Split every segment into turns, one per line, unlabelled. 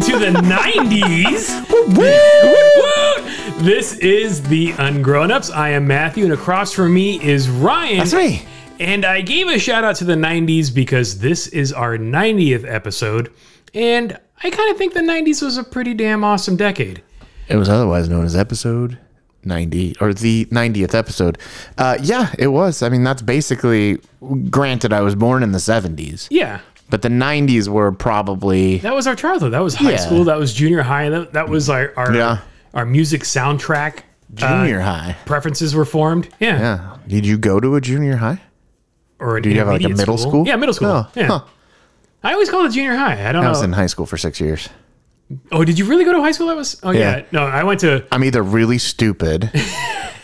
to the 90s. This is the Ungrown Ups. I am Matthew, and across from me is Ryan.
That's me.
And I gave a shout out to the 90s because this is our 90th episode. And I kind of think the 90s was a pretty damn awesome decade.
It was otherwise known as episode 90 or the 90th episode. Uh, yeah, it was. I mean, that's basically granted, I was born in the 70s,
Yeah.
but the 90s were probably
That was our childhood. That was high
Yeah.
school. That was junior high. That, that was our, our,
Yeah.
our music soundtrack. uh,
junior high.
preferences were formed. Yeah.
Yeah. Did you go to a junior high?
Or an
you have, like, a
intermediate
middle school?
Yeah, middle school.
No.
Yeah.
Huh.
I always call it junior high. I don't
I
know.
Oh.
was in high school for six years.
oh, did you really go to high school? That was. Oh yeah.
Yeah.
No, I went to.
I'm either really stupid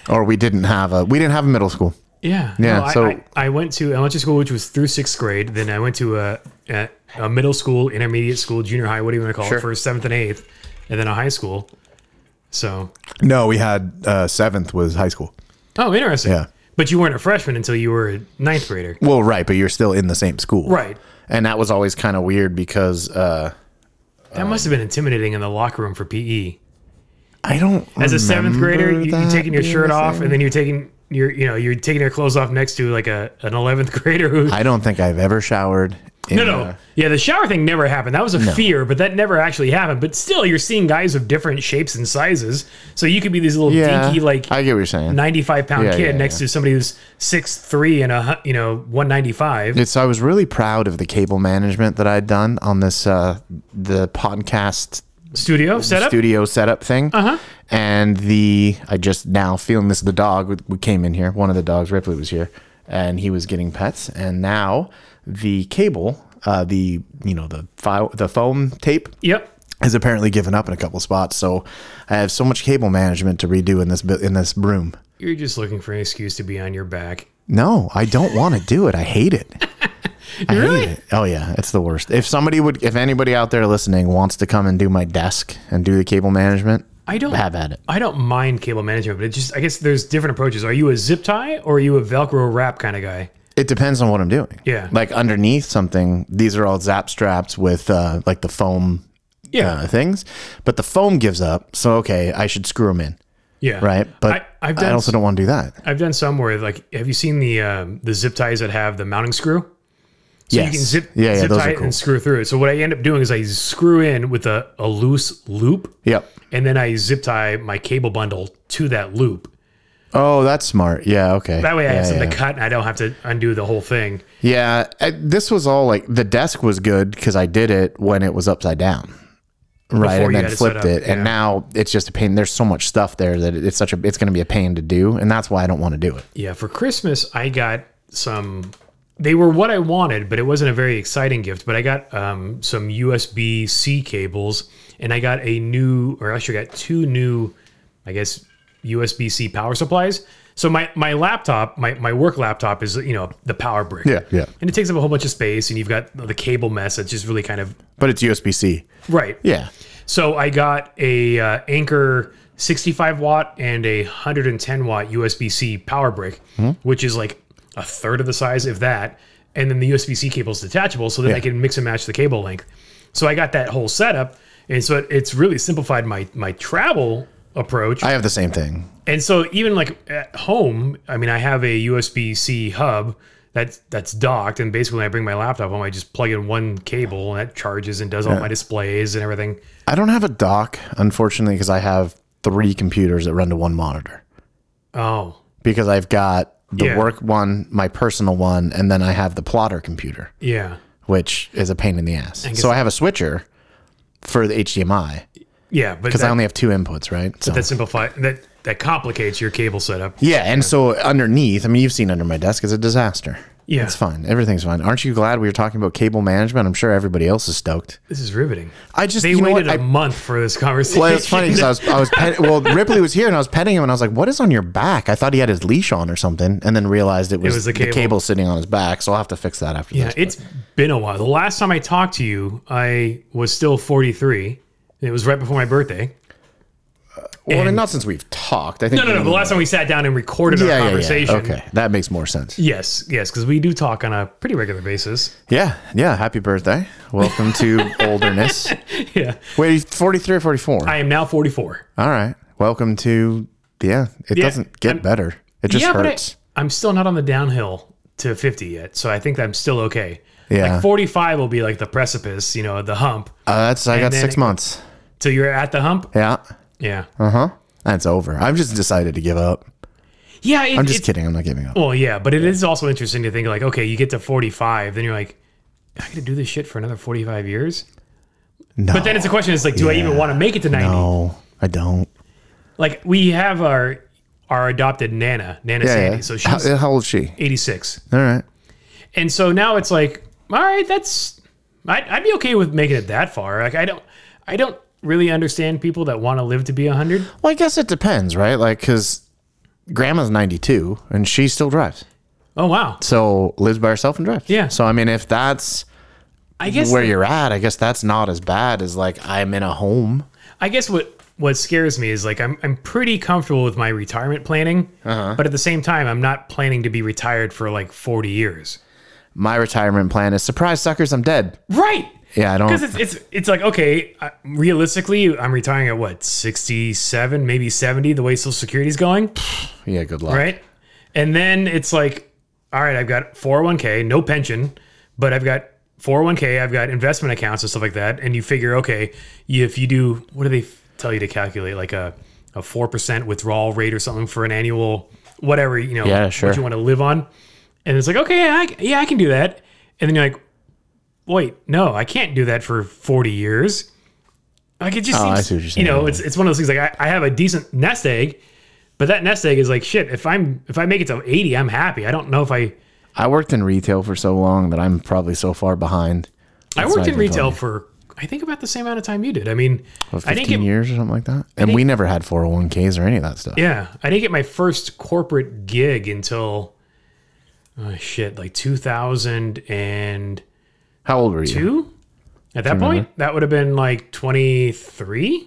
or we didn't have a we didn't have a middle school.
Yeah.
Yeah,
No, I,
so-
I, I went to elementary school, which was through sixth grade. Then I went to a, a, a middle school, intermediate school, junior high. What do you want to call it?
Sure.
For seventh and eighth, and then a high school. So.
No, we had uh, seventh was high school.
Oh, interesting.
Yeah.
But you weren't a freshman until you were a ninth grader.
Well, right, but you're still in the same school.
Right.
And that was always kind of weird because uh,
That must have been intimidating in the locker room for E. PE.
I don't
As a seventh grader, you, you're
that
taking your
being
shirt
the
off,
same.
and then you're taking your you know you're taking their clothes off next to like a an eleventh grader who
I don't think I've ever showered. In
no no
a-
yeah the shower thing never happened that was a fear but that never actually happened but still you're seeing guys of different shapes and sizes so you could be this little
yeah,
dinky like
I get what you're saying.
95 pound
Yeah,
kid
yeah,
next
yeah.
to somebody who's six three and a hu- you know 195
It's I was really proud of the cable management that I'd done on this uh, the podcast
studio setup
studio setup thing. Uh-huh. And the I just now feeling this the dog w- w- came in here. One of the dogs, Ripley, was here, and he was getting pets. And now the cable, uh, the you know the file, the foam tape
yep
Is apparently given up in a couple spots, so I have so much cable management to redo in this bu- in this room.
you're just looking for an excuse to be on your back
No, I don't want to do it. I hate it. I
Really?
hate it.
Oh yeah, it's the worst. If somebody would, if anybody out there listening wants to come and do my desk and do the cable management,
I don't
have at it.
I don't mind cable management, but it just I guess there's different approaches. Are you a zip tie or are you a Velcro wrap kind of guy?
It depends on what I'm doing.
Yeah.
like underneath something. These are all zap straps with uh, like the foam
Yeah,
uh, things, but the foam gives up. So okay, I should screw them in,
yeah,
right? But
I,
I,
I've done
also don't want to do that.
I've done some where like have you seen the um, the zip ties that have the mounting screw? So you can zip
yeah, yeah,
zip
those
tie
are
it
cool.
and screw through it. So what I end up doing is I screw in with a, a loose loop
Yep.
and then I zip tie my cable bundle to that loop.
Oh, that's smart. Yeah. Okay.
That way I
yeah,
have something
yeah.
to cut and I don't have to undo the whole thing.
Yeah, I, this was all like the desk was good because I did it when it was upside down, right,
Before you
and
had
then
it set
flipped
up,
it, and
yeah.
now it's just a pain. There's so much stuff there that it's such a it's going to be a pain to do, and that's why I don't want to do it.
Yeah, for Christmas I got some. They were what I wanted, but it wasn't a very exciting gift. But I got um, some USB C cables, and I got a new, or actually got two new, I guess USB C power supplies. So my my laptop, my my work laptop is you know the power brick.
Yeah, yeah.
And it takes up a whole bunch of space, and you've got the cable mess that's just really kind of
But it's USB C.
right.
Yeah,
So I got a uh, Anchor 65 watt and a 110 watt USB C power brick, which is like a third of the size, if that. And then the USB C cable is detachable, so that I can mix and match the cable length. So I got that whole setup, and so it, it's really simplified my my travel approach.
I have the same thing.
and so even like at home, I mean, I have a USB C hub. That's, that's docked, and basically, when I bring my laptop home. I just plug in one cable, and that charges and does all my displays and everything.
I don't have a dock, unfortunately, because I have three computers that run to one monitor.
Oh,
Because I've got the
Yeah.
work one, my personal one, and then I have the plotter computer,
yeah.
which is a pain in the ass. so I have a switcher for the HDMI.
Yeah, but
because
that,
I only have two inputs, right? So
that simplifies that that complicates your cable setup.
yeah, and so underneath, I mean, you've seen under my desk is a disaster.
Yeah.
it's fine. Everything's fine. Aren't you glad we were talking about cable management? I'm sure everybody else is stoked.
This is riveting.
I just
They
you know
waited a
what? I,
month for this conversation.
well, it's funny because I was I was pet, well Ripley was here and I was petting him and I was like, "What is on your back?" I thought he had his leash on or something, and then realized it was,
was the cable.
sitting on his back. So I'll have to fix that after
yeah,
this.
it's been a while. The last time I talked to you, I was still 43. and It was right before my birthday.
Well, I mean, not since we've talked. I think
No, no, no. The last time we sat down and recorded
yeah,
our
yeah,
conversation.
yeah. Okay, that makes more sense.
Yes, yes, because we do talk on a pretty regular basis.
Yeah, yeah. Happy birthday. Welcome to olderness.
yeah.
Wait, forty three or forty four?
I am now 44.
All right. Welcome to yeah. It doesn't get
I'm-
better. It just
yeah,
hurts.
but I, I'm still not on the downhill to 50 yet, so I think I'm still okay.
Yeah.
Like 45 will be like the precipice, you know, the hump.
uh, that's I got
then
six
it-
months.
Till you're at the hump.
Yeah.
Yeah.
Uh huh. That's over. I've just decided to give up.
Yeah. It,
I'm just
it-
kidding. I'm not giving up.
Well, yeah, but it is also interesting to think like, okay, you get to 45, then you're like, I got to do this shit for another 45 years.
No.
But then it's a question: It's like, do I even want to make it to 90?
no, I don't.
Like we have our our adopted Nana, Nana
Yeah.
Sandy.
yeah.
So she's
how, how old is she?
86,
All right.
and so now it's like, all right, that's I'd, I'd be okay with making it that far. Like I don't I don't really understand people that want to live to be 100.
Well, I guess it depends, right? Like, because grandma's 92 and she still drives.
Oh wow,
So lives by herself and drives.
Yeah.
So, I mean, if that's
I guess
where you're at, I guess that's not as bad as like I'm in a home.
I guess what what scares me is like I'm I'm pretty comfortable with my retirement planning, but at the same time I'm not planning to be retired for like 40 years.
My retirement plan is surprise suckers, I'm dead.
Right.
Yeah, I don't.
Because it's, it's it's like okay, I, realistically, I'm retiring at what 67, maybe 70, the way Social Security's going,
Yeah, good luck.
right? And then it's like, all right, I've got 401k, no pension, but I've got 401k, I've got investment accounts and stuff like that. And you figure, okay, you, if you do, what do they f- tell you to calculate? Like a a four percent withdrawal rate or something for an annual, whatever you know,
Yeah,
what
sure.
you want to live on. And it's like, okay, yeah, I, yeah, I can do that. And then you're like, wait, no, I can't do that for 40 years. Like it just
Oh, I
seems,
see what you're
you
saying,
know,
yeah.
it's, it's one of those things like I, I have a decent nest egg, but that nest egg is like, shit, if I'm, if I make it to 80, I'm happy. I don't know if I,
I worked in retail for so long that I'm probably so far behind.
I worked
not
in
even
retail
funny.
for, I think about the same amount of time you did. I mean, I didn't
15
get,
years or something like that. And we never had 401ks or any of that stuff.
yeah, I didn't get my first corporate gig until, oh shit, like 2002
How old were you?
at that point, that would have been like 23.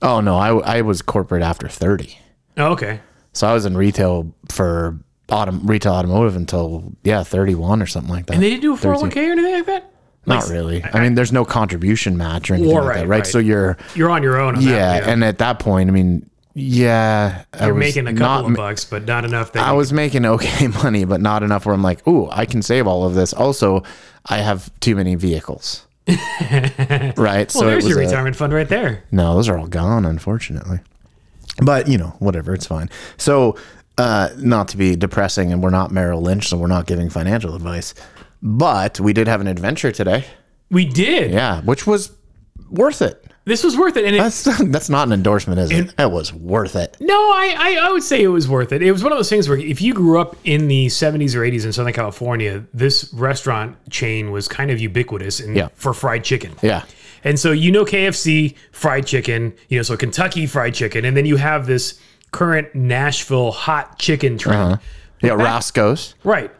Oh, no, I, I was corporate after 30.
Oh, okay.
So I was in retail for autom- retail automotive until, yeah, 31 or something like that.
They didn't do a 401k or anything like that?
Not really. I, mean, there's no contribution match or anything
Or
like
right,
that, right?
right.
So you're,
You're on your own. On
yeah,
That, you know.
And at that point, I mean, yeah. I
You're
was
making a
not
couple of bucks, but not enough that
I was making okay money, but not enough where I'm like, ooh, I can save all of this. Also, I have too many vehicles. right.
well, there's your
a-
retirement fund right there.
no, those are all gone, unfortunately. But you know, whatever, it's fine. So, uh, not to be depressing, and we're not Merrill Lynch, so we're not giving financial advice. But we did have an adventure today.
We did.
Yeah, which was worth it.
This was worth it. And it,
That's that's not an endorsement, is it? That was worth it.
no, I, I, I would say it was worth it. It was one of those things where if you grew up in the 70s or 80s in Southern California, this restaurant chain was kind of ubiquitous in,
Yeah.
for fried chicken.
Yeah.
And so you know KFC fried chicken, you know, so Kentucky fried chicken, and then you have this current Nashville hot chicken trend.
Uh-huh. Yeah, Roscoe's.
Right.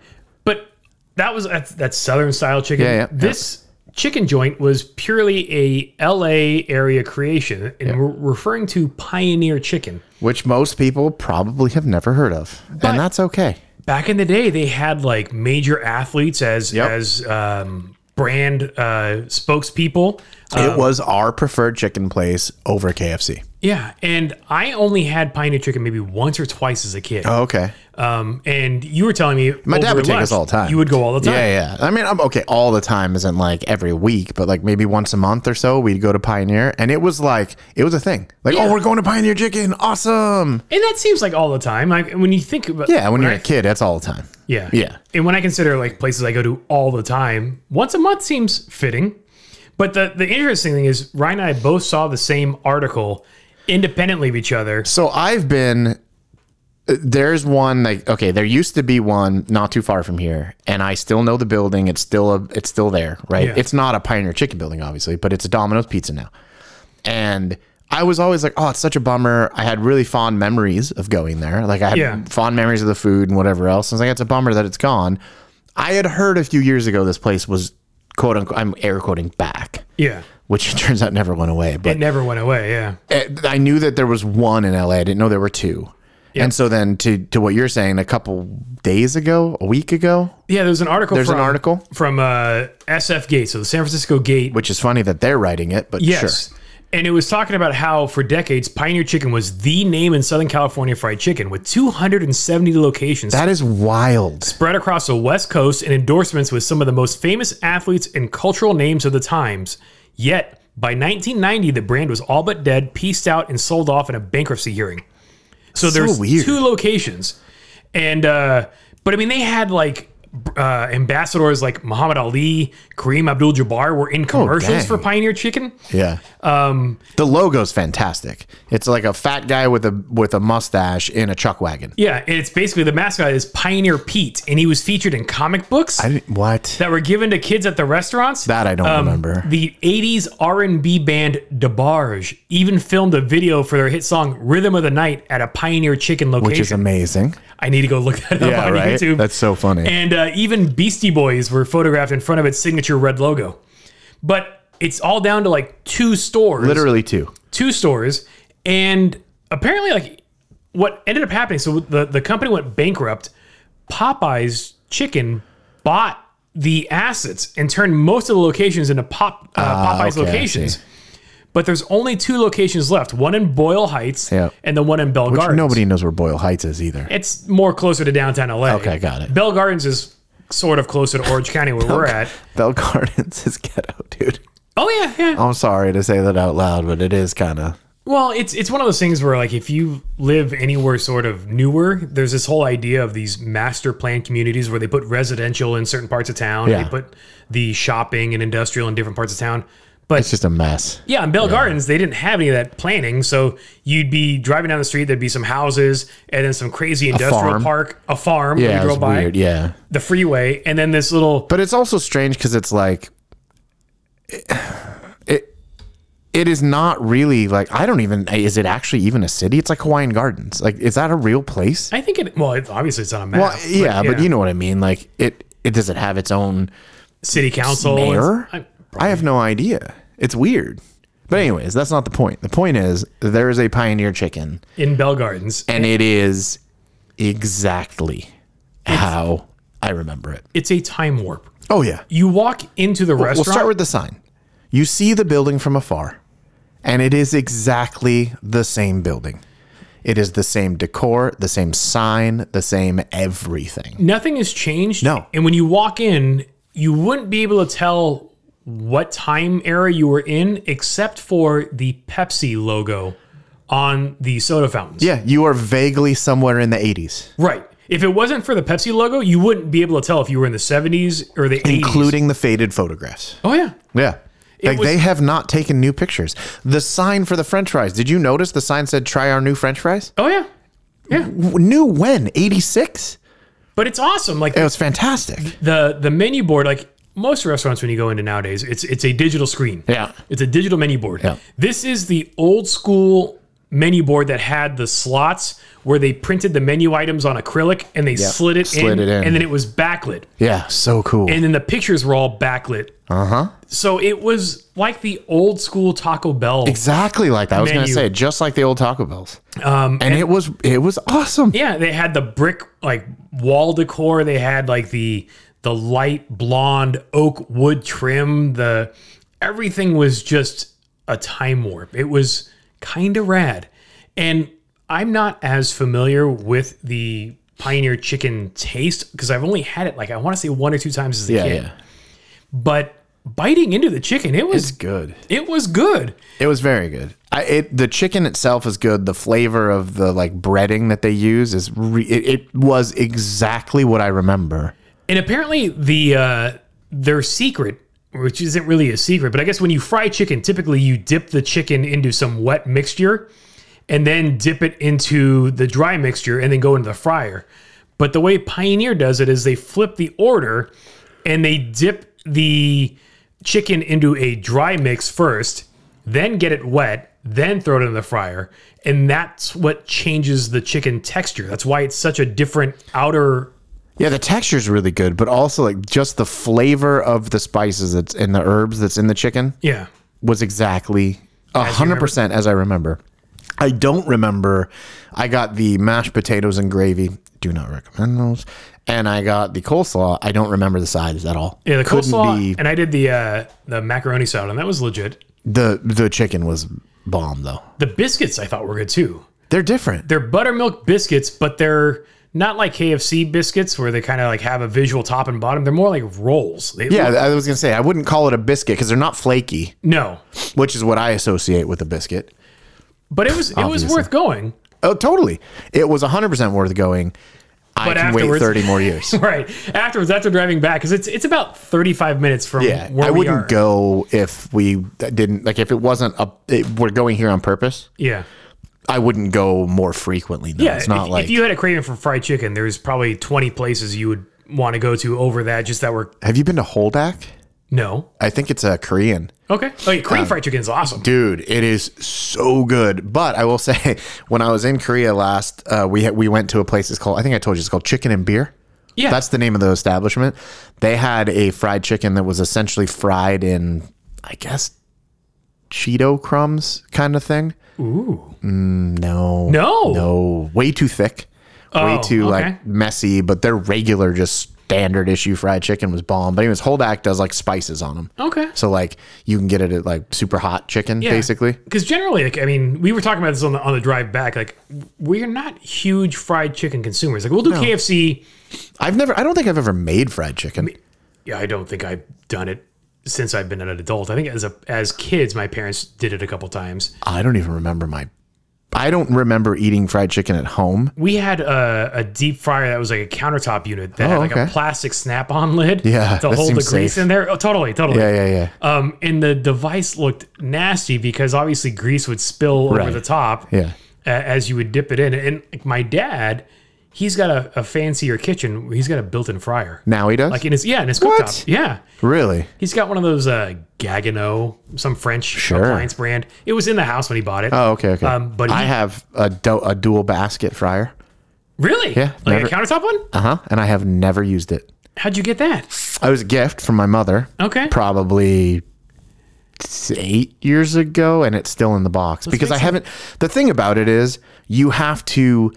But that was that's, that's southern style chicken.
Yeah, yeah, yeah.
This chicken joint was purely a LA area creation and we're referring to Pioneer Chicken.
Which most people probably have never heard of. and that's okay.
Back in the day they had like major athletes as
Yep.
as um brand uh spokespeople.
It was our
preferred chicken place over KFC.
Yeah, and I only had Pioneer Chicken maybe once or twice as a kid.
Okay.
Um and you were telling me
Oh. My dad would take us all the time.
You would go all the time.
Yeah, yeah. I mean, I'm okay. All the time isn't like every week, but like maybe once a month or so, we'd go to Pioneer, and it was like it was a thing. Like,
Yeah.
oh, we're going to Pioneer Chicken, awesome!
And that seems like all the time. Like when you think about
Yeah, when you're
I
a kid, that's all the time.
Yeah.
Yeah.
And when I consider like places I go to all the time, once a month seems fitting. But the, the interesting thing is Ryan and I both saw the same article independently of each other.
So I've been. There's one like okay, there used to be one not too far from here, and I still know the building. It's still a, it's still there, right?
Yeah.
It's not a Pioneer Chicken building, obviously, but it's a Domino's Pizza now. and I was always like, oh, it's such a bummer. I had really fond memories of going there. Like I had
Yeah.
fond memories of the food and whatever else. I was like, it's a bummer that it's gone. I had heard a few years ago this place was quote unquote I'm air quoting back.
Yeah.
which it turns out never went away. But
It never went away. Yeah.
eh, I knew that there was one in LA. I didn't know there were two. And so then to to what you're saying, a couple days ago, a week ago,
Yeah. There's an article.
There's an
from,
article?
from uh, SF Gate. So the San Francisco Gate
which is funny that they're writing it, but
Yes.
sure.
And it was talking about how for decades Pioneer Chicken was the name in Southern California fried chicken with 270 locations
That is wild.
spread across the West Coast and endorsements with some of the most famous athletes and cultural names of the times. Yet, by 1990, the brand was all but dead, pieced out, and sold off in a bankruptcy hearing. So there's
weird.
two locations, and uh, but I mean they had like uh, ambassadors like Muhammad Ali, Kareem Abdul-Jabbar were in commercials
Oh, dang.
for Pioneer Chicken.
Yeah.
Um,
The logo's fantastic. It's like a fat guy with a with a mustache in a chuck wagon.
Yeah, and it's basically the mascot is Pioneer Pete, and he was featured in comic books
I didn't, what?
that were given to kids at the restaurants.
That I don't
Um,
remember.
The '80s R&B band DeBarge even filmed a video for their hit song "Rhythm of the Night" at a Pioneer Chicken location.
which is amazing.
I need to go look that up
Yeah,
on
right?
YouTube.
That's so funny.
And uh, even Beastie Boys were photographed in front of its signature red logo. But it's all down to like two stores
Literally two.
two stores and apparently like what ended up happening so the, the company went bankrupt popeye's chicken bought the assets and turned most of the locations into pop uh, popeye's
Ah, okay, I
locations but there's only two locations left one in boyle heights
Yeah.
and the one in bell gardens
Nobody knows where Boyle Heights is either.
it's more closer to downtown la
Okay, got it.
bell gardens is sort of closer to orange county where we're at
Bell Gardens is ghetto, dude.
oh yeah yeah
I'm sorry to say that out loud, but it is kind of
Well, it's it's one of those things where like if you live anywhere sort of newer, there's this whole idea of these master plan communities where they put residential in certain parts of town,
Yeah.
they put the shopping and industrial in different parts of town. But
it's just a mess.
yeah, in Bell Gardens, they didn't have any of that planning, so you'd be driving down the street, there'd be some houses and then some crazy industrial
farm.
park, a farm where
Yeah,
you
it's
drove by,
weird. Yeah,
the freeway, and then this little
but it's also strange because it's like it. It is not really like I don't even is it actually even a city? It's like Hawaiian Gardens. Like is that a real place?
I think it well, it, obviously it's on a map.
Well, yeah, but you know what I mean. Like it it does it have its own
city council and-
mayor?
I-
I have no idea. It's weird. But anyways, that's not the point. The point is there is a Pioneer Chicken,
in Bell Gardens.
and it is exactly how I remember it.
It's a time warp.
Oh yeah.
You walk into the
We'll
restaurant.
start with the sign. You see the building from afar, and it is exactly the same building. It is the same decor, the same sign, the same everything.
nothing has changed.
No.
And when you walk in, you wouldn't be able to tell what time era you were in, except for the Pepsi logo on the soda fountains.
Yeah, you are vaguely somewhere in the 80s,
Right. If it wasn't for the Pepsi logo, you wouldn't be able to tell if you were in the 70s or the 80s.
including the faded photographs.
Oh, yeah.
Yeah. Like
was-
they have not taken new pictures. The sign for the french fries, did you notice the sign said try our new french fries?
Oh, yeah.
W- New when? 86?
But it's awesome. Like
It was fantastic.
the the menu board, like most restaurants when you go into nowadays, it's it's a digital screen.
Yeah.
It's a digital menu board.
Yeah.
This is the old school menu board that had the slots where they printed the menu items on acrylic and they slid, it,
Slid
in,
it in.
and then it was backlit.
Yeah, so cool.
And then the pictures were all backlit. Uh-huh. So it was like the old school Taco Bell.
exactly like that. I was going to
Menu.
say just like the old Taco Bells. Um and, it was it was awesome.
Yeah, they had the brick like wall decor. They had like the the light blonde oak wood trim. The everything was just a time warp. It was kind of rad. And I'm not as familiar with the Pioneer Chicken taste because I've only had it like I want to say one or two times as a
Yeah,
kid.
yeah.
But biting into the chicken, it was
good.
it was good.
It was very good. I, it the chicken itself is good. The flavor of the like breading that they use is re- it, it was exactly what I remember.
And apparently the uh, their secret, which isn't really a secret, but I guess when you fry chicken, typically you dip the chicken into some wet mixture and then dip it into the dry mixture and then go into the fryer. But the way Pioneer does it is they flip the order and they dip the chicken into a dry mix first, then get it wet, then throw it in the fryer. And that's what changes the chicken texture. That's why it's such a different outer
Yeah, the texture's really good, but also like just the flavor of the spices that's in the herbs that's in the chicken
Yeah.
was exactly hundred percent as I remember. I don't remember.
I got the mashed potatoes and gravy. Do not recommend those. And I got the coleslaw. I don't remember the sides at all.
Yeah, the
Couldn't
coleslaw,
be-
and I did the uh, the macaroni salad, and that was legit.
the the chicken was bomb though.
The biscuits I thought were good too.
They're different.
They're buttermilk biscuits, but they're not like KFC biscuits where they kind of like have a visual top and bottom. They're more like rolls. They
Yeah, I was gonna say I wouldn't call it a biscuit because they're not flaky,
no,
which is what I associate with a biscuit.
but it was it was worth going.
Oh, totally. It was 100% worth going. I
But
can wait
afterwards-
30 more years.
Right afterwards, after driving back, because it's it's about thirty five minutes from
Yeah,
where
I
we
wouldn't
are.
go if we didn't like if it wasn't a it, we're going here on purpose.
yeah,
I wouldn't go more frequently. Though.
yeah.
it's not
if,
like
if you had a craving for fried chicken, there's probably twenty places you would want to go to over that. Just that were
Have you been to Holdak?
no
I think it's a Korean.
okay. Oh, yeah, Korean fried chicken is awesome.
Um, Dude, it is so good. But I will say, when I was in Korea last, uh, we had- we went to a place. It's called I think I told you it's called Chicken and Beer.
yeah,
That's the name of the establishment. They had a fried chicken that was essentially fried in, I guess, Cheeto crumbs kind of thing.
ooh
No,
no
no, way too thick, way
Oh,
too
okay.
like messy. But their regular, just standard issue fried chicken was bomb. But anyways, Holdak does like spices on them.
okay.
So like you can get it at like super hot chicken basically.
Because generally, like I mean, we were talking about this on the on the drive back. Like we're not huge fried chicken consumers. Like we'll do KFC.
I've never I don't think I've ever made fried chicken.
Yeah, I don't think I've done it since I've been an adult. I think as a as kids, my parents did it a couple times.
I don't even remember my I don't remember eating fried chicken at home.
We had a, a deep fryer that was like a countertop unit that had like a
Oh, okay.
plastic snap on lid
Yeah,
to
that
hold the
seems
grease
safe.
in there. Oh, totally, totally.
Yeah, yeah, yeah.
Um, and the device looked nasty because obviously grease would spill over the top
Yeah.
a- as you would dip it in. And like, my dad, he's got a, a fancier kitchen. where He's got a built-in fryer.
Now he does?
Like in his yeah, in his cooktop. Yeah.
really?
He's got one of those uh Gaggenau, some French appliance brand. It was in the house when he bought it.
Oh, okay, okay.
Um, but he,
I have a, du- a dual basket fryer.
really?
Yeah,
Like
never-
a countertop one?
Uh-huh. And I have never used it.
How'd you get that?
I was a gift from my mother.
Okay.
Probably s- eight years ago, and it's still in the box because I
make some-
haven't. The thing about it is, you have to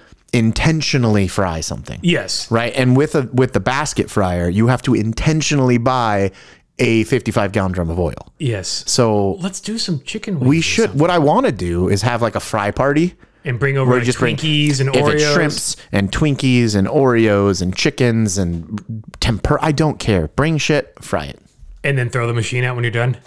intentionally fry something,
Yes.
right? And with a with the basket fryer, you have to intentionally buy a 55 gallon drum of oil.
Yes.
So
Let's do some chicken
we should. What I want to do is have like a fry party.
and bring over like,
just bring-
Twinkies and
If it's
Oreos.
shrimps and Twinkies and Oreos and chickens and temper, I don't care. Bring shit, fry it.
and then throw the machine out when you're done.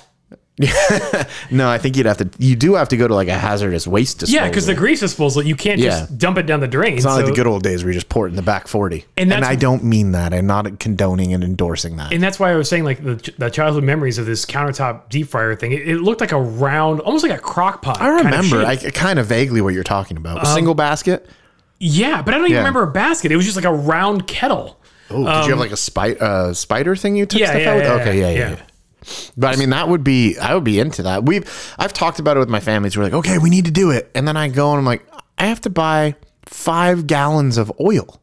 No, I think you'd have to. You do have to go to like a hazardous waste disposal.
Yeah, because the grease disposal, you can't
Yeah.
just dump it down the drain.
It's not like
so-
the good old days where you just pour it in the back forty.
And
And,
that's-
I don't mean that. I'm not condoning and endorsing that.
and that's why I was saying like the, the childhood memories of this countertop deep fryer thing. It, it looked like a round, almost like a crock pot.
I
kind of
remember.
shape.
I kind of vaguely what you're talking about.
Um,
A Single basket.
yeah, but I don't even remember a basket. It was just like a round kettle.
Oh, did you have like a spider uh, spider thing you took
Yeah,
stuff
yeah,
out with?
yeah,
okay,
yeah,
yeah, yeah.
yeah.
yeah. But I mean, that would be I would be into that. We've I've talked about it with my families. We're like, okay, we need to do it, and then I go and I'm like, I have to buy five gallons of oil.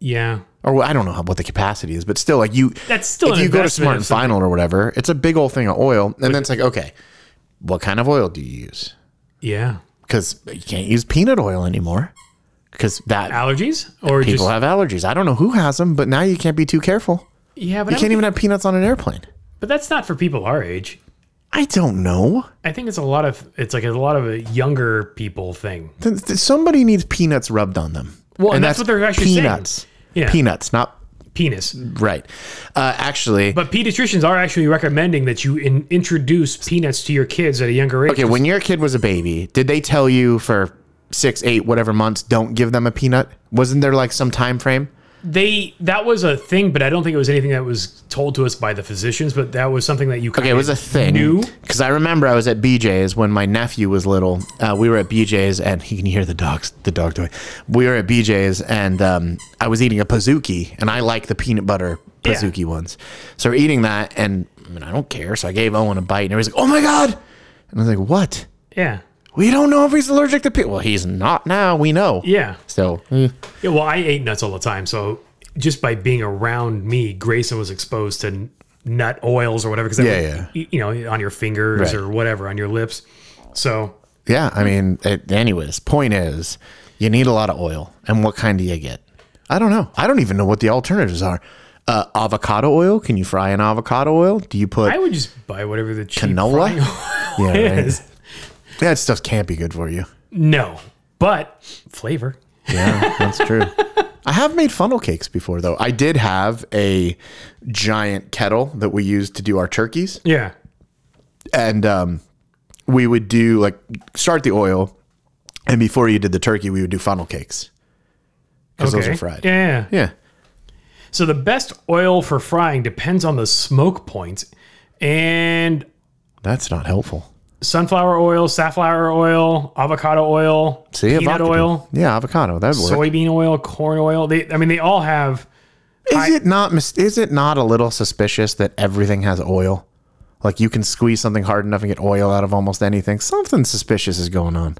Yeah,
or well, I don't know how, what the capacity is, but still, like you,
That's still
if
an
you go to
investment
Smart
of
and Final or whatever, it's a big old thing of oil, and then it's like, okay, what kind of oil do you use?
yeah.
Because you can't use peanut oil anymore, because that
Allergies or
people
just
have allergies. I don't know who has them, but now you can't be too careful.
yeah, but I don't
You can't
think-
even have peanuts on an airplane.
but that's not for people our age.
I don't know.
I think it's a lot of it's like a lot of a younger people thing.
Th- th- Somebody needs peanuts rubbed on them.
Well, and that's what they're actually saying.
peanuts.
Yeah.
Peanuts, not
Penis,
right. Uh, actually,
but pediatricians are actually recommending that you in, introduce peanuts to your kids at a younger age.
Okay, when your kid was a baby, did they tell you for six, eight, whatever months, don't give them a peanut? Wasn't there like some time frame?
They that was a thing, but I don't think it was anything that was told to us by the physicians. But that was something that you kind
Okay, it was a thing.
New?
Because I remember I was at BJ's when my nephew was little. Uh, we were at BJ's and he can hear the dogs, the dog toy. We were at BJ's and um, I was eating a Pazuki and I like the peanut butter
Yeah.
Pazuki ones. So we're eating that and I mean, I don't care. So I gave Owen a bite and everybody's like, oh my God. And I was like, what?
yeah,
We don't know if he's allergic to peanut. Well, he's not now. We know.
yeah,
So
yeah. Well, I ate nuts all the time, so just by being around me, Grayson was exposed to n- nut oils or whatever because
Yeah, yeah.
you know on your fingers
Right.
or whatever on your lips. So
Yeah, I mean, it, anyways, point is, you need a lot of oil, and what kind do you get? I don't know. I don't even know what the alternatives are. Uh, avocado oil? Can you fry an avocado oil? Do you put
I would just buy whatever the cheap
canola?
frying oil
Yeah, right.
is.
that stuff? Can't be good for you.
No, but flavor.
Yeah, that's true. I have made funnel cakes before, though. I did have a giant kettle that we used to do our turkeys,
Yeah,
and um, we would do like start the oil, and before you did the turkey, we would do funnel cakes because those
Okay.
are fried.
Yeah, yeah.
yeah.
So the best oil for frying depends on the smoke point, and
That's not helpful.
sunflower oil, safflower oil, avocado oil,
See,
peanut
avocado.
oil,
Yeah, avocado. That would work.
soybean oil, corn oil. They, I mean, they all have.
Is it not? mis- Is it not a little suspicious that everything has oil? Like you can squeeze something hard enough and get oil out of almost anything. Something suspicious is going on.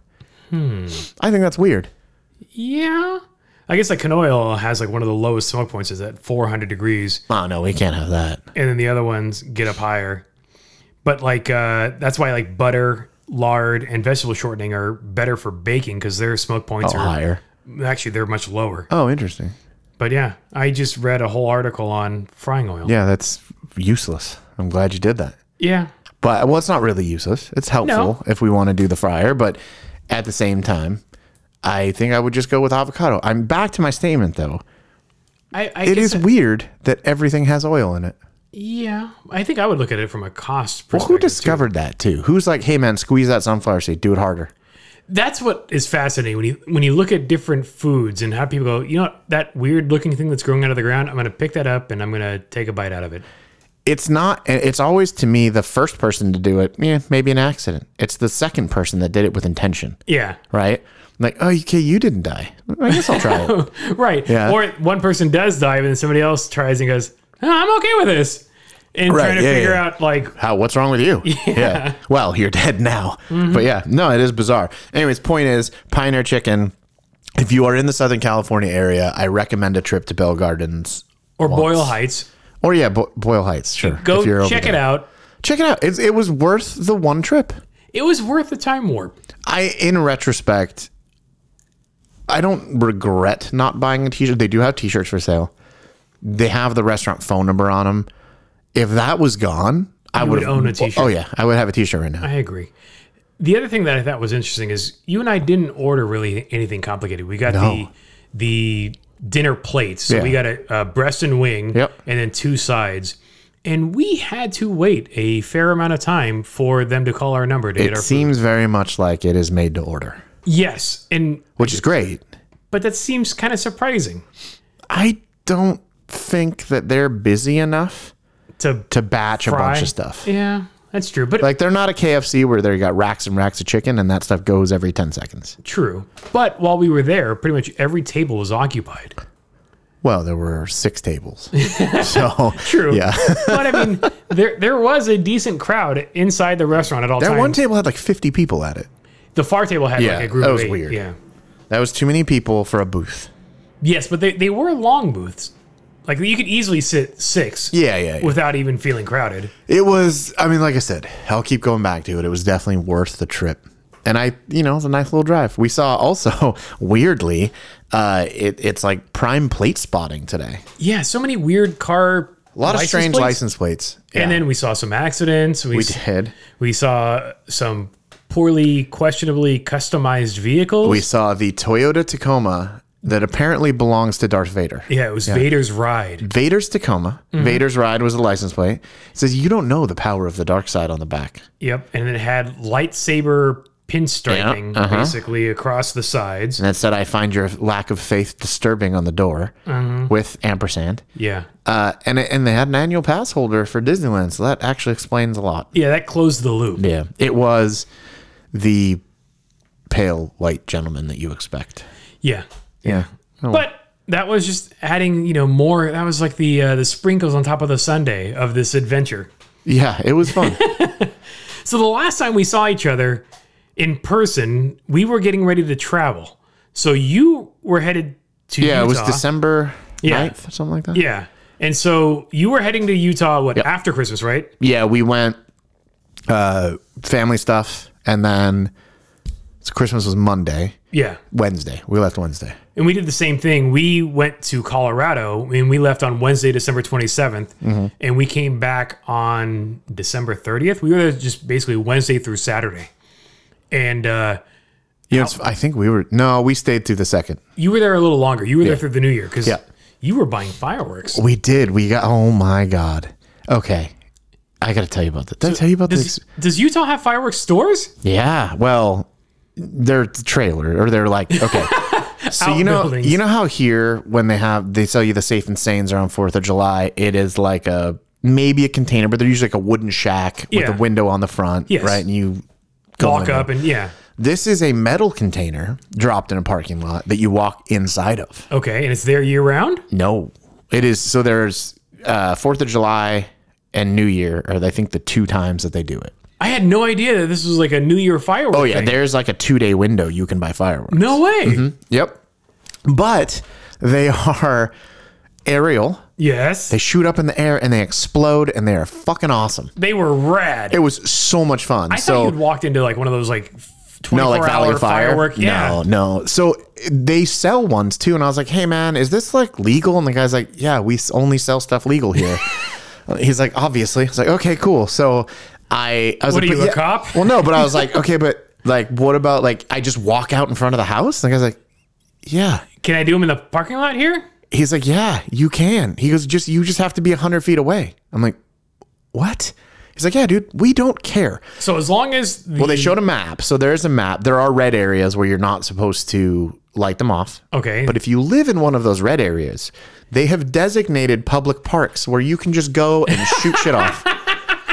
Hmm. I think that's weird.
Yeah. I guess like canola oil has like one of the lowest smoke points is at 400 degrees,
Oh no, we can't have that.
and then the other ones get up higher. But like uh, that's why like butter, lard, and vegetable shortening are better for baking because their smoke points are
Higher.
actually they're much lower.
Oh, interesting.
But yeah, I just read a whole article on frying oil.
Yeah, that's useless. I'm glad you did that.
yeah.
But well, it's not really useless. It's helpful if we want to do the fryer, but at the same time, I think I would just go with avocado. I'm back to my statement though.
I, I
It
guess
is weird that everything has oil in it.
Yeah, I think I would look at it from a cost perspective.
Who
too.
discovered that too? Who's like, hey man, squeeze that sunflower seed, do it harder.
That's what is fascinating when you when you look at different foods and how people go. You know what, that weird looking thing that's growing out of the ground. I'm going to pick that up and I'm going to take a bite out of it.
It's not. It's always to me the first person to do it. Yeah, maybe an accident. It's the second person that did it with intention,
Yeah,
right? Like, oh, okay, you didn't die. I guess I'll try it.
right.
Yeah.
Or one person does dive and somebody else tries and goes, oh, "I'm okay with this," and
Right,
trying to
yeah,
figure
yeah.
out like,
How? What's wrong with you? Yeah. Well, you're dead now.
Mm-hmm.
But yeah, no, it is bizarre. Anyways, point is, Pioneer Chicken. If you are in the Southern California area, I recommend a trip to Bell Gardens.
or Boyle Heights.
Or yeah, Bo- Boyle Heights. Sure.
Go
if you're over
check it
there.
out.
Check it out. It's, it was worth the one trip.
It was worth the time warp.
I, in retrospect, I don't regret not buying a t-shirt. They do have t-shirts for sale. They have the restaurant phone number on them. If that was gone, I
would
would
own a t-shirt.
Oh yeah, I would have a t-shirt right now.
I agree. The other thing that I thought was interesting is you and I didn't order really anything complicated. We got the the dinner plates. So we
Yeah.
got a, a breast and wing,
Yep.
and then two sides. And we had to wait a fair amount of time for them to call our number to get
It
our
seems very much like it is made to order,
yes. And
which is great.
but that seems kind of surprising
I don't think that they're busy enough
to
to batch a
Fry.
bunch of stuff.
yeah, that's true. But
Like they're not a KFC where they got racks and racks of chicken and that stuff goes every 10 seconds.
true. But while we were there, pretty much every table was occupied.
Well, there were six tables. so
True.
Yeah.
but I mean, there there was a decent crowd inside the restaurant at all
That
times.
one table had like 50 people at it.
The far table had
Yeah,
like a group
that
of
was
eight.
weird.
Yeah.
That was too many people for a booth.
Yes, but they, they were long booths. Like you could easily sit six
Yeah, yeah. yeah.
without even feeling crowded.
it was, I mean, like I said, I'll keep going back to it. It was definitely worth the trip. And I, you know, it was a nice little drive. We saw also, weirdly, uh, it, it's like prime plate spotting today.
Yeah, so many weird car
A lot of strange license plates.
And
Yeah,
then we saw some accidents. We we,
we did.
we saw some poorly questionably customized vehicles.
We saw the Toyota Tacoma that apparently belongs to Darth Vader.
yeah, it was Vader's ride.
Vader's Tacoma. Vader's ride was a license plate. It says, You don't know the power of the dark side on the back.
Yep, and it had lightsaber pinstriping
Yeah, uh-huh.
basically across the sides.
And it said, I find your lack of faith disturbing on the door with ampersand.
Yeah.
Uh, and, it- and they had an annual pass holder for Disneyland. So that actually explains a lot.
Yeah, that closed the loop.
Yeah. It was the pale white gentleman that you expect.
Yeah.
Yeah.
But that was just adding, you know, more. That was like the uh, the sprinkles on top of the Sunday of this adventure.
Yeah. It was fun.
So the last time we saw each other in person, we were getting ready to travel. So you were headed to
yeah. It was
Utah.
December
Yeah.
9th or something like that.
Yeah. And so you were heading to Utah what after Christmas, right?
Yeah, we went uh, family stuff, and then so Christmas was Monday,
Yeah.
Wednesday. We left Wednesday.
And we did the same thing. We went to Colorado and we left on Wednesday, December 27th,
Mm-hmm.
and we came back on December 30th. We were there just basically Wednesday through Saturday. And uh,
You know, it's, I think we were no, we stayed through the second.
you were there a little longer. You were there through the new year because
Yeah.
you were buying fireworks.
We did. We got. Oh my god. Okay, I gotta tell you about that. Did I tell you about this?
Does, does Utah have fireworks stores?
Yeah. Well, they're the trailer, or they're like okay. So you know,
Outbuildings.
you know how here when they have they sell you the safe and sanes around Fourth of July, it is like a maybe a container, but they're usually like a wooden shack
Yeah.
with a window on the front,
Yes.
right? And you go
Walk
in there.
up and yeah.
This is a metal container dropped in a parking lot that you walk inside of.
Okay. And it's there year round?
No, it is. So there's uh, Fourth of July and New Year are I think the two times that they do it.
I had no idea that this was like a New Year firework.
Oh yeah, Mm-hmm.
thing.
there's like a two day window you can buy fireworks.
No way.
Yep, but they are aerial.
Yes.
They shoot up in the air and they explode and they are fucking awesome.
They were rad.
It was so much fun.
I
so
thought you'd walked into like one of those like 24
no, like Valley
hour
of Fire.
firework. Yeah.
No, no. So they sell ones too, and I was like, "Hey, man, is this like legal?" And the guy's like, "Yeah, we s- only sell stuff legal here." He's like, "Obviously." I was like, "Okay, cool." So I, I was
What
like,
are
"But
you, a cop?"
Well, no, but I was like, "Okay, but like, what about like I just walk out in front of the house?" And the guy's like, "Yeah."
Can I do them in the parking lot here?
He's like, "Yeah, you can." He goes, "Just you just have to be hundred feet away." I'm like, "What?" He's like, "Yeah, dude, we don't care."
So as long as the,
Well, they showed a map. So there is a map. There are red areas where you're not supposed to light them off.
okay,
But if you live in one of those red areas, they have designated public parks where you can just go and shoot shit off.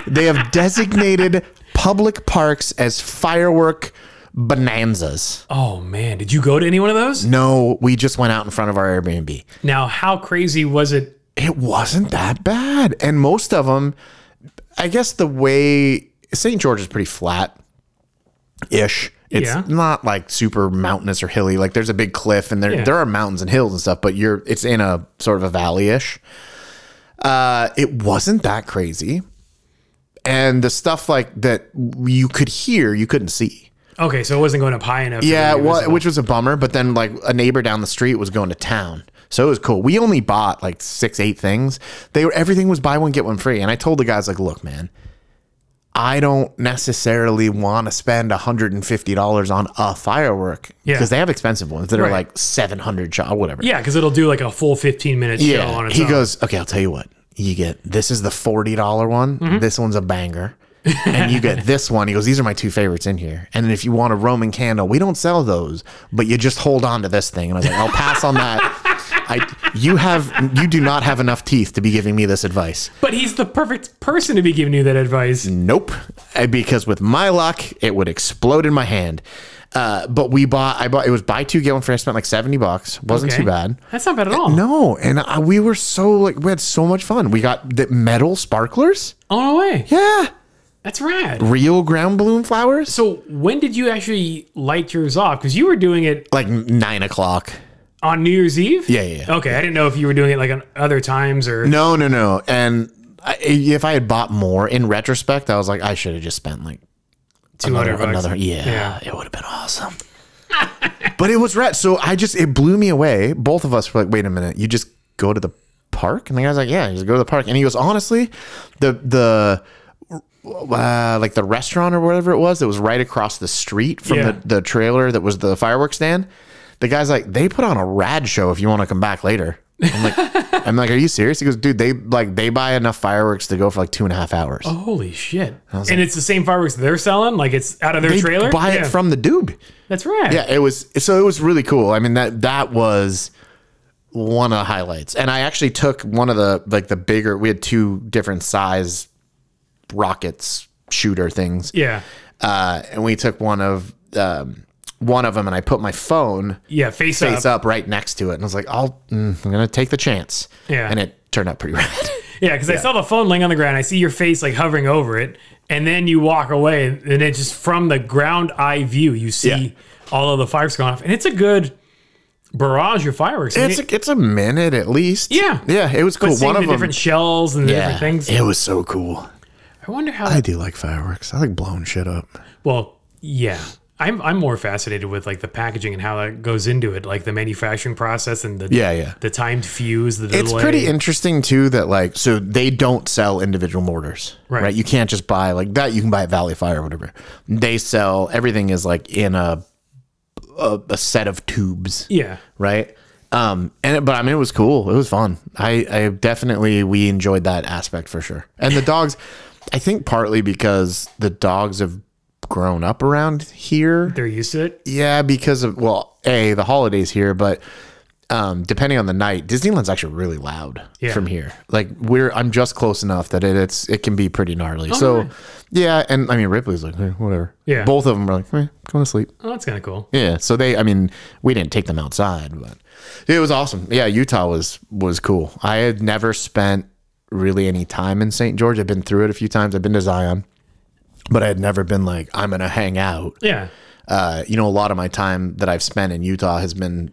They have designated public parks as firework bonanzas.
oh man, did you go to any one of those?
No, we just went out in front of our Airbnb.
Now, how crazy was it?
It wasn't that bad. And most of them, I guess the way St. George is pretty flat ish. It's
Yeah.
not like super mountainous or hilly. Like there's a big cliff and there
Yeah.
there are mountains and hills and stuff, but you're it's in a sort of a valley ish. Uh, it wasn't that crazy. And the stuff like that you could hear, you couldn't see.
Okay, so it wasn't going up high enough. to
Yeah,
be
well,
visible.
which was a bummer. But then, like, a neighbor down the street was going to town, so it was cool. We only bought like six, eight things. They were everything was buy one get one free, and I told the guys like, "Look, man, I don't necessarily want to spend hundred and fifty dollars on a firework
Yeah.
because they have expensive ones that are
Right.
like seven hundred shot, whatever."
yeah, because it'll do like a full 15 minute show
Yeah.
on its
he
own.
goes, okay, I'll tell you what. You get this is the forty dollar one.
Mm-hmm.
This one's a banger, and you get this one. He goes, these are my two favorites in here. And then if you want a Roman candle, we don't sell those, but you just hold on to this thing. And I was like, I'll pass on that. I you have you do not have enough teeth to be giving me this advice.
but he's the perfect person to be giving you that advice.
Nope, Uh, because with my luck, it would explode in my hand. Uh, but we bought I bought it was buy two get one free. I spent like seventy bucks. wasn't
Okay.
too bad. Eh,
That's not bad at all.
No, and I, we were so like we had so much fun. We got the metal sparklers.
Oh no way.
Yeah,
That's rad.
real ground balloon flowers.
So when did you actually light yours off? Because you were doing it
Like nine o'clock.
on New Year's Eve.
Yeah, yeah, yeah.
Okay, I didn't know if you were doing it like on other times or
No, no, no. And I, if I had bought more in retrospect, I was like, I should have just spent like
200
another,
bucks.
another- e- yeah,
Yeah.
it would have been awesome. but it was red. So I just it blew me away. Both of us were like, wait a minute, you just go to the park? And the guy's like, yeah, you just go to the park. And he goes, honestly, the the uh, like the restaurant or whatever it was that was right across the street from
Yeah.
the, the trailer that was the fireworks stand. The guy's like, they put on a rad show if you want to come back later. I'm like, I'm like, are you serious? He goes, dude, they like they buy enough fireworks to go for like two and a half hours.
Holy shit! And it's the same fireworks they're selling. Like it's out of their
they
trailer.
buy
Yeah.
it from the dude.
That's right.
Yeah, it was so it was really cool. I mean that that was one of the highlights. And I actually took one of the like the bigger we had two different size rockets shooter things.
Yeah.
Uh and we took one of um one of them and I put my phone
Yeah. Face,
face
up.
up right next to it and I was like, I'll mm, I'm going to take the chance.
Yeah.
And it turned out pretty rad.
Yeah, because I saw the phone laying on the ground. I see your face like hovering over it, and then you walk away, and it's just from the ground eye view. You see
Yeah.
all of the fireworks going off, and it's a good barrage your fireworks. And
It's
it-
a, it's a minute at least.
Yeah.
yeah, it was
but
cool.
seeing
One
the
of them,
different shells and the
yeah,
different things.
it was so cool.
I wonder how.
I do like fireworks. I like blowing shit up.
well, yeah. I'm, I'm more fascinated with like the packaging and how that goes into it, like the manufacturing process and the
Yeah, yeah.
the timed fuse, the delay.
It's pretty interesting too that like so they don't sell individual mortars,
Right.
right. You can't just buy like that. You can buy at Valley Fire or whatever. They sell everything is like in a a, a set of tubes,
yeah.
right? Um, and it, but I mean it was cool. It was fun. I I definitely we enjoyed that aspect for sure. And the dogs, I think partly because the dogs have grown up around here.
They're used to it.
Yeah, because of well, a the holidays here, but um, depending on the night, Disneyland's actually really loud
Yeah.
from here. Like we're I'm just close enough that it, it's it can be pretty gnarly. so yeah, and I mean Ripley's like eh, whatever.
Oh, Yeah.
both of them are like eh, going to sleep.
Oh, that's kind of cool.
Yeah, so they I mean we didn't take them outside, but it was awesome. Yeah, Utah was was cool. I had never spent really any time in St. George. I've been through it a few times. I've been to Zion, but I had never been like I'm gonna hang out
Yeah.
uh, you know, a lot of my time that I've spent in Utah has been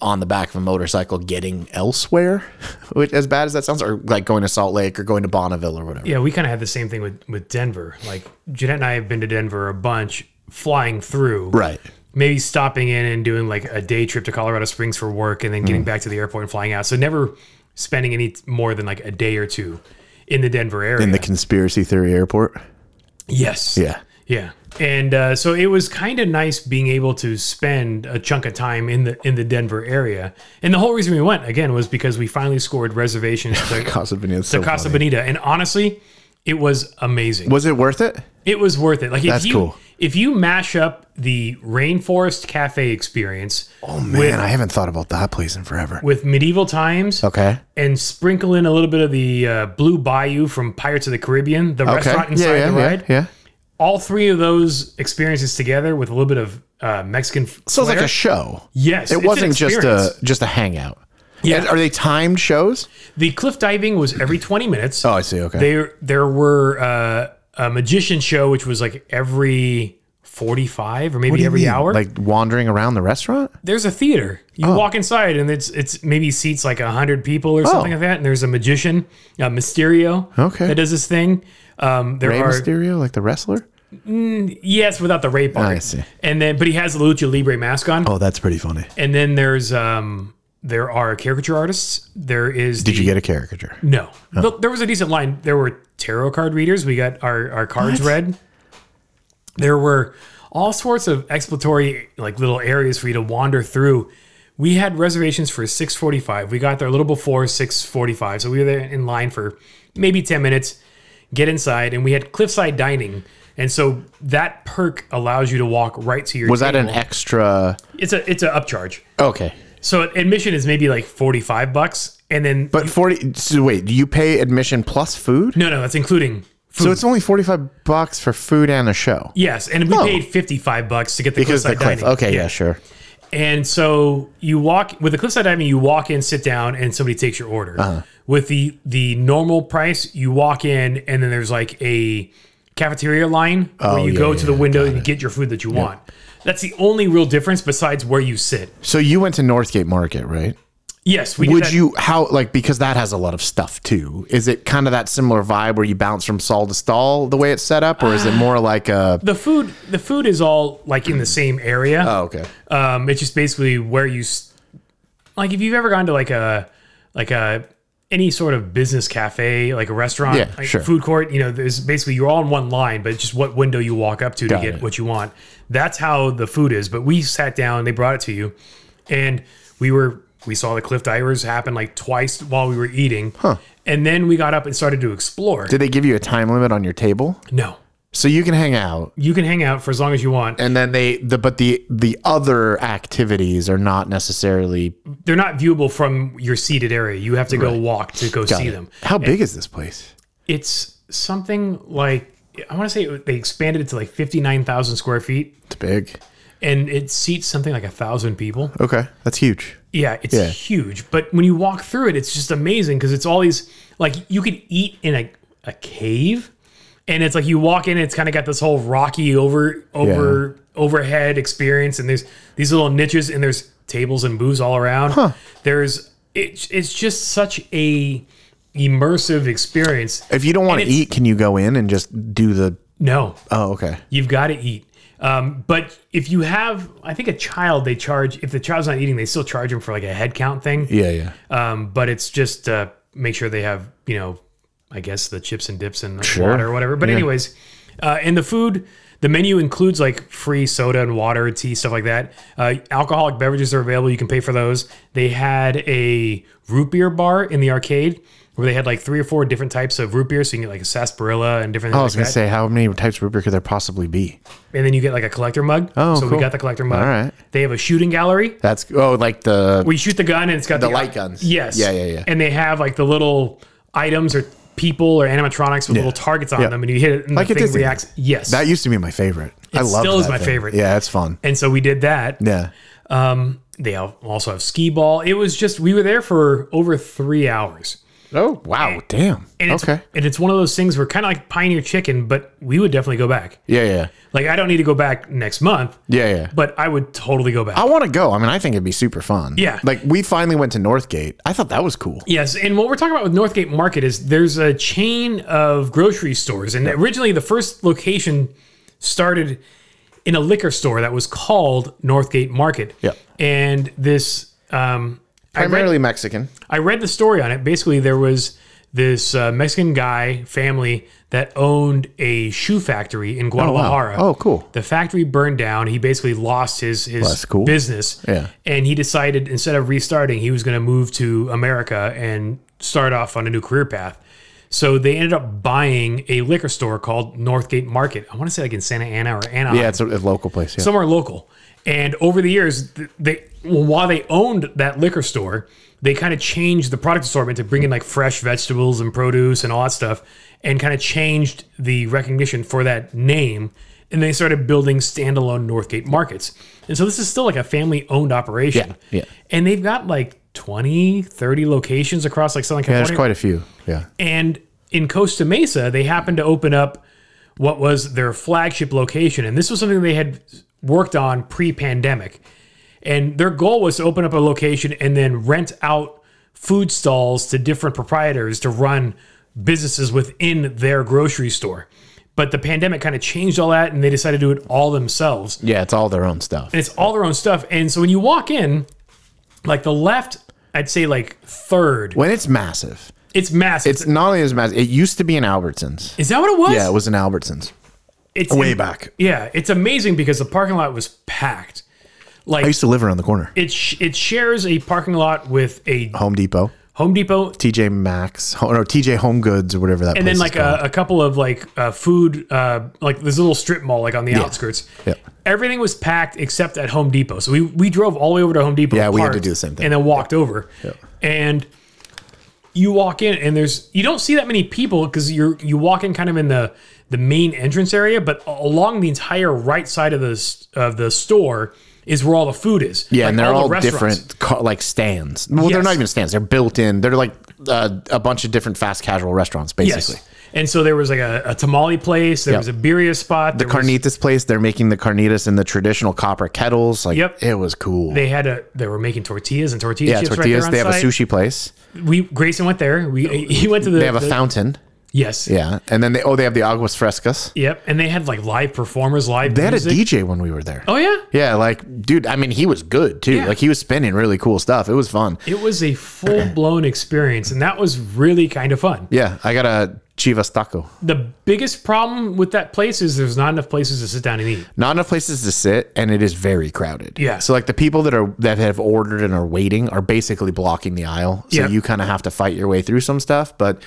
on the back of a motorcycle getting elsewhere, which as bad as that sounds, or like going to Salt Lake or going to Bonneville or whatever.
Yeah, we kind of had the same thing with with Denver. Like Jeanette and I have been to Denver a bunch, flying through,
Right.
maybe stopping in and doing like a day trip to Colorado Springs for work, and then
Mm.
getting back to the airport and flying out. So never spending any t- more than like a day or two in the Denver area.
In the conspiracy theory airport.
yes,
Yeah.
yeah. And uh, so it was kind of nice being able to spend a chunk of time in the in the Denver area. And the whole reason we went again was because we finally scored reservations to
Casa Bonita. So
Casa
funny.
Bonita, and honestly, it was amazing.
Was it worth it?
It was worth it. Like if
That's
you
cool.
if you mash up the Rainforest Cafe experience
Oh man, I haven't thought about that place in forever.
with medieval times
Okay.
and sprinkle in a little bit of the uh, Blue Bayou from Pirates of the Caribbean, the
Okay.
restaurant inside
Yeah, yeah,
the
yeah,
ride,
yeah.
all three of those experiences together with a little bit of uh, Mexican.
So it's like a show.
yes,
It
it's an
wasn't just uh, a
experience.
just a hangout.
Yeah.
And are they timed shows?
The cliff diving was every twenty minutes.
Oh, I see. Okay.
There there were uh, a magician show which was like every forty five or maybe every hour.
like wandering around the restaurant.
there's a theater. You
Oh.
walk inside and it's it's maybe seats like hundred people or something like that. And there's a magician, uh, Mysterio,
Oh. Okay.
that does this thing. Um, there
Rey
are
Mysterio, like the wrestler.
yes, without the Ray part.
I see.
And then, but he has the lucha libre mask on.
Oh, that's pretty funny.
And then there's um, there are caricature artists. There is
Did you get a caricature?
no? Look, there was a decent line. There were tarot card readers. We got our our cards read. There were all sorts of exploratory like little areas for you to wander through. We had reservations for 6:45. We got there a little before 6:45, so we were there in line for maybe 10 minutes. Get inside, and we had cliffside dining, and so that perk allows you to walk right to your.
Was that an
table.
extra?
It's a it's a upcharge.
Okay,
So admission is maybe like 45 bucks, and then
but forty. So wait, do you pay admission plus food?
no, no, that's including. Food.
So it's only forty-five bucks for food and a show
Yes, and we
Oh.
paid fifty-five bucks to get the
because the
cliffside
cliff.
dining.
Okay, yeah, sure.
And so you walk with the cliffside diving, you walk in, sit down, and somebody takes your order.
Uh-huh.
With the the normal price, you walk in, and then there's like a cafeteria line where you
Oh, yeah,
go to the window and you get your food that you want. That's the only real difference besides where you sit.
So you went to Northgate Market, right?
Yes, we did
Would
that-
you how like because that has a lot of stuff too? Is it kind of that similar vibe where you bounce from stall to stall the way it's set up, or is it more like a?
the food the food is all like in the same area.
Oh, okay.
Um, it's just basically where you, s- like, if you've ever gone to like a, like a, any sort of business cafe, like a restaurant,
Yeah,
like
sure.
food court, you know, there's basically you're all in one line, but it's just what window you walk up to to get
it.
what you want. That's how the food is. But we sat down, they brought it to you, and we were we saw the cliff divers happen like twice while we were eating, and then we got up and started to explore.
Did they give you a time limit on your table
no,
so you can hang out?
you can hang out for as long as you want.
And then they the but the the other activities are not necessarily
They're not viewable from your seated area. You have to go walk to go see them.
How big is this place?
it's something like I want to say it- they expanded it to like fifty nine thousand square feet,
It's big.
and it seats something like a thousand people.
Okay, that's huge.
Yeah, it's
Yeah.
huge. But when you walk through it, it's just amazing because it's all these like you could eat in a a cave, and it's like you walk in, it's kind of got this whole rocky over over overhead experience, and there's these little niches, and there's tables and booze all around. There's it, it's just such a immersive experience.
If you don't want to
And it's-
eat, can you go in and just do the?
No,
Oh, okay.
You've got to eat. Um, but if you have, I think a child, they charge. If the child's not eating, they still charge them for like a head count thing.
Yeah, yeah.
Um, but it's just uh, make sure they have, you know, I guess the chips and dips and water or whatever. But anyways, uh, and the food, the menu includes like free soda and water, tea, stuff like that. Uh, alcoholic beverages are available. You can pay for those. They had a root beer bar in the arcade where they had like three or four different types of root beer. So you can get like a sarsaparilla and different.
Oh, I
things
was
like
gonna
that
say, how many types of root beer could there possibly be?
and then you get like a collector mug.
Oh,
so
cool.
we got the collector mug.
All right.
They have a shooting gallery
That's oh, like the
where you shoot the gun and it's got the,
light guns.
Yes.
Yeah, yeah, yeah.
And they have like the little items or people or animatronics with little targets on
Yeah.
them, and you hit it and
Like
the
at
thing
Disneyland.
reacts. Yes.
that used to be my favorite. I love
still is
that
my
thing.
favorite.
Yeah, it's fun.
and so we did that.
Yeah,
Um, they al- also have skee ball. It was just we were there for over three hours.
Oh wow, damn.
And it's,
Okay.
And it's one of those things where kind of like Pioneer Chicken, but we would definitely go back.
Yeah, yeah,
Like I don't need to go back next month,
yeah, yeah.
but I would totally go back.
I want to go. I mean, I think it'd be super fun.
Yeah.
Like we finally went to Northgate. I thought that was cool.
Yes, and what we're talking about with Northgate Market is there's a chain of grocery stores, and originally the first location started in a liquor store that was called Northgate Market.
Yeah.
and this um, I read
Primarily Mexican.
I read the story on it. Basically, there was this uh, Mexican guy family that owned a shoe factory in Guadalajara.
Oh, cool.
The factory burned down. He basically lost his his
that's cool.
business.
Yeah.
And he decided instead of restarting, he was going to move to America and start off on a new career path. So they ended up buying a liquor store called Northgate Market. I want to say like in Santa Ana or Anaheim
Yeah, it's a, a local place. Yeah.
somewhere local. And over the years, th- they well, while they owned that liquor store, they kind of changed the product assortment to bring in like fresh vegetables and produce and all that stuff, and kind of changed the recognition for that name. And they started building standalone Northgate markets. And so this is still like a family owned operation.
Yeah, yeah.
And they've got like 20, 30 locations across like Southern
yeah,
California.
there's quite a few. Yeah.
And in Costa Mesa, they happened to open up what was their flagship location. And this was something they had worked on pre pandemic. And their goal was to open up a location and then rent out food stalls to different proprietors to run businesses within their grocery store. But the pandemic kind of changed all that and they decided to do it all themselves
Yeah, it's all their own stuff.
and it's all their own stuff. And so when you walk in, like the left, I'd say like third,
When it's massive,
it's massive.
it's not only as massive. It used to be in Albertsons.
is that what it was?
Yeah, it was in Albertsons.
it's
Way back.
Yeah, it's amazing because the parking lot was packed.
I
Like
used to live around the corner.
it, sh- it shares a parking lot with a
Home Depot,
Home Depot,
TJ Maxx, oh, no, TJ Home Goods or whatever that.
and
place
then
is
like uh,
called.
a, a couple of like uh, food, uh, like this little strip mall, like on the outskirts.
Yeah.
Everything was packed except at Home Depot. So we we drove all the way over to Home Depot.
Yeah, we had to
parked,
do the same thing.
and then walked over. And you walk in and there's you don't see that many people because you're you walk in kind of in the the main entrance area, but along the entire right side of the s- of the store is where all the food is.
Yeah,
Like,
and they're
the
all,
restaurants.
different, ca- like stands. Well, they're
Yes.
not even stands; they're built in. They're like uh, a bunch of different fast casual restaurants, basically.
Yes. And so there was like a, a tamale place, there was a birria spot, the
Carnitas place, they're making the carnitas in the traditional copper kettles. Like,
Yep.
it was cool.
they had a they were making tortillas and tortilla
yeah,
chips
tortillas.
right
they
there
have
on
a sushi place.
site. We Grayson went there. We he went to the
They have a
the-
fountain.
yes.
Yeah, and then they oh, they have the aguas frescas.
Yep. And they had like live performers, live
They had a
music.
DJ when we were there.
oh yeah.
Yeah, like dude, I mean, he was good too.
Yeah.
Like he was spinning really cool stuff. It was fun.
It was a full blown experience and that was really kind of fun.
Yeah, I got a Chivas taco.
The biggest problem with that place is there's not enough places to sit down and eat.
not enough places to sit and it is very crowded
Yeah.
so like the people that are that have ordered and are waiting are basically blocking the aisle so
Yeah.
you kind of have to fight your way through some stuff but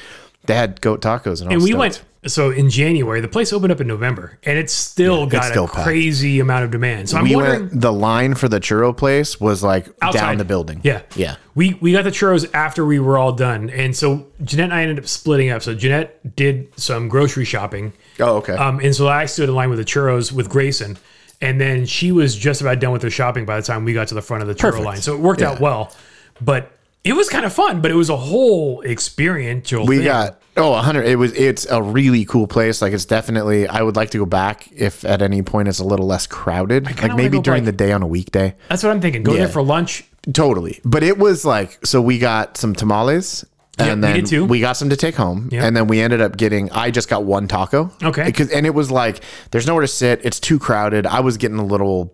they had goat tacos and, I
And
was
we
stoked.
went so in January, the place opened up in November and it's still got
still
a
packed.
crazy amount of demand. So I'm
we
wondering
went the line for the churro place was like down
Outside.
the building
Yeah.
yeah
We we got the churros after we were all done. And so Jeanette and I ended up splitting up. So Jeanette did some grocery shopping.
oh okay
Um, and so I stood in line with the churros with Grayson. And then she was just about done with her shopping by the time we got to the front of the churro line. So it worked out well. But It was kind of fun, but it was a whole experiential.
We
thing.
got oh 100 it was it's a really cool place like it's definitely I would like to go back if at any point it's a little less crowded like
wanna
maybe
go
during
back.
the day on a weekday
That's what I'm thinking. Go
Yeah.
there for lunch.
totally but it was like so we got some tamales and
we
then
did too.
got some to take home and then we ended up getting I just got one taco
Okay.
because and it was like there's nowhere to sit it's too crowded I was getting a little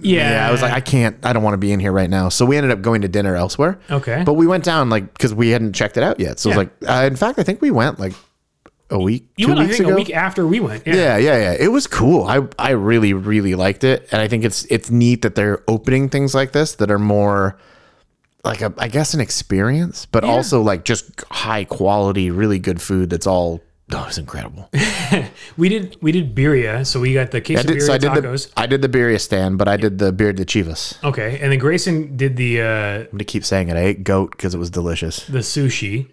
Yeah,
Yeah, I was like, I can't, I don't want to be in here right now. So we ended up going to dinner elsewhere.
Okay.
But we went down like because we hadn't checked it out yet. So it
Yeah.
was like, uh, in fact, I think we went like a week,
you
two
went I
weeks
think,
ago.
a week after we went.
Yeah, yeah, yeah. It was cool. I I really really liked it, and I think it's it's neat that they're opening things like this that are more like a I guess an experience, but also like just high quality, really good food. That's all. Oh, it's incredible.
We did we did birria, so we got the quesadilla
I did, so I did
tacos.
the I did the birria stand, but I did the beer de chivas.
okay, and then Grayson did the uh,
I'm gonna keep saying it. I ate goat because it was delicious.
the sushi,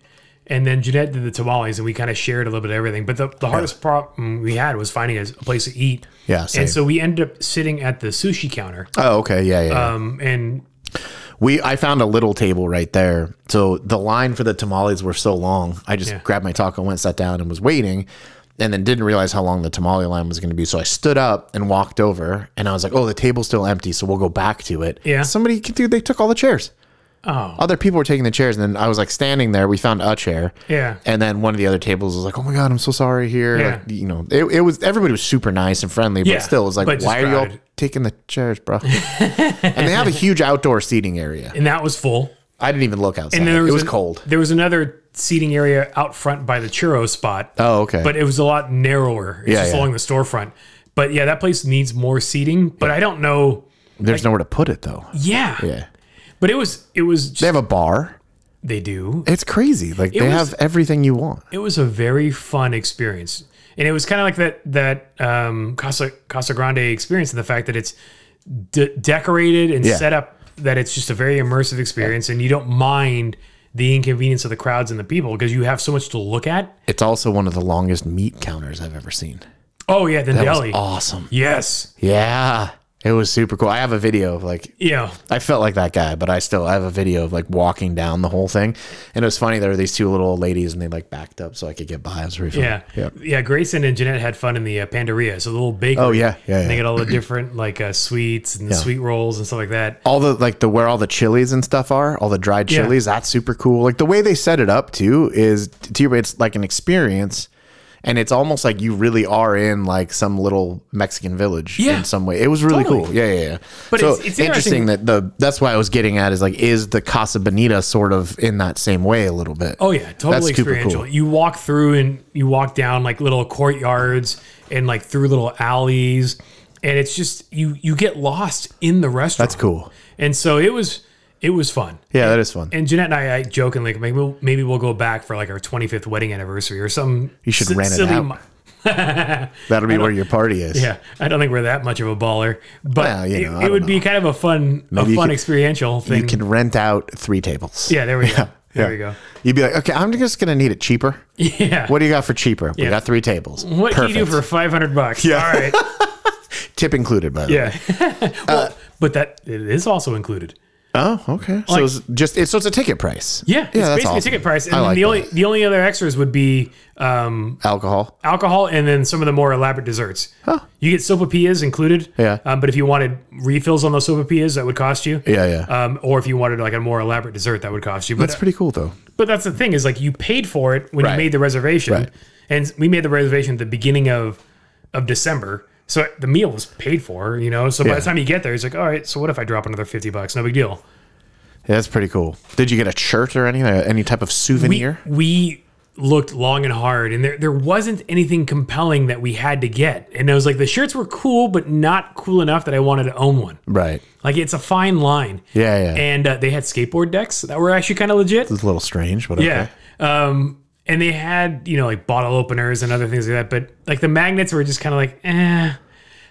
and then Jeanette did the tamales, and we kind of shared a little bit of everything. But the, the hardest problem we had was finding a, a place to eat.
Yeah, same.
and so we ended up sitting at the sushi counter.
Oh, okay, yeah, yeah. yeah.
Um, and
we I found a little table right there, so the line for the tamales were so long. I just grabbed my taco, went sat down, and was waiting, and then didn't realize how long the tamale line was going to be. So I stood up and walked over, and I was like, "Oh, the table's still empty, so we'll go back to it."
Yeah.
somebody, dude, they took all the chairs. Oh, other people were taking the chairs, and then I was like standing there. We found a chair.
Yeah.
and then one of the other tables was like, "Oh my god, I'm so sorry here."
Yeah.
Like, you know, it, it was everybody was super nice and friendly,
Yeah,
but still, it was
but
like,
just
"Why are you all
crowded.
taking the chairs, bro?" and they have a huge outdoor seating area.
and that was full.
I didn't even look outside.
And there
it was
an-
cold.
There was another seating area out front by the churro spot.
Oh, okay.
but it was a lot narrower. It's
Yeah,
just
yeah.
along the storefront. But yeah, that place needs more seating. But I don't know.
There's nowhere to put it though.
Yeah.
Yeah.
But it was it was just,
They have a bar.
they do.
It's crazy. Like they
was-
have everything you want.
It was a very fun experience, and it was kind of like that that um, Casa Casa Grande experience in the fact that it's de- decorated and
Yeah.
set up that it's just a very immersive experience, and you don't mind the inconvenience of the crowds and the people because you have so much to look at.
It's also one of the longest meat counters I've ever seen.
Oh yeah, the
That
deli.
was awesome.
Yes.
Yeah. It was super cool. I have a video of like
Yeah.
I felt like that guy, but I still I have a video of like walking down the whole thing. And it was funny there were these two little old ladies and they like backed up so I could get by. It was really funny.
Yeah.
Yeah.
Yeah. Grayson and Jeanette had fun in the uh, Pandaria. So the little bakery.
Oh yeah. Yeah. yeah.
And they get all the different like uh, sweets and the sweet rolls and stuff like that.
all the like the where all the chilies and stuff are, all the dried
Yeah.
chilies, that's super cool. Like the way they set it up too is to your point, it's like an experience and it's almost like you really are in like some little Mexican village
Yeah.
in some way. It was really
Totally.
cool. Yeah, yeah, yeah.
But
so
it's- it's interesting-
interesting that the that's why I was getting at is like is the Casa Bonita sort of in that same way a little bit.
Oh yeah, totally
super cool.
experiential. You walk through and you walk down like little courtyards and like through little alleys, and it's just you you get lost in the restaurant.
That's cool.
And so it was it was fun.
Yeah, that is fun.
And Jeanette and I, I jokingly like maybe we'll, maybe we'll go back for like our 25th wedding anniversary or some.
You should rent it out.
mi-
That'll be where your party is.
Yeah, I don't think we're that much of a baller, but
Well, you
it-
know, I
it,
don't
would be kind of a fun, a
you
fun
could-
experiential thing.
You can rent out three tables.
yeah, there we go. There
Yeah.
we go.
You'd be like, okay, I'm just gonna need it cheaper.
Yeah.
What do you got for cheaper? We got three tables.
What can you do for 500 bucks? All right.
tip included by the way.
Yeah.
Uh,
well, but that it is also included.
Oh, okay. so it's just it's so it's a ticket price.
Yeah, it's
that's
basically a
awesome.
ticket price. And
I
then
like
the only
that.
the only other extras would be um,
alcohol.
alcohol and then some of the more elaborate desserts. You get sopapillas included.
Yeah.
Um, but if you wanted refills on those sopapillas, that would cost you.
Yeah, yeah.
Um, or if you wanted like a more elaborate dessert, that would cost you. But
that's pretty cool though.
but that's the thing is like you paid for it when you
Right.
made the reservation,
Right.
and we made the reservation at the beginning of of December. So the meal was paid for, you know. So by
Yeah.
the time you get there, it's like, all right. So what if I drop another fifty bucks? No big deal.
Yeah, that's pretty cool. Did you get a shirt or anything? Uh, Any type of souvenir?
We, we looked long and hard, and there, there wasn't anything compelling that we had to get. And I was like, the shirts were cool, but not cool enough that I wanted to own one.
right.
Like, it's a fine line.
Yeah, yeah.
And uh, they had skateboard decks that were actually kind of legit.
it's a little strange, but okay.
Yeah. Um, and they had, you know, like bottle openers and other things like that. But like the magnets were just kind of like, eh.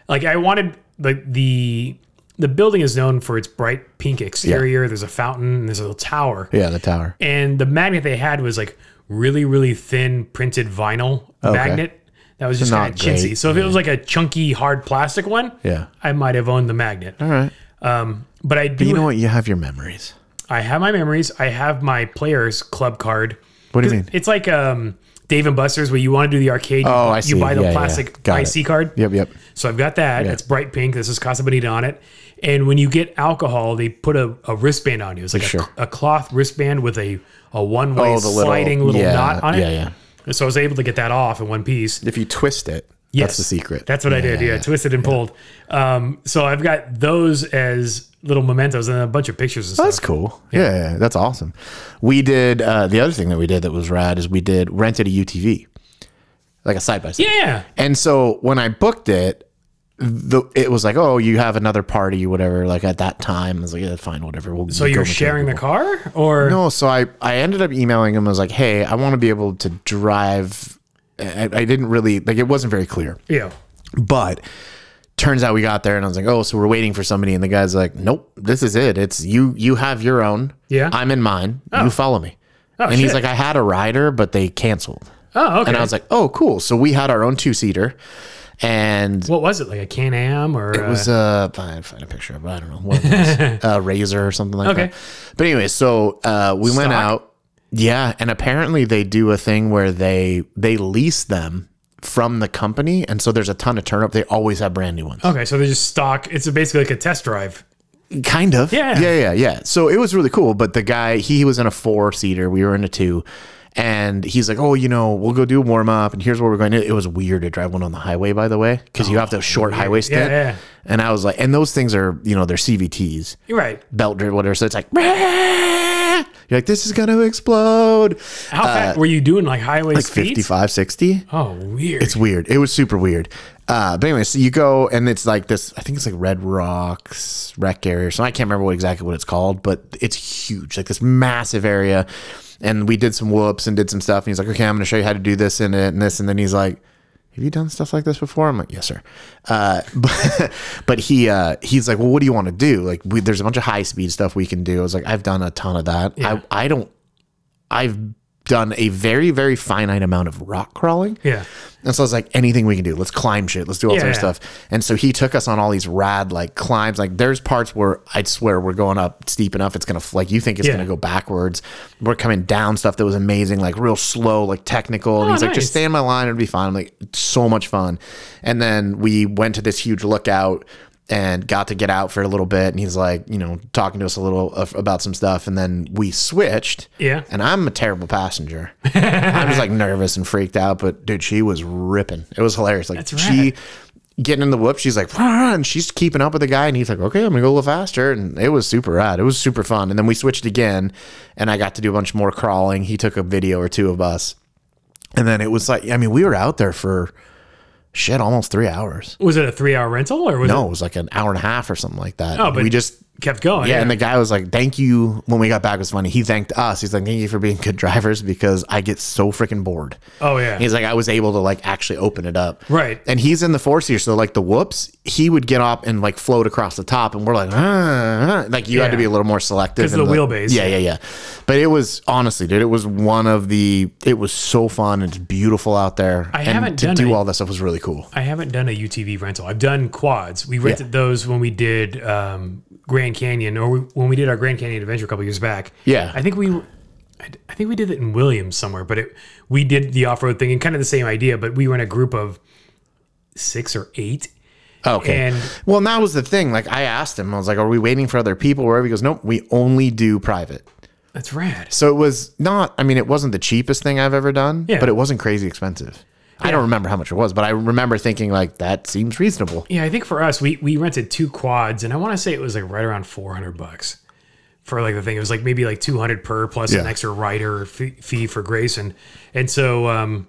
Like I wanted like the the building is known for its bright pink exterior. There's a fountain. And there's a little tower
Yeah, the tower.
and the magnet they had was like really really thin printed vinyl magnet that was just
Not
kind of chintzy
great,
so if it was like a chunky hard plastic one
Yeah.
i might have owned the magnet
All right.
um, but i do
You know what? You have your memories.
I have my memories. I have my players club card.
What do you mean?
It's like um, Dave and Buster's where you want to do the arcade.
Oh,
you,
I
You
see.
buy the
Yeah, yeah.
plastic
Got it.
IC card.
Yep, yep.
So I've got that. It's bright pink. This is Casa Bonita on it. And when you get alcohol, they put a, a wristband on you. It's like a,
Sure.
a cloth wristband with a, a one way
Oh, the little-
sliding little
yeah,
knot on it.
yeah, yeah.
And so I was able to get that off in one piece.
If you twist it, that's the secret.
That's what I did. Yeah, twisted and pulled. Um, so I've got those as little mementos and a bunch of pictures and stuff.
That's cool. Yeah, yeah, that's awesome. We did uh, the other thing that we did that was rad is we did rented a UTV, like a side by side.
yeah.
And so when I booked it, the it was like, oh, you have another party, whatever. Like at that time, I was like, yeah, fine, whatever. We'll
So you're sharing the car or
No, so I I ended up emailing him. I was like, hey, I want to be able to drive. I, I didn't really like it wasn't very clear.
yeah.
But turns out we got there and I was like, "Oh, so we're waiting for somebody." And the guy's like, "Nope, this is it. It's you you have your own.
Yeah. Oh.
I'm in mine. You follow me." and he's
shit.
like, "I had a rider, but they canceled."
Oh, okay.
And I was like, "Oh, cool. So we had our own two-seater." And
what was it? Like a Can Am or
it was uh I find a picture of it. I don't know what it was. a razor or something like
Okay.
that. But anyway, so uh we went
Stock?
out. Yeah, and apparently they do a thing where they they lease them from the company and so there's a ton of turn up. They always have brand new ones.
Okay, so they're just stock. It's basically like a test drive.
Kind of.
Yeah.
Yeah, yeah, yeah. So it was really cool. But the guy, he was in a four seater. We were in a two. And he's like, oh, you know, we'll go do a warm up. And here's where we're going. It, it was weird to drive one on the highway, by the way, because you have to short highway stint.
Oh, yeah.
And I was like, and those things are, you know, they're CVTs,
You're right.
belt driven, whatever. So it's like, you're like, this is going to explode.
How fast were you doing? Like highway
Uh, Like
speeds?
55, 60.
Oh, weird.
It's weird. It was super weird. Uh, but anyway, so you go and it's like this. I think it's like Red Rocks Rec Area. or something. I can't remember what exactly what it's called, but it's huge, like this massive area. And we did some whoops and did some stuff. And he's like, "Okay, I'm going to show you how to do this and it and this." And then he's like, "Have you done stuff like this before?" I'm like, "Yes, sir." Uh, but but he uh, he's like, "Well, what do you want to do?" Like, we, there's a bunch of high speed stuff we can do. I was like, "I've done a ton of that. I I don't. I've done a very very finite amount of rock crawling."
yeah.
And so I was like, anything we can do, let's climb shit, let's do all sorts
Yeah.
of stuff. And so he took us on all these rad like climbs. Like there's parts where I'd swear we're going up steep enough, it's gonna f- like you think it's
Yeah.
gonna go backwards. We're coming down stuff that was amazing, like real slow, like technical. and
Oh,
he's like,
nice.
just stay in my line, it'll be fine. I'm like, so much fun. And then we went to this huge lookout and got to get out for a little bit and he's like you know talking to us a little of- about some stuff and then we switched
Yeah.
and i'm a terrible passenger I'm just like nervous and freaked out, but dude, she was ripping. It was hilarious. Like
That's
she getting in the whoop, she's like, "Rah," and she's keeping up with the guy, and he's like, okay, I'm gonna go a little faster, and it was super rad. It was super fun. And then we switched again, and I got to do a bunch more crawling. He took a video or two of us, and then it was like, I mean, we were out there for shit almost three hours.
Was it a three hour rental or was
No,
it
it was like an hour and a half or something like that.
Oh, but-
we just
kept going?
yeah, and the guy was like, "Thank you." When we got back, it was funny. He thanked us. He's like, "Thank you for being good drivers because I get so freaking bored."
oh yeah.
He's like, I was able to like actually open it up.
Right.
And he's in the four seater, so like the whoops, he would get up and like float across the top, and we're like, ah, ah." like you had
Yeah.
to be a little more selective
'Cause
in
of the wheelbase.
Yeah, yeah, yeah. But it was honestly, dude, it was one of the. It was so fun. It's beautiful out there.
I
and
haven't
to
done
do
it.
all that stuff was really cool.
I haven't done a UTV rental. I've done quads. We rented those when we did um, Grand Canyon, or we, when we did our Grand Canyon adventure a couple years back.
Yeah.
I think we, I, d- I think we did it in Williams somewhere, but it, we did the off road thing and kind of the same idea. But we were in a group of six or eight,
Oh, Okay.
and
well, and that was the thing. Like I asked him, I was like, "Are we waiting for other people?" Wherever he goes, "Nope, we only do private."
that's rad.
So it was not, I mean, it wasn't the cheapest thing I've ever done,
Yeah.
but it wasn't crazy expensive. I don't remember how much it was, but I remember thinking, like, that seems reasonable.
Yeah, I think for us, we we rented two quads, and I want to say it was like right around four hundred bucks for like the thing. It was like maybe like two hundred per plus an
Yeah.
extra rider fee, fee for Grayson, and so. um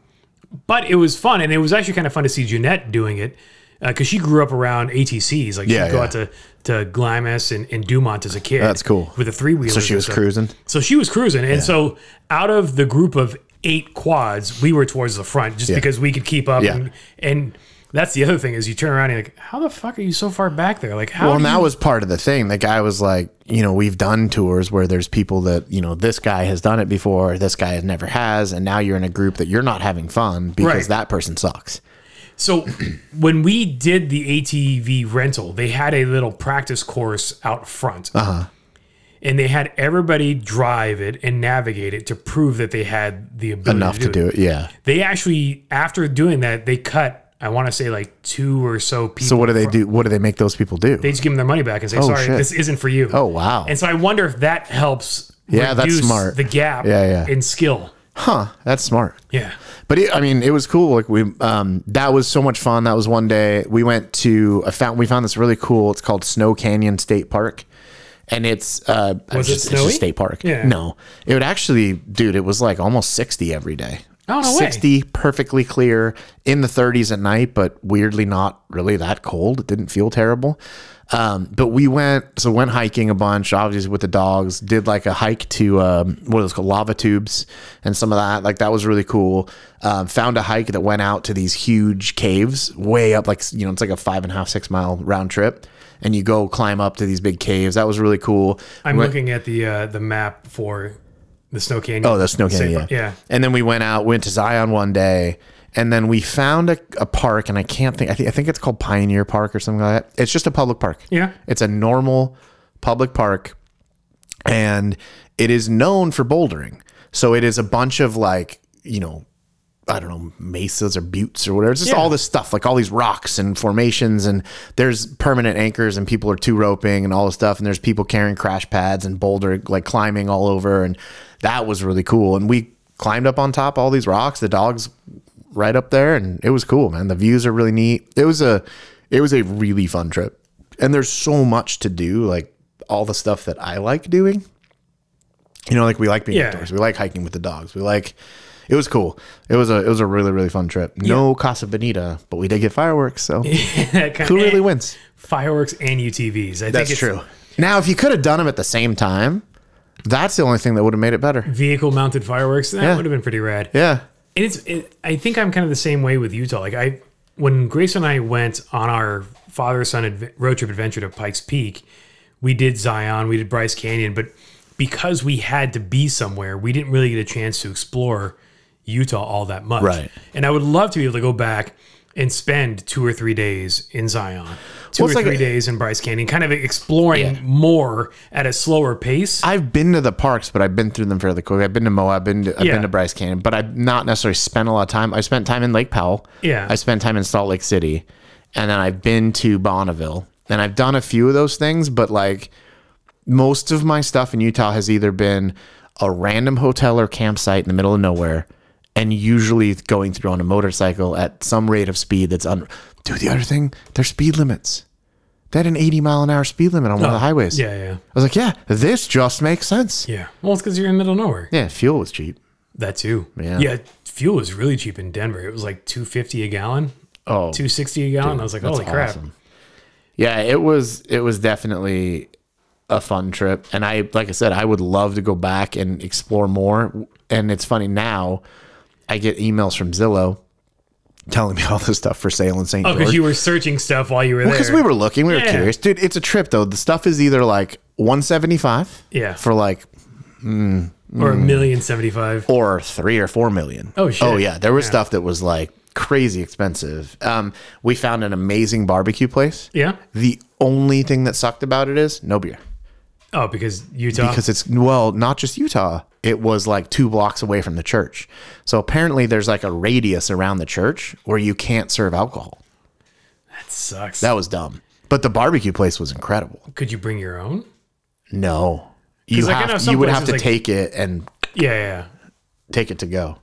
but it was fun, and it was actually kind of fun to see Jeanette doing it because she grew up around ATCs. Like
Yeah,
she'd go
yeah.
out to to Glamis and, and Dumont as a kid.
That's cool.
With a three wheeler.
So she was cruising.
So she was cruising, and so out of the group of eight quads, we were towards the front just because we could keep up.
Yeah.
And, and that's the other thing is you turn around and you're like, how the fuck are you so far back there? Like how?
Well, and
do you-
that was part of the thing. The guy was like, you know, we've done tours where there's people that, you know, this guy has done it before, this guy has never has, and now you're in a group that you're not having fun because
Right.
that person sucks.
so when we did
Uh-huh.
the ATV rental, they had a little practice course out front. Uh huh. and they had everybody drive it and navigate it to prove that they had the ability
enough to do it. Yeah.
They actually, after doing that, they cut. I want to say like two or so people.
So what do they do? What do they make those people do?
They just give them their money back and say, "Sorry,
Oh, shit.
this isn't for you."
oh wow.
And so I wonder if that helps.
Yeah, that's smart.
The gap.
Yeah, yeah.
In skill.
Huh. That's smart.
Yeah.
But it, I mean, it was cool. Like we, um, that was so much fun. That was one day we went to. I found we found this really cool. It's called Snow Canyon State Park, and it's
Was it
uh, it's, just- it's just
snowy?
state park.
Yeah.
No, it would actually, dude. It was like almost sixty every day.
Oh, no way.
Sixty, perfectly clear in the thirties at night, but weirdly not really that cold. It didn't feel terrible. Um, but we went so went hiking a bunch, obviously with the dogs. Did like a hike to um, what are those called lava tubes and some of that. Like that was really cool. Um, found a hike that went out to these huge caves way up, like you know, it's like a five and a half six mile round trip, and you go climb up to these big caves. That was really cool.
I'm looking at the uh, the map for the Snow Canyon.
Oh, the snow
Say-
canyon. Yeah.
yeah.
And then we went out, went to Zion one day, and then we found a, a park, and I can't think. I, thi- I think it's called Pioneer Park or something like that. It's just a public park.
Yeah.
It's a normal public park, and it is known for bouldering. So it is a bunch of like you know. I don't know, mesas or buttes or whatever. It's just
Yeah.
all this stuff, like all these rocks and formations, and there's permanent anchors, and people are two roping and all this stuff, and there's people carrying crash pads and boulder, like climbing all over. And that was really cool. And we climbed up on top of all these rocks. The dogs right up there, and it was cool, man. The views are really neat. It was a, it was a really fun trip, and there's so much to do, like all the stuff that I like doing. You know, like we like being
Yeah.
outdoors. We like hiking with the dogs. We like. It was cool. It was a it was a really really fun trip. No Casa Bonita, but we did get fireworks. So
That kind
who
of-
really
and
wins?
Fireworks and UTVs. I think
That's
it's
true. Now, if you could have done them at the same time, that's the only thing that would have made it better.
Vehicle mounted fireworks. That would have been pretty rad.
Yeah.
And it's. It, I think I'm kind of the same way with Utah. Like I, when Grace and I went on our father son adve- road trip adventure to Pikes Peak, we did Zion, we did Bryce Canyon, but because we had to be somewhere, we didn't really get a chance to explore Utah all that much.
Right.
And I would love to be able to go back and spend two or three days in Zion, two
Well,
or
it's like
three
a-
days in Bryce Canyon, kind of exploring more at a slower pace.
I've been to the parks, but I've been through them fairly quick. I've been to Moab, I've been to, I've
Yeah.
been to Bryce Canyon, but I've not necessarily spent a lot of time. I spent time in Lake Powell.
Yeah.
I spent time in Salt Lake City, and then I've been to Bonneville, and I've done a few of those things. But like most of my stuff in Utah has either been a random hotel or campsite in the middle of nowhere, and usually going through on a motorcycle at some rate of speed that's un. Dude, the other thing, there's speed limits. They had an 80 mile an hour speed limit on
Oh,
one of the highways.
yeah, yeah,
I was like, yeah, this just makes sense.
yeah. Well, it's because you're in the middle of nowhere.
Yeah, fuel was cheap.
That too.
Yeah.
fuel was really cheap in Denver. It was like two fifty a gallon,
Oh,
two sixty a gallon. I was like, holy crap!
awesome. yeah, it was. It was definitely a fun trip, and I, like I said, I would love to go back and explore more. And it's funny now, I get emails from Zillow telling me all this stuff for sale in St.
Oh,
George.
because you were searching stuff while you were there.
because we were looking, we were
Yeah.
curious, dude. It's a trip though. The stuff is either like one seventy five,
Yeah.
for like
or
Mm.
a million seventy five.
or three or four million.
Oh, shit.
Oh yeah, there was stuff that was like crazy expensive. Um, we found an amazing barbecue place.
Yeah.
The only thing that sucked about it is no beer
Oh, because Utah.
because it's well not just Utah. It was like two blocks away from the church. So apparently there's like a radius around the church where you can't serve alcohol.
that sucks.
That was dumb. But the barbecue place was incredible.
Could you bring your own?
No. You
'Cause, like, I know
have,
some
you would
places,
have to
like-
take it and
Yeah, yeah.
take it to go.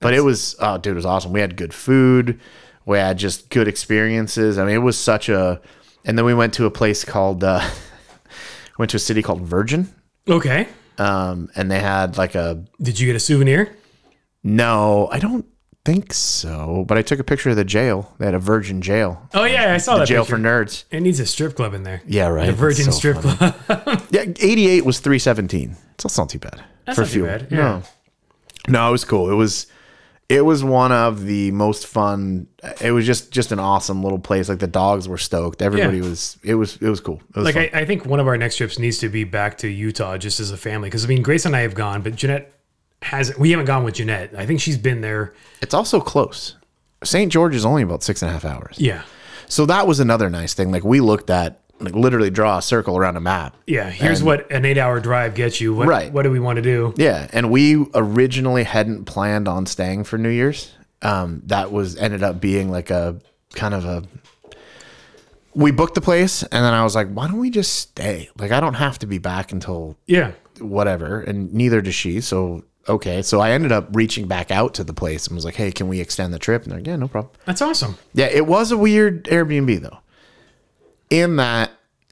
But it was, oh, dude, it was awesome. We had good food. We had just good experiences. I mean, it was such a. And then we went to a place called, uh, went to a city called Virgin,
yeah. Okay.
um, and they had like a.
Did you get a souvenir?
No, I don't think so. But I took a picture of the jail. They had a Virgin jail,
Oh yeah, I saw that
jail
picture.
for nerds.
it needs a strip club in there.
Yeah, right.
The Virgin
That's so
Strip Club.
Yeah, eighty-eight was three seventeen. So that's not too bad
That's
for
not too
fuel.
bad, yeah.
No, no, it was cool. It was, it was one of the most fun. It was just just an awesome little place. Like the dogs were stoked. Everybody
Yeah.
was. It was it was cool. It was
Like
fun.
I, I think one of our next trips needs to be back to Utah just as a family. Because I mean, Grace and I have gone, but Jeanette hasn't. We haven't gone with Jeanette. I think she's been there.
it's also close. St. George is only about six and a half hours.
Yeah.
So that was another nice thing. Like we looked at like literally draw a circle around a map.
Yeah, here's what an eight hour drive gets you. What,
Right.
What do we want to do?
Yeah, and we originally hadn't planned on staying for New Year's. Um, that was ended up being like a kind of a. We booked the place, and then I was like, "Why don't we just stay? Like, I don't have to be back until
Yeah.
whatever, and neither does she. So okay, so I ended up reaching back out to the place and was like, "Hey, can we extend the trip?" And they're like, "Yeah, no problem."
That's awesome.
Yeah, it was a weird Airbnb though. In that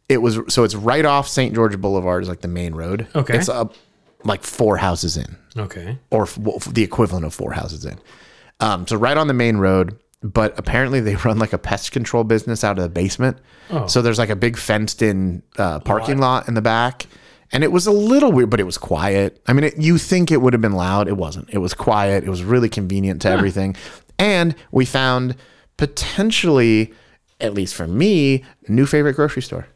it was so it's right off St. George Boulevard is like the main road.
Okay.
It's up like four houses in
Okay.
or f- well, f- the equivalent of four houses in. Um, so right on the main road, but apparently they run like a pest control business out of the basement. So there's like a big fenced in uh, parking lot. in the back. And it was a little weird, but it was quiet. I mean, it, you think it would have been loud. It wasn't. It was quiet. It was really convenient to everything. And we found potentially, at least for me, new favorite grocery store,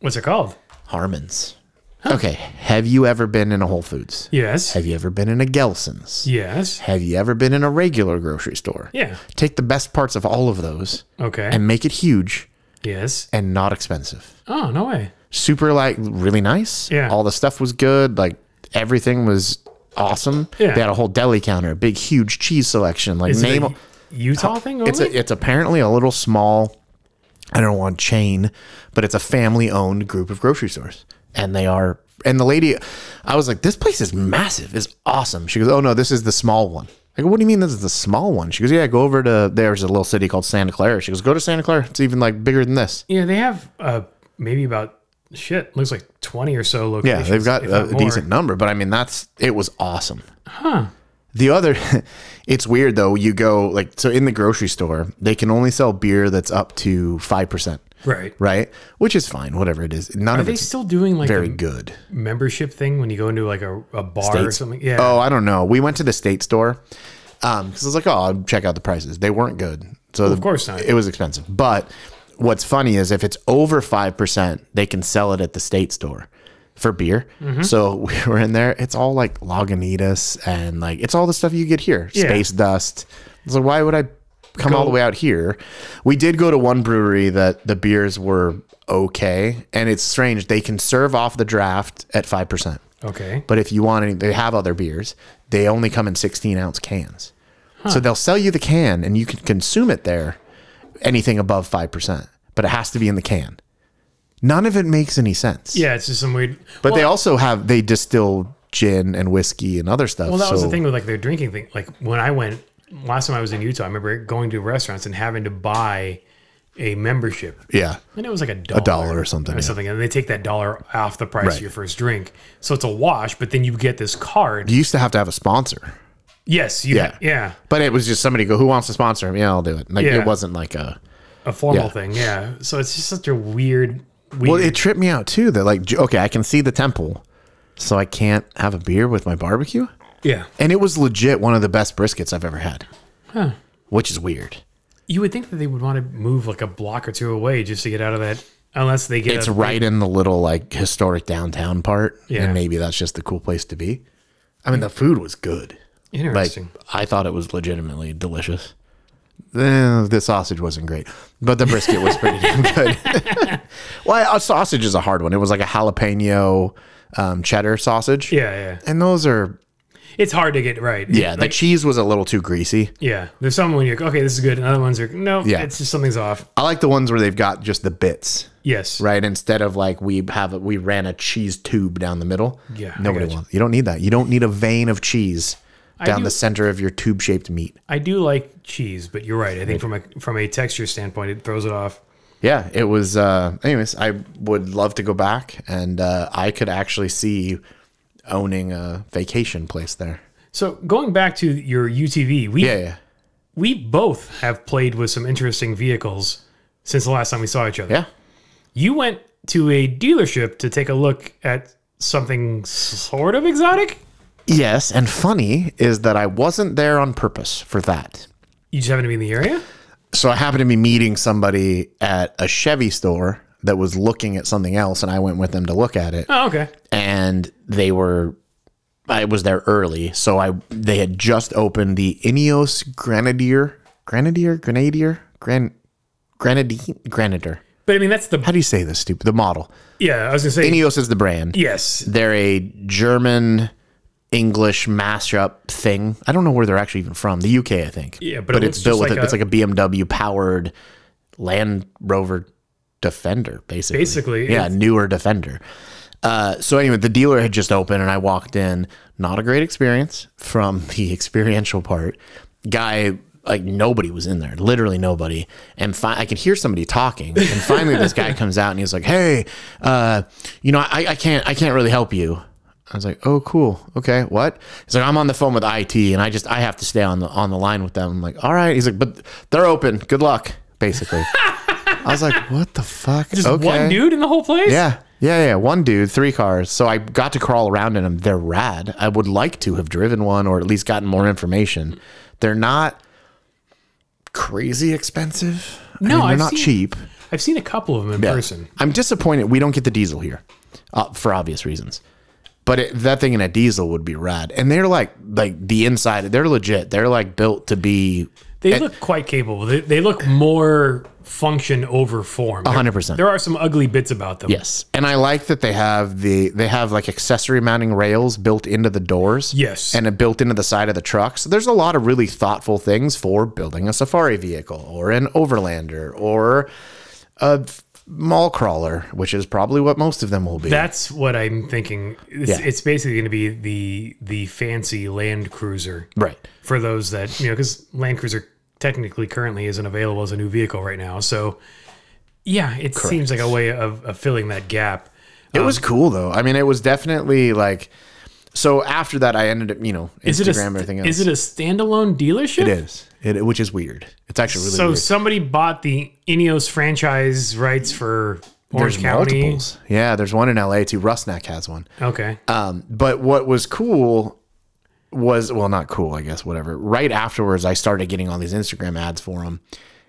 What's it called?
Harmon's. Okay. Have you ever been in a Whole Foods?
Yes.
Have you ever been in a Gelson's?
Yes.
Have you ever been in a regular grocery store?
Yeah.
Take the best parts of all of those
Okay.
and make it huge
yes.
and not expensive.
Oh, no way.
Super like really nice.
Yeah.
All the stuff was good. Like everything was awesome.
Yeah.
They had a whole deli counter, a big huge cheese selection. Like
Is it
name
a Utah thing only?
it's a, it's apparently a little small I don't want chain, but it's a family owned group of grocery stores. And they are and the lady I was like, This place is massive, it's awesome. She goes, Oh no, this is the small one. I go, What do you mean this is the small one? She goes, Yeah, go over to there's a little city called Santa Clara. She goes, Go to Santa Clara. It's even like bigger than this.
yeah, they have uh, maybe about, shit, looks like 20 or so
Yeah,
locations.
they've got
if
a,
not
a
more.
decent number, but I mean that's it was awesome. Huh. The other it's weird though, you go like so in the grocery store, they can only sell beer that's up to five percent.
Right.
right? Which is fine, whatever it is. None
Are
of
they
it's
still doing like
very
a
good.
membership thing when you go into like a, a bar or
States?
something? Yeah.
Oh, I don't know. We went to the state store because I was like, oh, I'll check out the prices. They weren't good, so
Of course not.
It was expensive, but what's funny is if it's over five percent, they can sell it at the state store for beer.
Mm-hmm.
So we were in there. It's all like Lagunitas and like it's all the stuff you get here.
Yeah.
Space dust. So why would I come all the way out here? We did go to one brewery that the beers were okay, and it's strange. They can serve off the draft at five percent.
Okay.
But if you want any, they have other beers. They only come in 16 ounce cans. So they'll sell you the can and you can consume it there, anything above 5%, but it has to be in the can. None of it makes any sense.
Yeah, it's just some weird.
But they also have, they distill gin and whiskey and other stuff.
Well, that was the
so-
thing with like their drinking thing. Like when I went last time I was in Utah, I remember going to restaurants and having to buy a membership,
Yeah.
and it was like a dollar,
dollar or something,
or
yeah.
something. And they take that dollar off the price
Right.
of your first drink, so it's a wash. But then you get this card.
You used to have to have a sponsor,
yes, you
Yeah.
yeah, yeah,
but it was just somebody go, who wants to sponsor him? Yeah, I'll do it. Like
Yeah.
it wasn't like a,
a formal
Yeah.
thing. Yeah, so it's just such a weird. weird
well, it tripped me out too. That like, j- okay, I can see the temple, so I can't have a beer with my barbecue.
yeah,
And it was legit one of the best briskets I've ever had. Which is weird.
you would think that they would want to move like a block or two away just to get out of that, unless they get
It's
a-
right in the little like historic downtown part.
Yeah.
And maybe that's just the cool place to be. I mean, the food was good. Like,
interesting.
I thought it was legitimately delicious. Eh, the sausage wasn't great, but the brisket was pretty damn good. well, a sausage is a hard one. It was like a jalapeno um, cheddar sausage.
yeah, yeah,
And those are,
it's hard to get right.
yeah, the cheese was a little too greasy.
Yeah, there's some when you're like, okay, this is good, and other ones are no,
Yeah.
it's just something's off.
I like the ones where they've got just the bits.
Yes,
right? Instead of like we have we ran a cheese tube down the middle.
Yeah, I
nobody
gotcha.
wants. You don't need that. You don't need a vein of cheese down
do-
the center of your tube shaped meat.
I do like cheese, but you're right. I think from a from a texture standpoint, it throws it off.
Yeah, it was. Uh, anyways, I would love to go back, and uh, I could actually see owning a vacation place there.
So going back to your UTV, we
Yeah, yeah.
we both have played with some interesting vehicles since the last time we saw each other.
Yeah.
You went to a dealership to take a look at something sort of exotic.
Yes, and funny is that I wasn't there on purpose for that.
You just happen to be in the area.
so I happened to be meeting somebody at a Chevy store that was looking at something else, and I went with them to look at it.
Oh, okay.
and they were I was there early, so I they had just opened the Ineos Grenadier Grenadier Grenadier Gran Grenadine Grenadier
But I mean, that's the
How do you say this, stupid? The model.
yeah. I was gonna say
Ineos is the brand.
yes.
They're a German English mashup thing. I don't know where they're actually even from. The UK, I think.
Yeah, but it
but
looks
it's built
just
with
like
it. it's
a-
like a BMW powered Land Rover Defender, basically.
Basically,
yeah, newer Defender. Uh, so anyway, the dealer had just opened, and I walked in. Not a great experience from the experiential part. Guy, like nobody was in there, literally nobody. And fi- I could hear somebody talking, and finally this guy comes out and he's like, "Hey, uh, you know, I, I can't, I can't really help you." I was like, "Oh, cool, okay, what?" He's like, "I'm on the phone with IT, and I just I have to stay on the on the line with them." I'm like, "All right." He's like, "But they're open. Good luck." Basically, I was like, "What the fuck?"
Just one dude in the whole place.
Yeah. Yeah, yeah, one dude, three cars. So I got to crawl around in them. They're rad. I would like to have driven one or at least gotten more information. They're not crazy expensive.
No,
I mean, they're
I've
not
seen-
cheap.
I've seen a couple of them in
Yeah.
person.
I'm disappointed we don't get the diesel here uh, for obvious reasons. But it, that thing in a diesel would be rad. And they're like like the inside, they're legit. They're like built to be
They look quite capable. They, they look more function over form. There-
100%.
There are some ugly bits about them.
Yes. And I like that they have the they have like accessory mounting rails built into the doors.
Yes.
And it built into the side of the truck. So there's a lot of really thoughtful things for building a safari vehicle or an overlander or a f- mall crawler, which is probably what most of them will be.
That's what I'm thinking. It's,
Yeah.
it's basically going to be the the fancy Land Cruiser
right.
for those that you know, because Land Cruiser technically currently isn't available as a new vehicle right now. So, yeah, it seems like a way of, of filling that gap.
It
Um,
was cool though. I mean, it was definitely like so after that I ended up, you know, Instagram
Is it a st-
everything else.
is it a standalone dealership?
it is. It, which is weird. It's actually really
So
weird.
somebody bought the Ineos franchise rights for Orange
There's
County.
multiples. Yeah, there's one in LA too. Rusnak has one.
Okay.
Um, but what was cool was well, not cool, I guess. Whatever. Right afterwards, I started getting all these Instagram ads for them,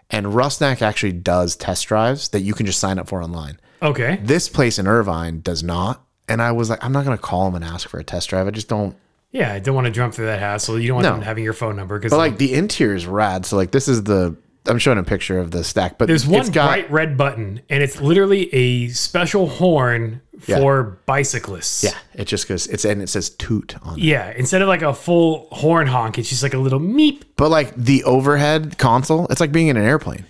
and Rusnak actually does test drives that you can just sign up for online.
Okay.
This place in Irvine does not, and I was like, I'm not gonna call them and ask for a test drive. I just don't.
Yeah, I don't want to jump through that hassle. You don't want
No.
them having your phone number because
But like the interior is rad. So like this is the I'm showing a picture of the stack, but
there's one
it's got
bright red button, and it's literally a special horn for bicyclists.
yeah. It just goes it's and it says toot on it.
Yeah, instead of like a full horn honk, it's just like a little meep.
But like the overhead console, it's like being in an airplane.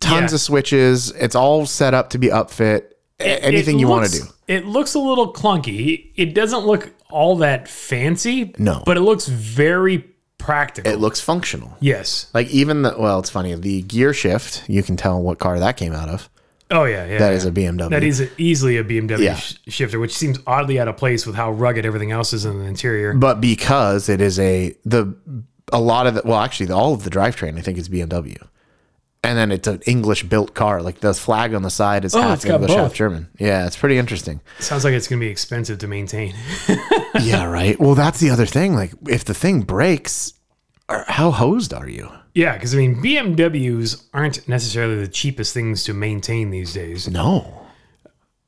Tons
Yeah.
of switches. It's all set up to be upfit. A- Anything
It
you want to
looks-
do.
It looks a little clunky. It doesn't look all that fancy.
No.
But it looks very practical.
It looks functional.
yes.
Like even the well, it's funny. The gear shift, you can tell what car that came out of.
Oh, yeah. yeah
That
yeah.
is a BMW.
That is easily a BMW
Yeah.
sh- shifter, which seems oddly out of place with how rugged everything else is in the interior.
but because it is a the a lot of the well, actually all of the drivetrain I think is BMW. And then it's an English built car. Like the flag on the side is half
Oh, it's got
English, half
both.
German. Yeah, it's pretty interesting.
Sounds like it's going to be expensive to maintain.
yeah, right. Well, that's the other thing. Like if the thing breaks, are- how hosed are you?
yeah, because I mean, BMWs aren't necessarily the cheapest things to maintain these days.
No.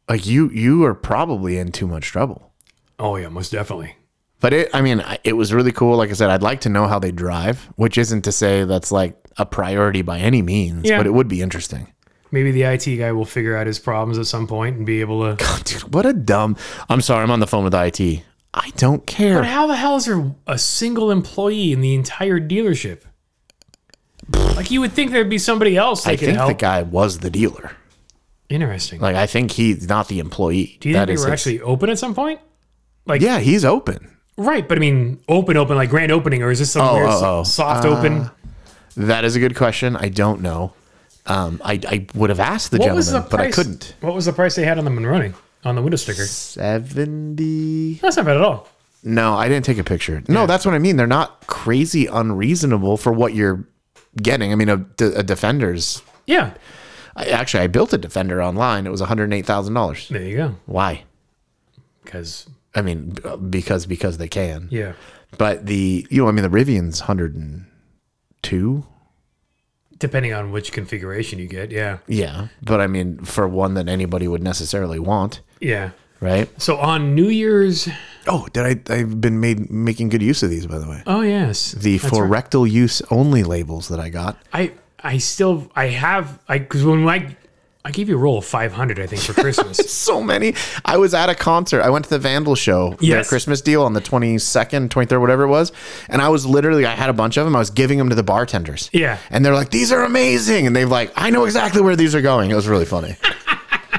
Like you you are probably in too much trouble.
Oh, yeah, most definitely.
But it I mean I- it was really cool like I said I'd like to know how they drive, which isn't to say that's like a priority by any means,
Yeah.
but it would be interesting.
Maybe the IT guy will figure out his problems at some point and be able to.
Dude, what a dumb. I'm sorry, I'm on the phone with IT. I don't care.
But how the hell is there a single employee in the entire dealership? Like you would think there'd be somebody else that
I
could
think the
help.
guy was the dealer.
Interesting.
Like I think he's not the employee.
Do you think
That
they
is
were
his-
actually open at some point?
Yeah, he's open.
Right, but I mean, open, open, like grand opening, or is this some weird
oh,
so-
oh.
soft open?
That is a good question. I don't know. Um, I, I would have asked the
What was
gentleman,
the
but
price?
I couldn't.
What was the price they had on the Monroney on the window sticker?
70.
That's not bad at all.
No, I didn't take a picture. No, that's what I mean. They're not crazy unreasonable for what you're getting. I mean, a, a defender's.
Yeah,
I, actually, I built a defender online. It was $108,000.
there you go.
Why?
Because
I mean, b- because because they can.
yeah,
But the you know, I mean, the Rivian's hundred and two.
depending on which configuration you get, yeah,
Yeah, but I mean, for one that anybody would necessarily want,
yeah.
right?
So on New Year's,
Oh, did I? I've been made making good use of these, by the way.
oh yes,
The for rectal use only labels that I got.
I I still I have I because when I I gave you a roll of 500, I think, for Christmas.
So many. I was at a concert. I went to the Vandal show, their
Yes.
Christmas deal on the 22nd, 23rd, whatever it was. And I was literally, I had a bunch of them. I was giving them to the bartenders.
Yeah.
And they're like, these are amazing. And they've like, I know exactly where these are going. It was really funny.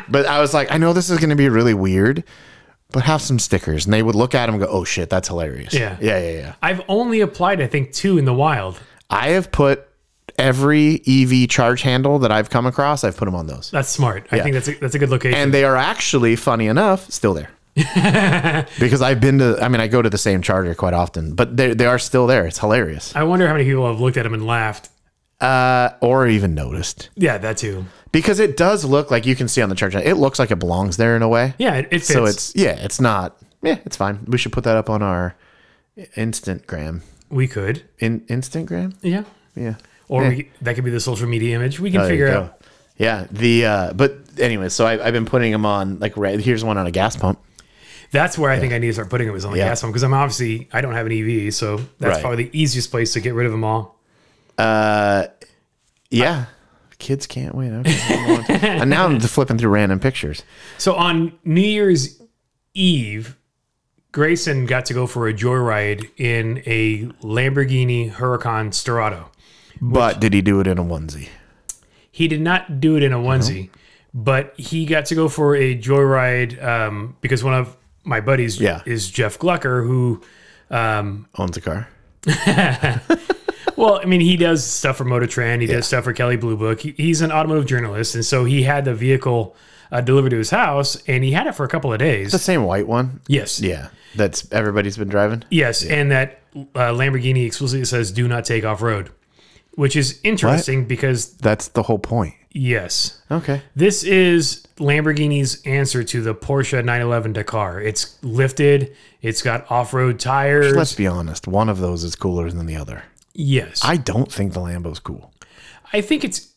but I was like, I know this is going to be really weird, but have some stickers. And they would look at them and go, oh shit, that's hilarious.
Yeah.
Yeah. Yeah. Yeah.
I've only applied, I think, two in the wild.
I have put every EV charge handle that I've come across, I've put them on those.
That's smart. I think that's a, that's a good location.
and they are actually funny enough still there because i've been to i mean i go to the same charger quite often but they, they are still there it's hilarious
I wonder how many people have looked at him and laughed. Uh,
or even noticed
Yeah, that too.
because it does look like you can see on the charger it looks like it belongs there in a way
Yeah, it, it fits.
so it's yeah it's not yeah it's fine we should put that up on our instantgram
we could.
in instantgram
Yeah.
yeah
Or we, that could be the social media image. We can
There you
figure
go.
out.
yeah the uh but anyway so I, i've been putting them on like right here's one on a gas pump
That's where I think I need to start putting them is on the gas one because I'm obviously I don't have an EV, so that's
Right.
probably the easiest place to get rid of them all.
yeah kids can't wait okay. and now i'm flipping through random pictures
So on New Year's Eve, Grayson got to go for a joyride in a Lamborghini Huracan Storado.
But did he do it in a onesie?
He did not do it in a onesie,
Mm-hmm.
but he got to go for a joyride um, because one of my buddies
Yeah.
is Jeff Glucker, who,
Owns a car.
well, I mean, he does stuff for Mototran, he does stuff for Kelly Blue Book. He, he's an automotive journalist, and so he had the vehicle uh, delivered to his house, and he had it for a couple of
The
days.
same white one.
Yes,
Yeah, that's everybody's been driving.
yes, and that uh, Lamborghini explicitly says "Do not take off road," which is interesting because
That's the whole point.
yes,
Okay.
This is Lamborghini's answer to the Porsche 911 Dakar. It's lifted. It's got off-road tires.
Let's be honest. One of those is cooler than the other.
yes, I,
I don't think the Lambo's cool.
think it's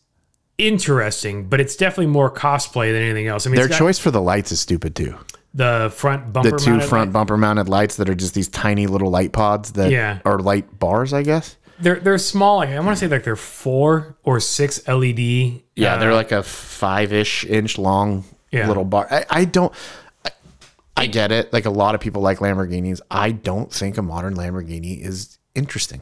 interesting, but it's definitely more cosplay than anything else. I mean,
Their
it's got
choice for the lights is stupid too.
the front bumper,
The two
mounted
front
light-
bumper mounted lights that are just these tiny little light pods that
Yeah.
are light bars, I guess.
They're they're small. Like, I want to say like they're four or six E LED.
Yeah, they're like a five ish inch long
Uh, Yeah.
little bar. I, I don't. I- I get it. Like a lot of people like Lamborghinis. I don't think a modern Lamborghini is interesting.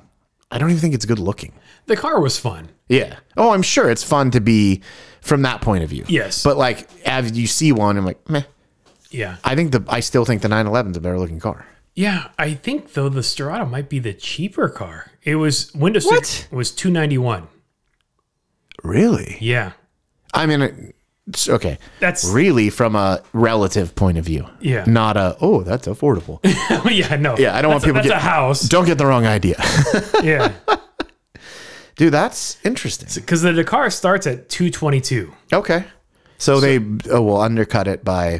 I don't even think it's good looking.
The car was fun.
Yeah. Oh, I'm sure it's fun to be from that point of view.
Yes.
But like, as you see one, I'm like, meh.
Yeah,
I think the I still think the 911's a better looking car.
yeah. I think though the Storado might be the cheaper car. It was Windows six was two ninety one.
Really?
Yeah,
I mean, it's, okay.
that's
Really, from a relative point of view.
Yeah.
Not a oh, that's affordable.
yeah, no.
Yeah, I don't
That's
want
a-
people
That's
to get-
a house.
don't get the wrong idea.
yeah,
Dude, that's interesting.
because the Dakar starts at two twenty two.
Okay. So, they oh, will undercut it by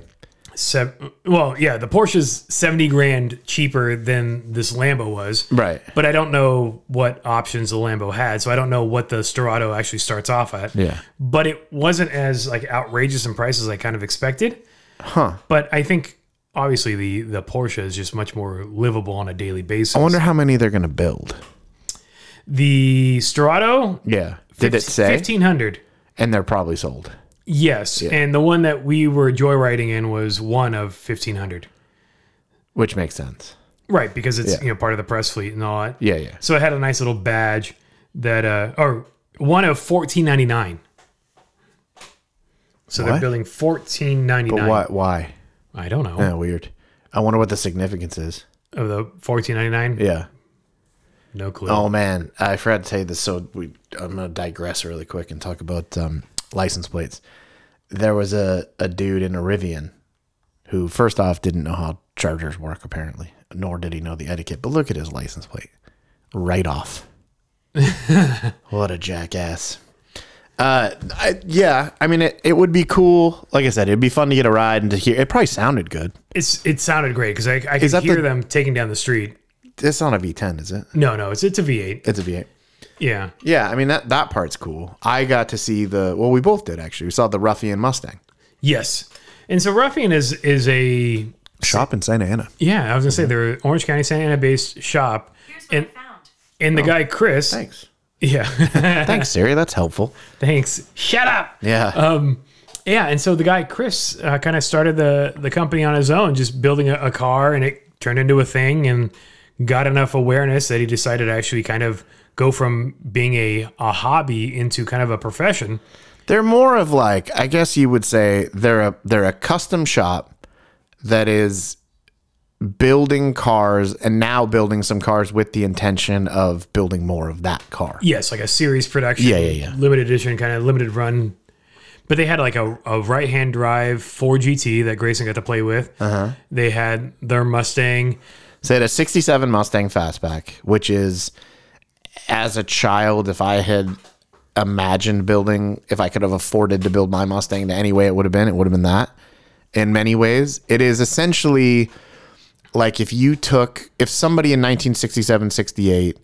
Seven. Well, yeah, the Porsche's seventy grand cheaper than this Lambo was.
right.
But I don't know what options the Lambo had, so I don't know what the Storado actually starts off at.
Yeah.
But it wasn't as like outrageous in price as I kind of expected. Huh. But I think obviously the the Porsche is just much more livable on a daily basis.
I wonder how many they're going to build.
the Storado
Yeah. Did it say?
fifteen hundred?
And they're probably sold.
Yes, and the one that we were joyriding in was one of fifteen hundred,
Which makes sense.
right? Because it's
Yeah.
you know part of the press fleet and all that.
Yeah, yeah.
So it had a nice little badge that, uh, or one of fourteen ninety nine. So they're
What?
building fourteen ninety nine.
Why why?
I don't know
Yeah, weird. I wonder what the significance is.
of the fourteen ninety nine.
Yeah.
No clue.
Oh man, I forgot to tell you this. So we, I'm gonna digress really quick and talk about um, license plates. There was a a dude in a Rivian who, first off, didn't know how chargers work apparently, nor did he know the etiquette. But look at his license plate, right off. what a jackass. Uh, I, yeah, I mean, it, it would be cool. Like I said, it'd be fun to get a ride and to hear. It probably sounded good.
It's it sounded great because I I could
that
hear
the-
them taking down the street.
It's not a V10, is it?
No, no, it's it's a V eight.
It's a V8.
Yeah,
Yeah, I mean that that part's cool. I got to see the well, we both did actually. We saw the Ruffian Mustang
yes. And so Ruffian is is a
shop in Santa Ana.
yeah. I was gonna say they're an Orange County Santa Ana based shop,
Here's what
and
I found.
and the guy Chris.
Oh, Thanks,
Yeah.
thanks, Siri. That's helpful.
Thanks. Shut up.
Yeah,
Um, Yeah, and so the guy Chris uh, kind of started the the company on his own, just building a, a car, and it turned into a thing, and got enough awareness that he decided to actually kind of go from being a, a hobby into kind of a profession.
They're more of like, I guess you would say they're a they're a custom shop that is building cars and now building some cars with the intention of building more of that car.
Yes, like a series production.
Yeah, yeah, yeah.
Limited edition, kind of limited run. But they had like a, a right hand drive 4GT that Grayson got to play with. Uh-huh. They had their Mustang.
So they had a 67 Mustang Fastback, which is, as a child, if I had imagined building, if I could have afforded to build my Mustang to any way it would have been, it would have been that. In many ways, it is essentially like if you took, if somebody in 1967, 68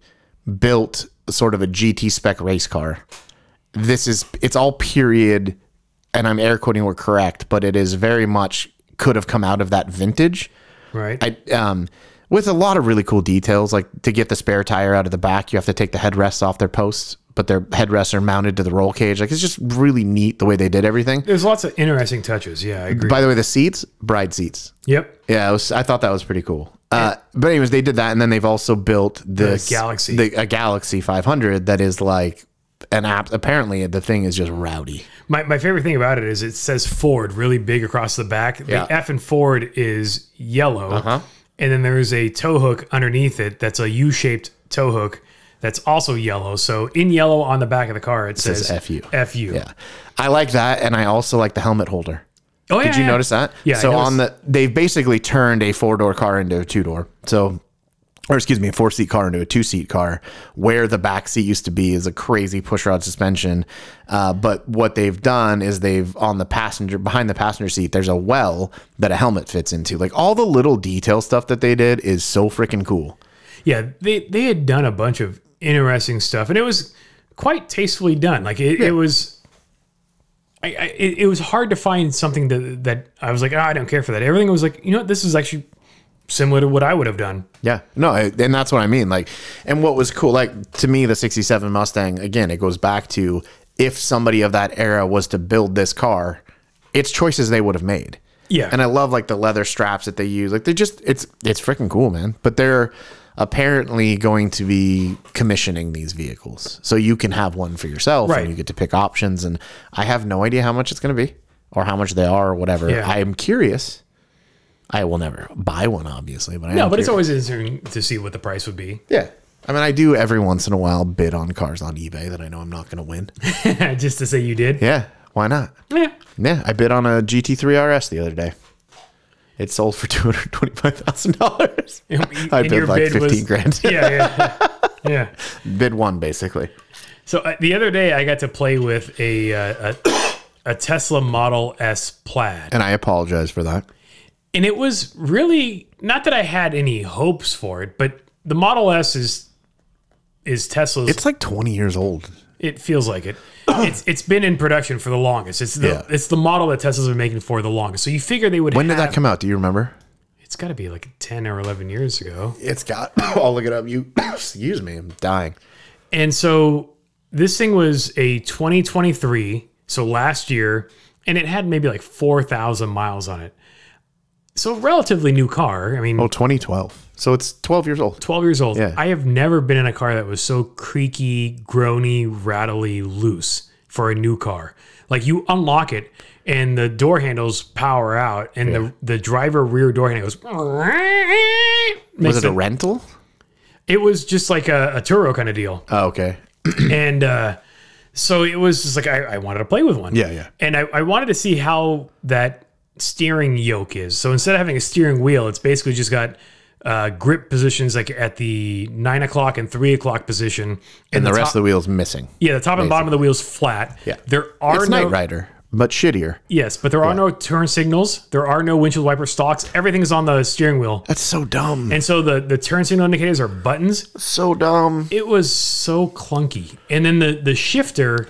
built sort of a GT spec race car, this is, it's all period, and I'm air quoting were correct, but it is very much could have come out of that vintage.
Right.
I um with a lot of really cool details, like to get the spare tire out of the back, you have to take the headrests off their posts, but their headrests are mounted to the roll cage. Like it's just really neat the way they did everything.
There's lots of interesting touches. Yeah, I agree.
By the way, the seats, bride seats.
yep.
Yeah, it was, I thought that was pretty cool. Uh, but anyways, they did that, and then they've also built this
Galaxy.
the, a Galaxy 500 that is like an app. Apparently, the thing is just rowdy.
My, my favorite thing about it is it says Ford really big across the back.
Yeah. Uh-huh.
The F in Ford is yellow. And then there is a tow hook underneath it that's a U shaped tow hook that's also yellow. So in yellow on the back of the car, it,
says
says,
FU.
FU.
Yeah, I like that, and I also like the helmet holder.
Oh, yeah.
Did you
yeah.
notice that?
Yeah, I
So on the they've basically turned a four door car into a two door. So or excuse me, a four seat car into a two seat car, where the back seat used to be is a crazy pushrod suspension. Uh, but what they've done is they've on the passenger behind the passenger seat, there's a well that a helmet fits into. Like all the little detail stuff that they did is so freaking cool.
Yeah, they they had done a bunch of interesting stuff, and it was quite tastefully done. Like it, it was, I, I it, it was hard to find something that that I was like, "Ah, I don't care for that. Everything was like, you know, what? this is actually similar to what I would have done.
Yeah. No, I- and that's what I mean. Like, and what was cool, like to me, the 67 Mustang, again, it goes back to if somebody of that era was to build this car, it's choices they would have made.
Yeah,
And I love like the leather straps that they use. Like they're just, it's, it's freaking cool, man. But they're apparently going to be commissioning these vehicles. So you can have one for yourself
Right.
and you get to pick options. And I have no idea how much it's going to be or how much they are or whatever.
Yeah.
I am curious. I will never buy one, obviously, but I
no,
am
but it's
curious.
always interesting to see what the price would be.
Yeah. I mean, I do every once in a while bid on cars on eBay that I know I'm not going to win.
Just to say you did.
Yeah. Why not?
Yeah.
Yeah. I bid on a GT3 RS the other day. It sold for two hundred twenty-five thousand dollars. I
And your
bid like
bid
fifteen
was-
grand.
Yeah, yeah, yeah.
bid one basically.
So uh, the other day, I got to play with a uh, a, a Tesla Model S Plaid.
And I apologize for that.
and it was really not that I had any hopes for it, but the Model S is is Tesla's.
It's like twenty years old.
it feels like it. it's it's been in production for the longest. It's the
Yeah.
it's the model that Tesla's been making for the longest. So you figure they would.
When did that come out? Do you remember?
It's got to be like ten or eleven years ago.
It's got. I'll look it up. You. excuse me. I'm dying.
And so this thing was a 2023, so last year, and it had maybe like four thousand miles on it. So relatively new car. I mean,
Oh, 2012. So it's 12 years old.
12 years old.
Yeah.
I have never been in a car that was so creaky, groany, rattly, loose for a new car. Like you unlock it and the door handles power out and the, the driver rear door handle goes.
Was
makes
it a
it-
rental?
it was just like a, a Turo kind of deal.
Oh, okay.
and uh, so it was just like I, I wanted to play with one.
Yeah, yeah.
And I, I wanted to see how that steering yoke is. So instead of having a steering wheel, it's basically just got uh, grip positions like at the nine o'clock and three o'clock position, and,
And the rest of the wheel's missing.
yeah, the top and bottom of the wheel's flat.
Yeah.
there are
It's
no
Knight Rider, but shittier.
yes, but there are no turn signals. There are no windshield wiper stalks. Everything's on the steering wheel.
That's so dumb.
And so the, the turn signal indicators are buttons.
so dumb.
it was so clunky. And then the the shifter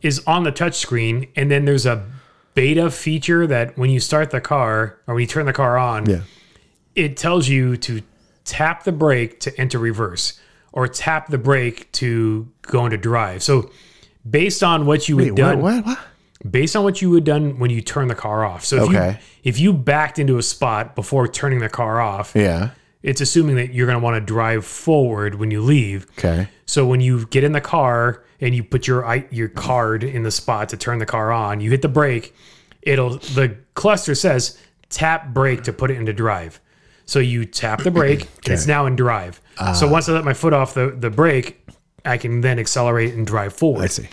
is on the touchscreen, and then there's a beta feature that when you start the car or when you turn the car on,
Yeah.
it tells you to tap the brake to enter reverse or tap the brake to go into drive. So based on what you had
What,
done,
what? What?
based on what you had done when you turned the car off. So if you
Okay.
if you backed into a spot before turning the car off,
Yeah.
it's assuming that you're going to want to drive forward when you leave.
Okay.
So when you get in the car and you put your i- your card in the spot to turn the car on, you hit the brake. It'll the cluster says tap brake to put it into drive. So you tap the brake. and It's now in drive. so once I let my foot off the the brake, I can then accelerate and drive forward. I
see.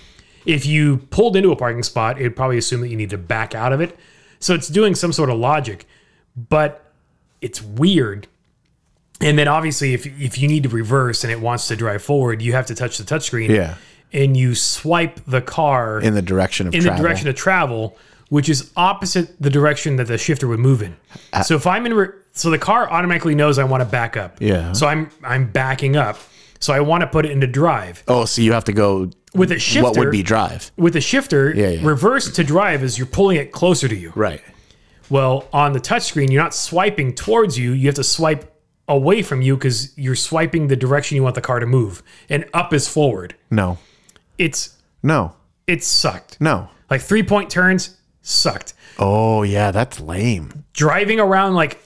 If you pulled into a parking spot, it'd probably assume that you need to back out of it. So it's doing some sort of logic, but it's weird and then obviously, if if you need to reverse and it wants to drive forward, you have to touch the touchscreen.
Yeah.
And you swipe the car in,
In the direction of
the
travel.
direction of travel, which is opposite the direction that the shifter would move in.
Uh,
so if I'm in, re- so the car automatically knows I want to back up.
Yeah.
So I'm I'm backing up. So I want to put it into drive
oh, so you have to go
with a shifter.
what would be drive.
with a shifter?
yeah.
Reverse to drive is you're pulling it closer to you.
Right.
Well, on the touchscreen, you're not swiping towards you. You have to swipe away from you because you're swiping the direction you want the car to move, and up is forward.
No.
It's
No.
it sucked.
No.
Like three point turns sucked.
Oh, yeah, that's lame.
Driving around like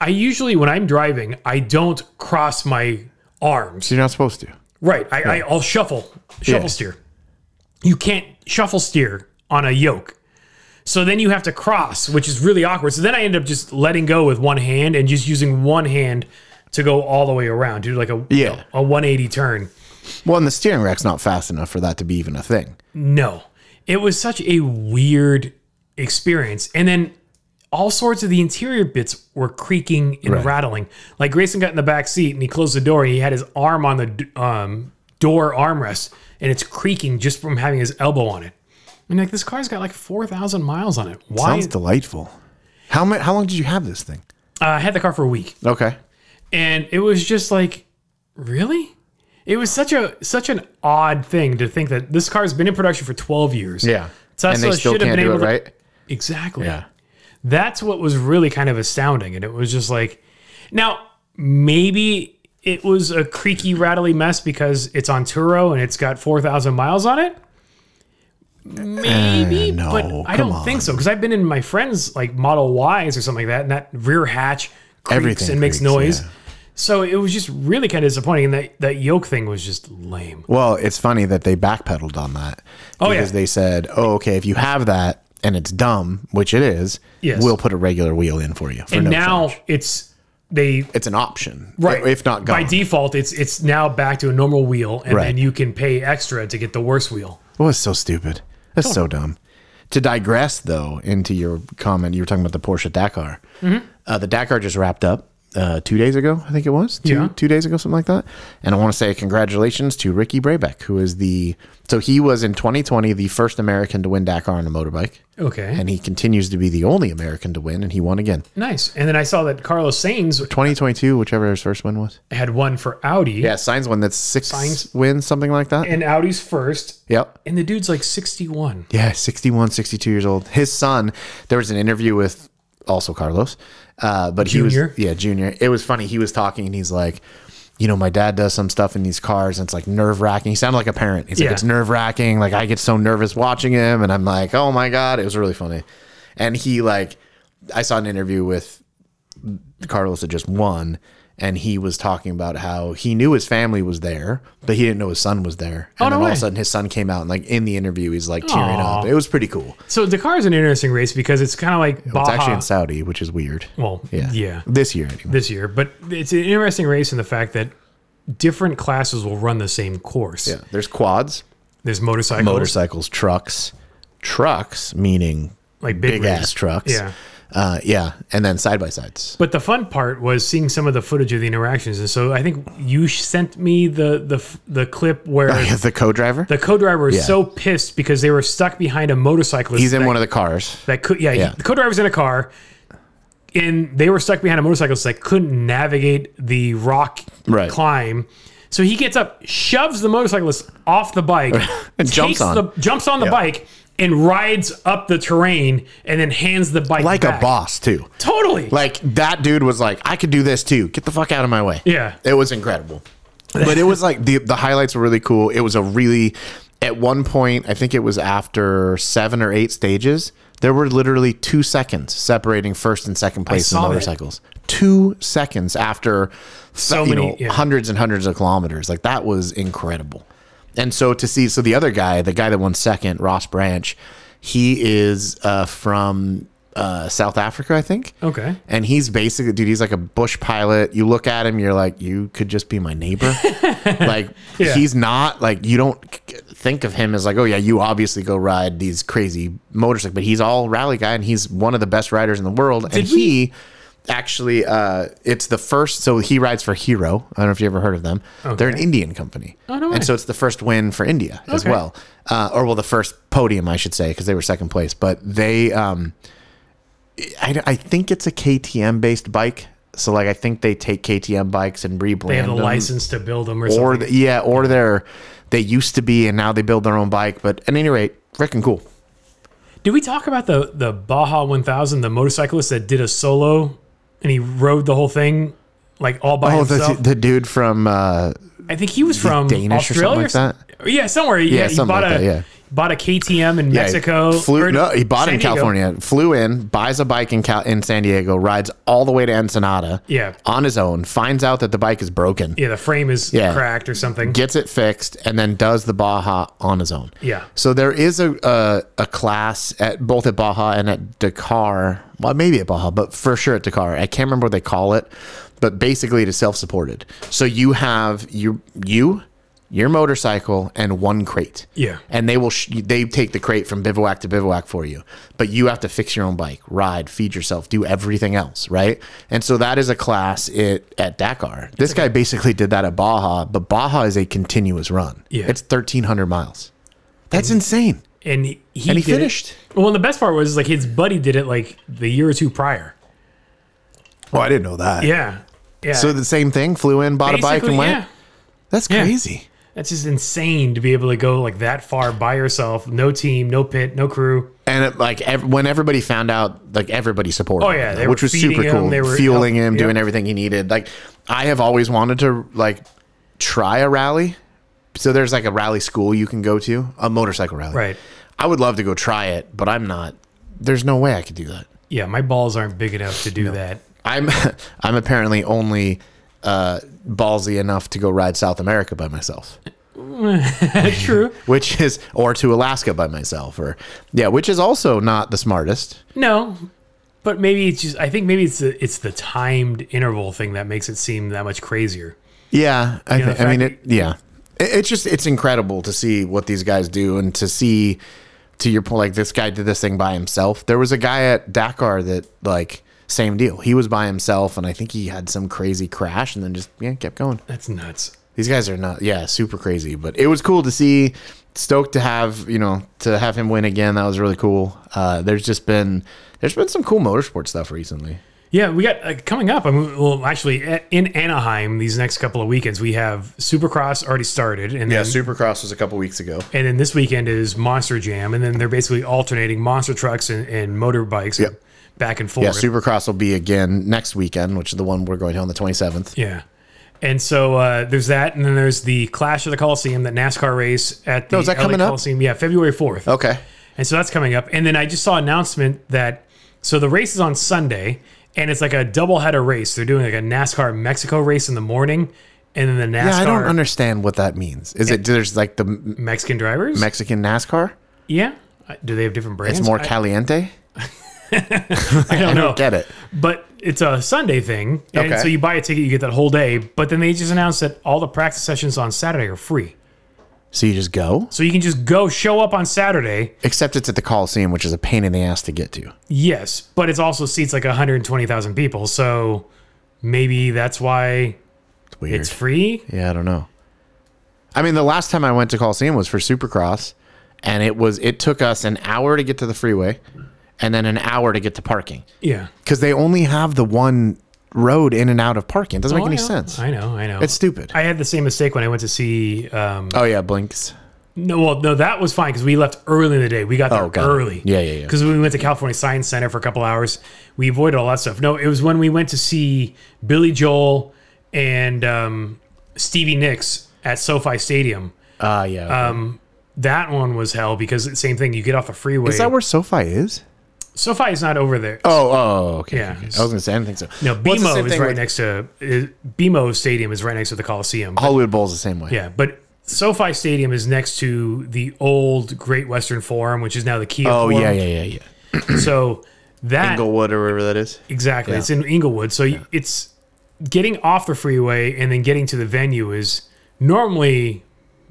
I usually when I'm driving, I don't cross my arms.
You're not supposed to.
Right. I, I I'll shuffle shuffle
Yeah.
steer. You can't shuffle steer on a yoke. So then you have to cross, which is really awkward. So then I end up just letting go with one hand and just using one hand to go all the way around, do like a
Yeah.
a 180 turn.
Well, and the steering rack's not fast enough for that to be even a thing.
No. It was such a weird experience. And then all sorts of the interior bits were creaking and rattling. Like Grayson got in the back seat and he closed the door and he had his arm on the d- um, door armrest and it's creaking just from having his elbow on it. And like this car's got like 4,000 miles on it. Why?
Sounds delightful. How mu- how long did you have this thing?
Uh, I had the car for a week
Okay.
and it was just like really? It was such a such an odd thing to think that this car's been in production for 12 years. Tesla
and they still
should have
can't
been
do it,
able to-
right?
Exactly. That's what was really kind of astounding. And it was just like, now, maybe it was a creaky, rattly mess because it's on Turo and it's got 4,000 miles on it. Maybe,
Eh, no,
but I
come
don't think so because I've been in my friend's like Model Ys or something like that, and that rear hatch creaks
Everything
and makes
creaks,
noise.
yeah.
So it was just really kind of disappointing, and that that yoke thing was just lame.
Well, it's funny that they backpedaled on that.
Oh, yeah.
because they said, "Oh, okay, if you have that and it's dumb, which it is,
Yes.
we'll put a regular wheel in for you." For
And
no
now
charge.
it's they
it's an option,
right
If not gone.
by default it's it's now back to a normal wheel and
Right.
then you can pay extra to get the worse wheel
It was so stupid. That's so dumb. To digress, though, into your comment, you were talking about the Porsche Dakar.
Mm-hmm.
Uh, the Dakar just wrapped up uh, two days ago, I think it was. Two,
Yeah.
Two days ago, something like that. And I want to say congratulations to Ricky Brabeck, who is the. So he was in 2020 the first American to win Dakar on a motorbike.
okay
And he continues to be the only American to win, and he won again.
nice and then i saw that carlos sainz
2022, whichever his first win was.
had one for audi
Yeah, Sainz won. That's six
Sainz.
wins, something like that.
and audi's first
yep.
and the dude's like 61
Yeah, 61, 62 years old. His son, there was an interview with also Carlos, uh, but
Junior?
he was, yeah, junior. It was funny. He was talking and he's like, you know, my dad does some stuff in these cars and it's like nerve wracking. He sounded like a parent. He's
Yeah.
like, it's nerve wracking. Like, I get so nervous watching him. And I'm like, oh my God. It was really funny. And he, like, I saw an interview with Carlos had just won, and he was talking about how he knew his family was there, but he didn't know his son was there. And
Oh, no
then all
way.
of a sudden, his son came out, and like in the interview, he's like tearing
Aw.
up. It was pretty cool.
so the car is an interesting race because it's kind of like
It's
Baja.
actually in Saudi, which is weird.
Uh-huh. well yeah.
Yeah, This year, anyway.
this year but it's an interesting race in the fact that different classes will run the same course
Yeah, there's quads,
there's motorcycles
motorcycles, trucks, trucks, meaning
like big,
big
rigs.
ass trucks.
yeah
uh, yeah, and then side by sides.
But the fun part was seeing some of the footage of the interactions, and so I think you sh- sent me the the f- the clip where
the co-driver,
the co-driver was so pissed because they were stuck behind a motorcyclist.
he's in
that,
one of the cars.
that could yeah, he-
Yeah.
the co-driver's in a car, and they were stuck behind a motorcyclist that couldn't navigate the rock
Right.
climb. So he gets up, shoves the motorcyclist off the bike,
And jumps
takes
on.
the jumps on the bike and rides up the terrain, and then hands the bike
Like
back.
a boss too.
Totally.
Like that dude was like, I could do this too. Get the fuck out of my way.
Yeah.
It was incredible. But it was like the the highlights were really cool. It was a really at one point, I think it was after seven or eight stages, there were literally two seconds separating first and second place in
saw that.
motorcycles. Two seconds after
So
you
many-
know,
yeah.
hundreds and hundreds of kilometers. Like that was incredible. And so to see, so the other guy, the guy that won second, Ross Branch, he is uh, from uh, South Africa, I think.
Okay.
And he's basically, dude, he's like a bush pilot. You look at him, you're like, you could just be my neighbor. like,
Yeah.
he's not, like, you don't c- think of him as like, oh, yeah, you obviously go ride these crazy motorcycles, but he's all rally guy and he's one of the best riders in the world. and
Did we-
he actually, uh, it's the first, so he rides for Hero. I don't know if you ever heard of them. They're an Indian company.
Oh, no way.
and so it's the first win for India as
Okay.
well. Uh, or, well, the first podium, I should say, because they were second place. But they, um, I, I think it's a KTM based bike. So like I think they take KTM bikes and rebrand
They have a
them,
license to build them or,
or
something.
th- yeah, or they're they used to be and now they build their own bike. But at any rate, freaking cool.
Did we talk about the the Baja 1000, the motorcyclist that did a solo and he rode the whole thing like all by
Oh, the,
himself?
the dude from uh,
I think he was from
Danish or
Australia
something like
s- Yeah, somewhere. Yeah, he
something
bought
like
a
that, yeah.
bought a KTM in
yeah,
Mexico.
flew
or
no, he bought
San
in
Diego.
California, flew in, buys a bike in Cal- in San Diego, rides all the way to Ensenada,
Yeah.
on his own, finds out that the bike is broken,
Yeah, the frame is
Yeah.
cracked or something.
gets it fixed, and then does the Baja on his own.
yeah.
So there is a, a a class at both at Baja and at Dakar. Well, maybe at Baja, but for sure at Dakar. I can't remember what they call it, but basically it is self-supported. So you have your you, your motorcycle, and one crate.
Yeah.
And they will sh- they take the crate from bivouac to bivouac for you, but you have to fix your own bike, ride, feed yourself, do everything else, right? And so that is a class it at Dakar. This guy basically did that at Baja, but Baja is a continuous run.
Yeah.
It's thirteen hundred miles. That's insane.
And he, he,
And he
did it-
finished.
Well, and the best part was like his buddy did it like the year or two prior.
Oh, I didn't know that.
Yeah. Yeah.
So the same thing, flew in, bought a bike,
Basically,
and went.
yeah.
That's crazy.
That's just insane to be able to go like that far by yourself, no team, no pit, no crew.
And it, like ev- when everybody found out, like everybody supported.
Oh, yeah,
him,
they were
which was
feeding
super
him,
cool.
they were
fueling
help-
him, doing
yep.
everything he needed. Like I have always wanted to like try a rally. So there's like a rally school you can go to, a motorcycle rally.
Right.
I would love to go try it, but I'm not. There's no way I could do that.
Yeah, my balls aren't big enough to do that.
I'm I'm apparently only uh, ballsy enough to go ride South America by myself.
True.
which is or to Alaska by myself or yeah, which is also not the smartest.
No. But maybe it's just I think maybe it's the it's the timed interval thing that makes it seem that much crazier.
Yeah, I,
know,
thi- I mean
fact-
it. Yeah, It- it's just it's incredible to see what these guys do and to see to your point like this guy did this thing by himself. There was a guy at Dakar that like same deal. He was by himself and I think he had some crazy crash and then just yeah kept going.
That's nuts.
These guys are not yeah super crazy, but it was cool to see. Stoked to have you know to have him win again. That was really cool. Uh, there's just been there's been some cool motorsport stuff recently.
Yeah, we got uh, coming up. I mean, well, actually, a- in Anaheim these next couple of weekends, we have Supercross already started, and
Yeah,
then
Supercross was a couple weeks ago.
and then this weekend is Monster Jam, and then they're basically alternating monster trucks and, and motorbikes
Yep.
back and forth.
Yeah, Supercross will be again next weekend, which is the one we're going to on the 27th.
Yeah. And so uh, there's that, and then there's the Clash of the Coliseum, that NASCAR race at the
Oh, is that
LA
coming up?
Coliseum. Yeah, February 4th.
Okay.
And so that's coming up. And then I just saw an announcement that so the race is on Sunday and it's like a doubleheader race. They're doing like a NASCAR Mexico race in the morning and then the NASCAR
Yeah, I don't understand what that means. Is it there's like the M-
Mexican drivers.
Mexican NASCAR?
yeah. Uh, Do they have different brands?
It's more
I, Oh.
caliente.
I don't
I
know.
don't get it.
But it's a Sunday thing. And
Okay.
so you buy a ticket, you get that whole day. But then they just announced that all the practice sessions on Saturday are free.
So you just go?
So you can just go show up on Saturday.
Except it's at the Coliseum, which is a pain in the ass to get to.
Yes. But it's also seats like 120,000 people. So maybe that's why
It's weird.
it's free.
yeah, I don't know. I mean, the last time I went to Coliseum was for Supercross, and it was it took us an hour to get to the freeway, and then an hour to get to parking
Yeah.
because they only have the one road in and out of parking. It doesn't make
Oh,
any
I know.
sense.
I know, I know.
It's stupid.
I had the same mistake when I went to see. Um,
oh yeah, blinks.
no, well, no, that was fine because we left early in the day. We got there
Oh, got it.
early.
Yeah, yeah, yeah.
Because when we went to California Science Center for a couple hours, we avoided all that stuff. No, it was when we went to see Billy Joel and um, Stevie Nicks at SoFi Stadium. Um,
Ah, yeah. okay.
That one was hell because it's same thing. You get off the freeway.
Is that where SoFi is?
SoFi is not over there.
Oh, oh, okay.
Yeah.
okay. I was gonna say I didn't think so.
no,
Well, it's the
BMO
same
is
thing
right
with-
next to uh, is- BMO Stadium is right next to the Coliseum.
Hollywood Bowl's the same way.
Yeah, but SoFi Stadium is next to the old Great Western Forum, which is now the Kia.
Oh
Forum.
yeah, yeah, yeah, yeah.
So that
Inglewood or wherever that is.
exactly, it's in Inglewood. So y it's getting off the freeway and then getting to the venue is normally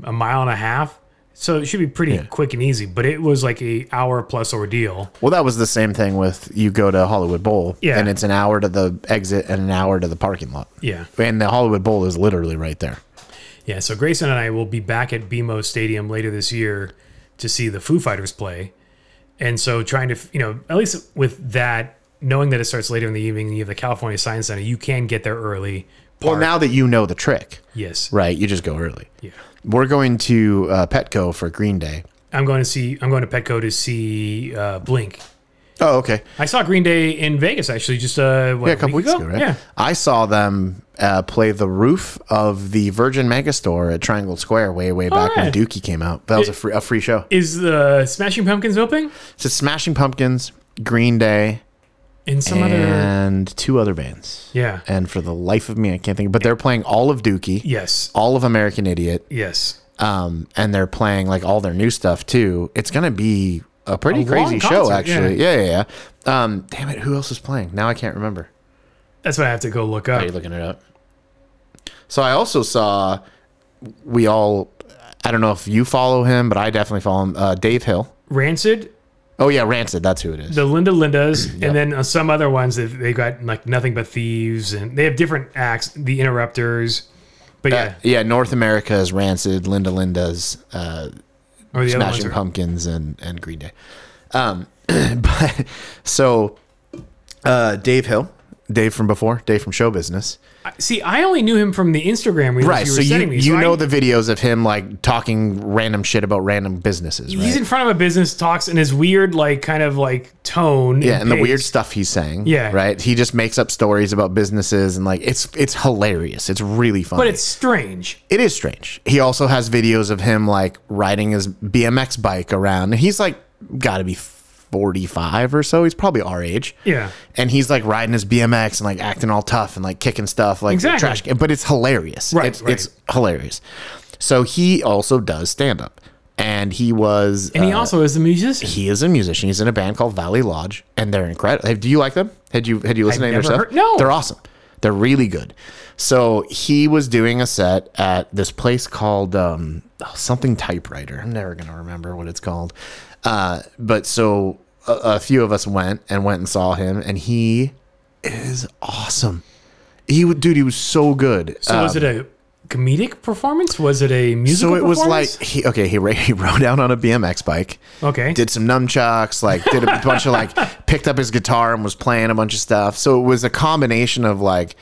a mile and a half. So it should be pretty quick and easy, but it was like a hour plus ordeal.
Well, that was the same thing with you go to Hollywood Bowl,
Yeah.
and it's an hour to the exit and an hour to the parking lot.
Yeah.
And the Hollywood Bowl is literally right there.
Yeah, so Grayson and I will be back at BMO Stadium later this year to see the Foo Fighters play. And so trying to, you know, at least with that, knowing that it starts later in the evening and you have the California Science Center, you can get there early.
Well, now that you know the trick,
Yes.
right? You just go early.
Yeah.
We're going to uh, Petco for Green Day.
I'm going to see, I'm going to Petco to see uh, Blink.
Oh, okay.
I saw Green Day in Vegas actually just uh, what,
Yeah, a couple weeks ago, right?
Yeah.
I saw them uh, play the roof of the Virgin Megastore at Triangle Square way, way back when
right.
Dookie came out. That was a free, a free show.
Is the Smashing Pumpkins opening?
So Smashing Pumpkins, Green Day,
And some other.
and two other bands.
Yeah.
And for the life of me, I can't think. But they're playing all of Dookie,
Yes.
all of American Idiot,
Yes.
um, and they're playing like all their new stuff too. It's gonna be a pretty
A
crazy
long
show,
concert,
actually. Yeah, yeah, yeah. Um, damn it, who else is playing? Now I can't remember.
That's what I have to go look
Are
up.
you looking it up? So I also saw we all. I don't know if you follow him, but I definitely follow him. Uh, Dave Hill.
Rancid
Oh yeah, Rancid. That's who it is.
the Linda Lindas, and then uh, some other ones that they've got like nothing but thieves, and they have different acts. The Interrupters, but
yeah.
yeah,
yeah, North America is Rancid, Linda Linda's, uh,
or the other ones
Smashing
are,
Pumpkins and and Green Day. Um, but so uh, Dave Hill, Dave from before, Dave from Show Business,
See, I only knew him from the Instagram reels
right?
you were
so you
sending me.
you
so
know
I,
the videos of him like talking random shit about random businesses, right?
he's in front of a business talks in his weird like kind of like tone.
yeah, and the weird
pace.
stuff he's saying.
Yeah.
right. He just makes up stories about businesses and like it's it's hilarious. It's really funny.
but it's strange.
it is strange. He also has videos of him like riding his BMX bike around. And he's like got to be 45 or so. He's probably our age.
Yeah.
And he's like riding his BMX and like acting all tough and like kicking stuff like
Exactly.
trash can. But it's hilarious.
Right,
It's,
right.
it's hilarious. So he also does stand up. And he was,
And he
uh,
also is a musician.
he is a musician. He's in a band called Valley Lodge, and they're incredible. Do you like them? Had you had you listened to
I've
any of their
never
stuff?
heard- no.
they're awesome. They're really good. So he was doing a set at this place called um, oh, something typewriter. I'm never gonna remember what it's called. Uh, but so a, a few of us went and went and saw him, and he is awesome. He would, dude, he was so good. Uh,
So was it a comedic performance? Was it a musical?
um, So it was like
performance?
he okay he, ra- he rode out on a BMX bike.
Okay.
Did some nunchucks, like did a bunch of like picked up his guitar and was playing a bunch of stuff. So it was a combination of like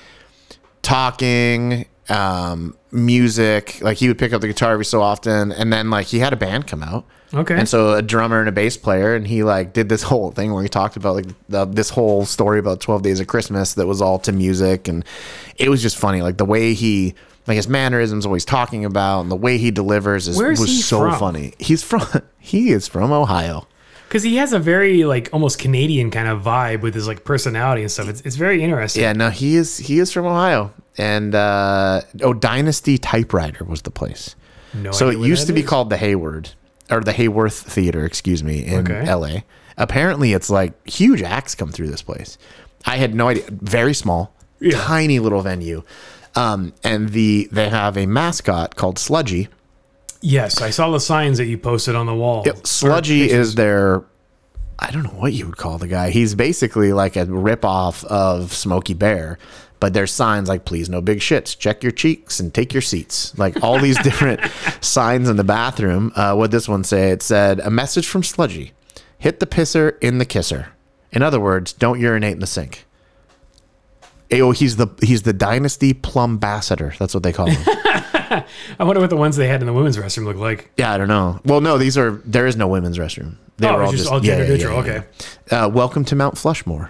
talking, um, music. Like he would pick up the guitar every so often, and then like he had a band come out.
okay.
And so a drummer and a bass player, and he like did this whole thing where he talked about like the, this whole story about Twelve Days of Christmas that was all to music, and it was just funny. Like the way he, like his mannerisms, what he's talking about, and the way he delivers is,
Where is
was
he
so
from?
funny. He's from he is from Ohio.
Because he has a very like almost Canadian kind of vibe with his like personality and stuff. It's, it's very interesting.
Yeah, no, he is he is from Ohio, and uh, oh, Dynasty Typewriter was the place.
No
So
idea
it
what
used
that
to be
is.
called the Hayward or the Hayworth Theater, excuse me, in
Okay.
LA. Apparently, it's like huge acts come through this place. I had no idea. Very small,
Yeah.
tiny little venue, um, and the they have a mascot called Sludgy.
Yes, I saw the signs that you posted on the wall.
Sludgy is their. I don't know what you would call the guy. He's basically like a ripoff of Smokey Bear, but there's signs like "Please no big shits, check your cheeks, and take your seats." Like all these different signs in the bathroom. Uh, what this one say? It said a message from Sludgy: "Hit the pisser in the kisser." In other words, don't urinate in the sink. Oh, he's the he's the dynasty plumbassador. That's what they call him.
I wonder what the ones they had in the women's restroom look like.
Yeah, I don't know. Well, no, these are there is no women's restroom. They
Oh,
were
it's
all
just
just,
all
yeah,
gender
yeah,
neutral,
yeah, yeah. Uh, welcome to Mount Flushmore.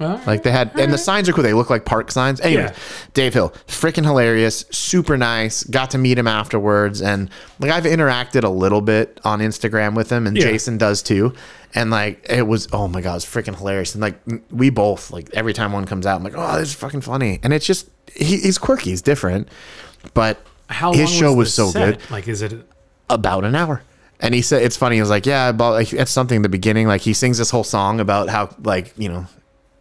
Like they had, and the signs are cool. They look like park signs. Anyways,
Yeah.
Dave Hill, freaking hilarious, super nice. Got to meet him afterwards, and like I've interacted a little bit on Instagram with him, and
Yeah.
Jason does too. And like it was, oh my god, it was freaking hilarious. And like we both, like every time one comes out, I'm like, oh, this is fucking funny. And it's just he, he's quirky, he's different, but
How
his
long
show was,
the
so
set?
good
Like, is it?
about an hour. And he said, it's funny. He was like, yeah, about like, that's something in the beginning. Like he sings this whole song about how like, you know,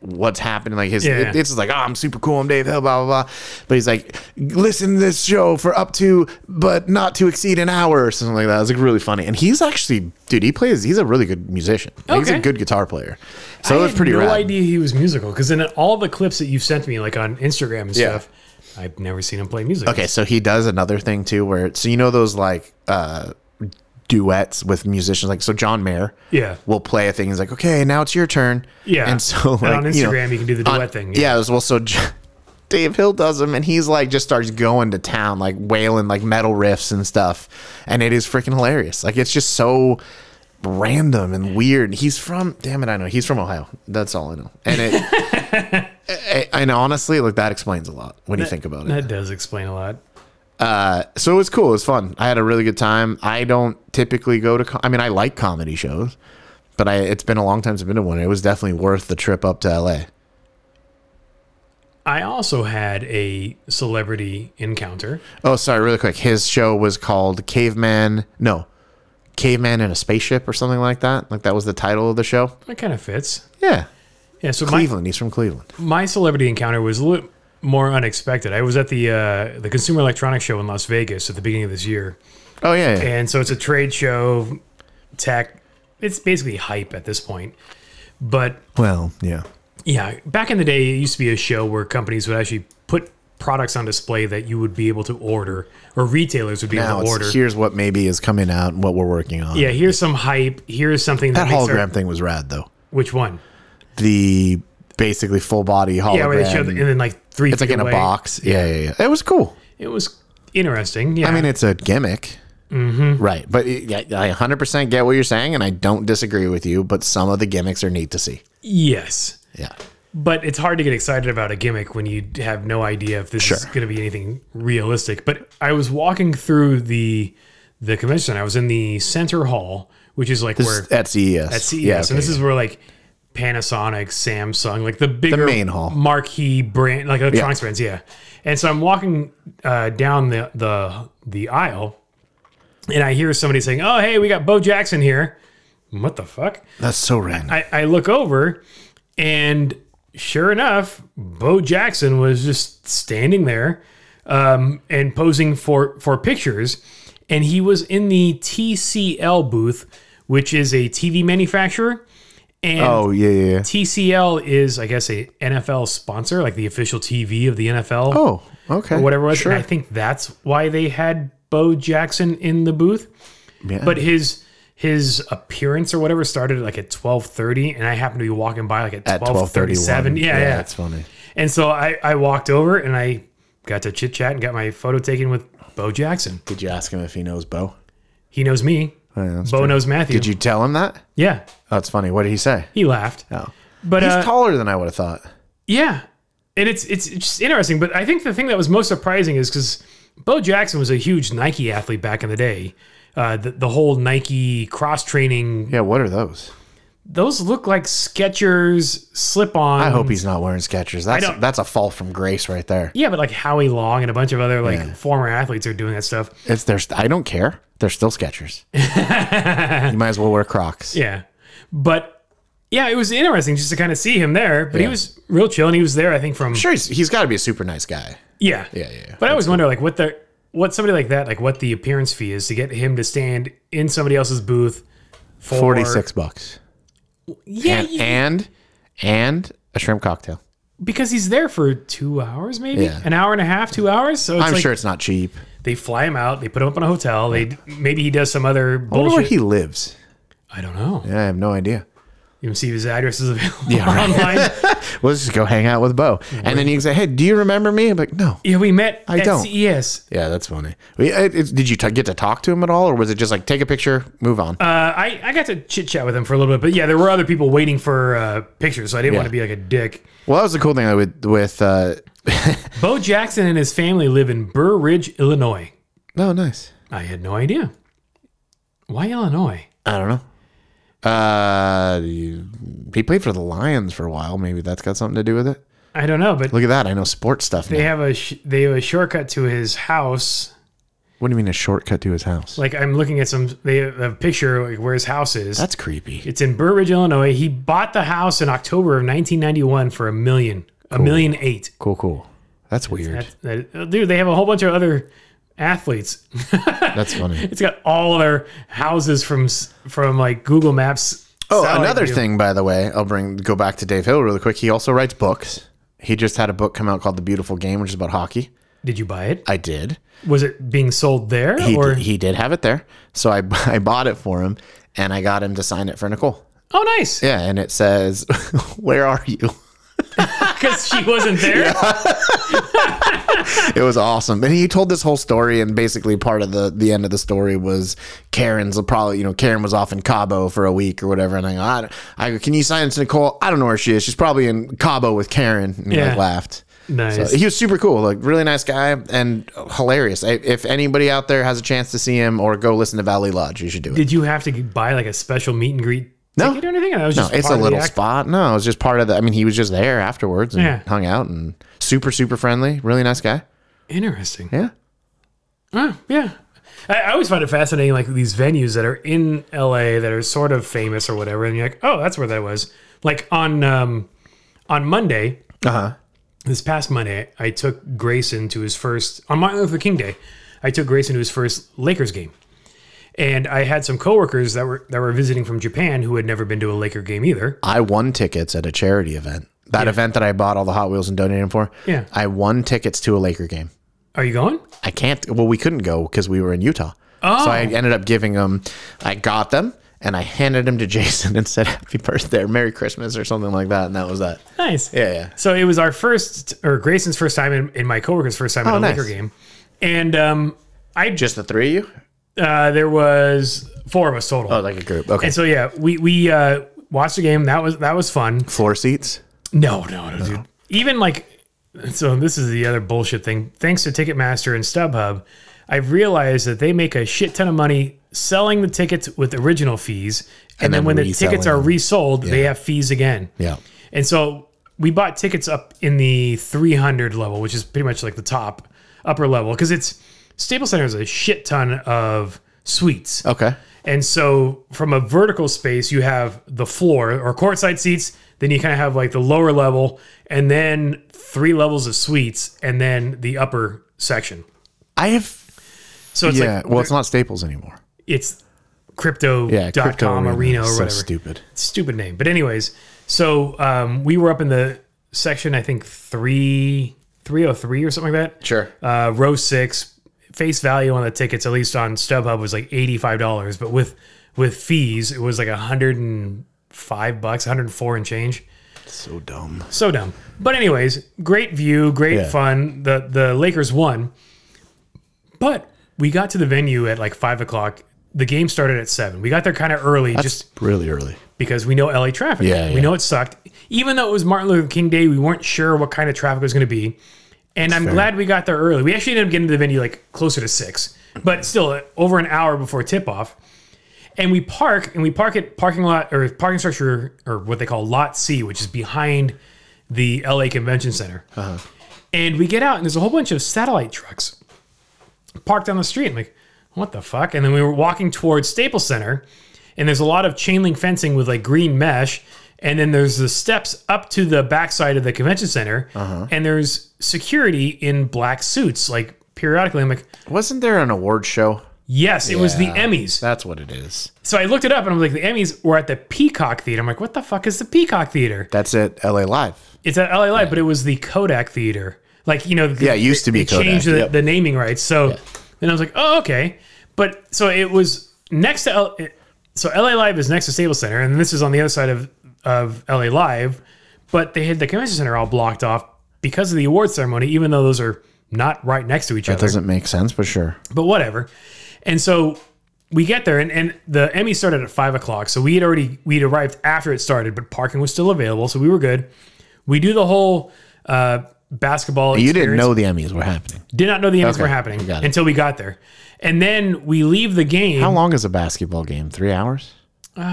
what's happening. Like his,
Yeah.
it- it's just like, oh, I'm super cool. I'm Dave Hill, blah, blah, blah. But he's like, listen to this show for up to, but not to exceed an hour or something like that. It was like really funny. And he's actually, dude, he plays, he's a really good musician. Like, He's a
Okay.
good guitar player. So
I
it was
had
pretty
no
rad.
idea he was musical because in all the clips that you've sent me, like on Instagram and
Yeah.
stuff, I've never seen him play music.
Okay, so he does another thing too, where so you know those like uh, duets with musicians, like so John Mayer,
Yeah.
will play a thing. He's like, okay, now it's your turn,
Yeah.
and so
And
like
on
you know,
Instagram, you can do the
on-
duet thing,
Yeah, as well, so J- Dave Hill does them, and he's like just starts going to town, like wailing like metal riffs and stuff, and it is freaking hilarious. Like it's just so random and weird. He's from damn it, I know he's from Ohio. That's all I know, and it. And honestly, like that explains a lot when you think about it
that does explain a lot.
so it was cool. It was fun. I had a really good time. I don't typically go to. Com- I mean, I like comedy shows, but I it's been a long time since I've been to one. It was definitely worth the trip up to LA.
I also had a celebrity encounter.
Oh, sorry, really quick. His show was called Caveman. No, Caveman in a Spaceship or something like that. Like that was the title of the show.
That kind of fits.
Yeah,
Yeah. So my,
Cleveland. He's from Cleveland.
my celebrity encounter was a little more unexpected. I was at the uh, the Consumer Electronics Show in Las Vegas at the beginning of this year,
Oh yeah, yeah.
and so it's a trade show, tech. It's basically hype at this point, but
Well, yeah.
yeah, back in the day, it used to be a show where companies would actually put products on display that you would be able to order, or retailers would be
Now
able to
it's,
order.
here's what maybe is coming out and what we're working on.
Yeah, here's some hype. Here's something that,
that
makes our-
hologram thing was rad though.
which one?
The basically full body hologram.
Yeah, where they show the, and then like three.
It's like in a box. Yeah, yeah, yeah. It was cool.
It was interesting. Yeah,
I mean, it's a gimmick.
Mm-hmm.
Right. But it, yeah, I 100% get what you're saying, and I don't disagree with you, but some of the gimmicks are neat to see.
yes.
Yeah.
But it's hard to get excited about a gimmick when you have no idea if this is going to be anything realistic. But I was walking through the the convention. I was in the center hall, which is like where
At CES.
at CES,
Yeah,
and this
okay.
is where like Panasonic, Samsung, like the bigger
main hall.
marquee brand, like electronics brands, yeah. And so I'm walking uh, down the the the aisle, and I hear somebody saying, "Oh, hey, we got Bo Jackson here." What the fuck?
That's so random.
I, I look over, and sure enough, Bo Jackson was just standing there um, and posing for for pictures, and he was in the TCL booth, which is a TV manufacturer, and
oh, yeah, yeah, yeah.
TCL is, I guess, a NFL sponsor, like the official TV of the NFL
Oh, okay.
or whatever it was. And I think that's why they had Bo Jackson in the booth.
Yeah.
But his his appearance or whatever started like at twelve thirty, and I happened to be walking by like at
At
twelve thirty seven.
1237.
Yeah, yeah.
That's funny.
And so I I walked over and I got to chit chat and got my photo taken with Bo Jackson.
Did you ask him if he knows Bo?
He knows me.
Oh, that's
Bo knows Matthew.
Did you tell him that?
Yeah,
Oh, that's funny. What did he say?
he laughed.
Oh.
But
He's
uh,
taller than I would have thought.
Yeah, and it's it's it's just interesting. But I think the thing that was most surprising is because Bo Jackson was a huge Nike athlete back in the day. Uh, the, the whole Nike cross training,
Yeah, what are those?
those look like Skechers slip on.
I hope he's not wearing Skechers. That's
don't-
that's a fall from grace right there.
Yeah, but like Howie Long and a bunch of other like former athletes are doing that stuff.
It's there's I don't care. They're still Skechers. you might as well wear Crocs.
Yeah. But yeah, it was interesting just to kind of see him there. But he
Yeah.
was real chill and he was there, I think, from
Sure, he's, he's got to be a super nice guy.
Yeah.
Yeah, yeah, yeah.
But I always wonder like what the what somebody like that, like what the appearance fee is to get him to stand in somebody else's booth for
Forty six bucks.
Yeah,
And,
you-
and and a shrimp cocktail.
because he's there for two hours, maybe
Yeah.
an hour and a half, two hours. So it's
I'm
like
sure it's not cheap.
they fly him out, they put him up in a hotel. They maybe he does some other
I wonder where
bullshit.
he lives.
I don't know.
Yeah, I have no idea.
You can see if his address is available
Yeah, right.
online.
Well, let's just go hang out with Bo. And then you can say, hey, do you remember me? I'm like, no.
yeah, we met I at E
don't.
CES.
Yeah, that's funny. We, it, it's did you t- get to talk to him at all, or was it just like take a picture, move on?
Uh, I, I got to chit chat with him for a little bit, but yeah, there were other people waiting for uh, pictures, so I didn't want to be like a dick.
well, that was the cool thing with with. Uh,
Bo Jackson and his family live in Burr Ridge, Illinois.
oh, nice.
I had no idea. Why Illinois?
I don't know. Uh, you- he played for the Lions for a while. Maybe that's got something to do with it.
I don't know, but
Look at that. I know sports stuff now.
they have a sh- they have a shortcut to his house.
What do you mean a shortcut to his house?
Like I'm looking at some they have a picture like, where his house is.
that's creepy.
It's in Burr Ridge, Illinois. He bought the house in October of 1991 for a million, a million eight.
Cool, cool. That's weird. That's,
That, that- uh, dude, they have a whole bunch of other athletes.
funny.
It's got all their houses from s- from like Google Maps.
Oh,
satellite
another
view.
thing, by the way, I'll bring go back to Dave Hill really quick. He also writes books. He just had a book come out called The Beautiful Game, which is about hockey.
Did you buy it?
I did.
Was it being sold there
He,
or?
did, he did have it there. So I, I bought it for him and I got him to sign it for Nicole.
oh, nice.
Yeah. And it says, Where are you?
Because she wasn't there.
It was awesome. And he told this whole story, and basically part of the the end of the story was Karen's probably you know Karen was off in Cabo for a week or whatever, and I go, I, don't- I go can you sign it to Nicole? I don't know where she is. She's probably in Cabo with Karen. And he
Yeah.
like, laughed.
Nice.
So he was super cool, like really nice guy and hilarious. I- If anybody out there has a chance to see him or go listen to Valley Lodge, you should do it.
Did you have to g- buy like a special meet and greet
No.
ticket or anything? That was
No,
just
it's
part
a
of the
little
act?
spot. No, it was just part of the. I mean, he was just there afterwards and
Yeah.
hung out and super super friendly, really nice guy.
Interesting.
Yeah.
Oh, yeah. I, I always find it fascinating, like these venues that are in LA that are sort of famous or whatever, and you're like, oh, that's where that was. Like on um, on Monday,
Uh huh.
this past Monday, I took Grayson to his first on Martin Luther King Day. I took Grayson to his first Lakers game, and I had some coworkers that were that were visiting from Japan who had never been to a Laker game either.
I won tickets at a charity event. That event that I bought all the Hot Wheels and donated them for.
Yeah.
I won tickets to a Laker game.
Are you going?
I can't. Well, we couldn't go because we were in Utah. Oh. So I ended up giving them. I got them and I handed them to Jason and said Happy Birthday, or Merry Christmas, or something like that. And that was that.
Nice.
Yeah, yeah.
So it was our first, or Grayson's first time, and, and my coworker's first time at a
Oh, nice.
Laker game, and um, I
Just the three of you?
uh, there was four of us total.
Oh, like a group. Okay.
and so yeah, we we uh, watched the game. That was that was fun.
Floor seats.
No, no, no, dude. Even like, so this is the other bullshit thing. Thanks to Ticketmaster and StubHub, I've realized that they make a shit ton of money selling the tickets with original fees, and,
And
then,
then
when the tickets
reselling
are
them.
resold, they have fees again.
Yeah.
And so we bought tickets up in the 300 level, which is pretty much like the top upper level because it's Staples Center is a shit ton of suites.
Okay.
And so from a vertical space, you have the floor or courtside seats. Then you kind of have like the lower level and then three levels of suites and then the upper section.
I have.
So it's
yeah.
like,
well, it's not Staples anymore.
it's crypto.com
Yeah. Crypto
arena or
It's
whatever.
So stupid.
Stupid name. But anyways, so um, we were up in the section, I think three, 303 or something like that.
Sure.
Uh, row six face value on the tickets, at least on StubHub was like $85, but with, with fees, it was like 105 bucks, 104 and change.
So dumb.
So dumb. But anyways, great view, great
Yeah.
fun. The the Lakers won, but we got to the venue at like five o'clock. The game started at seven. We got there kind of early, just
Really early.
because we know LA traffic.
Yeah,
we
yeah.
know it sucked. Even though it was Martin Luther King Day, we weren't sure what kind of traffic was going to be. And I'm glad we got there early. We actually ended up getting to the venue like closer to six, but still uh, over an hour before tip off. And we park, and we park at parking lot or parking structure or what they call Lot C, which is behind the LA Convention Center.
Uh-huh.
And we get out, and there's a whole bunch of satellite trucks parked down the street. I'm like, what the fuck? And then we were walking towards Staples Center, and there's a lot of chain link fencing with like green mesh. And then there's the steps up to the backside of the convention center, and there's security in black suits. Like periodically, I'm like,
Wasn't there an award show?
yes, it was the
Yeah.
Emmys.
That's what it is.
so I looked it up, and I'm like, the Emmys were at the Peacock Theater. I'm like, what the fuck is the Peacock Theater?
That's it. LA Live.
It's at LA Live, but it was the Kodak Theater. Like you know, the,
Yeah, it used to be
they changed
Kodak,
the,
yep.
the naming rights. So then I was like, oh okay, but so it was next to L- it- so LA Live is next to Staples Center, and this is on the other side of of LA Live, but they had the convention center all blocked off because of the award ceremony, even though those are not right next to each other.
Doesn't make sense, but sure.
But whatever. And so we get there, and, and the Emmy started at five o'clock, so we had already we'd arrived after it started, but parking was still available, so we were good. We do the whole uh, basketball.
You didn't know the Emmys were happening.
Did not know the Emmys were happening
got it.
until we got there, and then we leave the game.
How long is a basketball game? Three hours?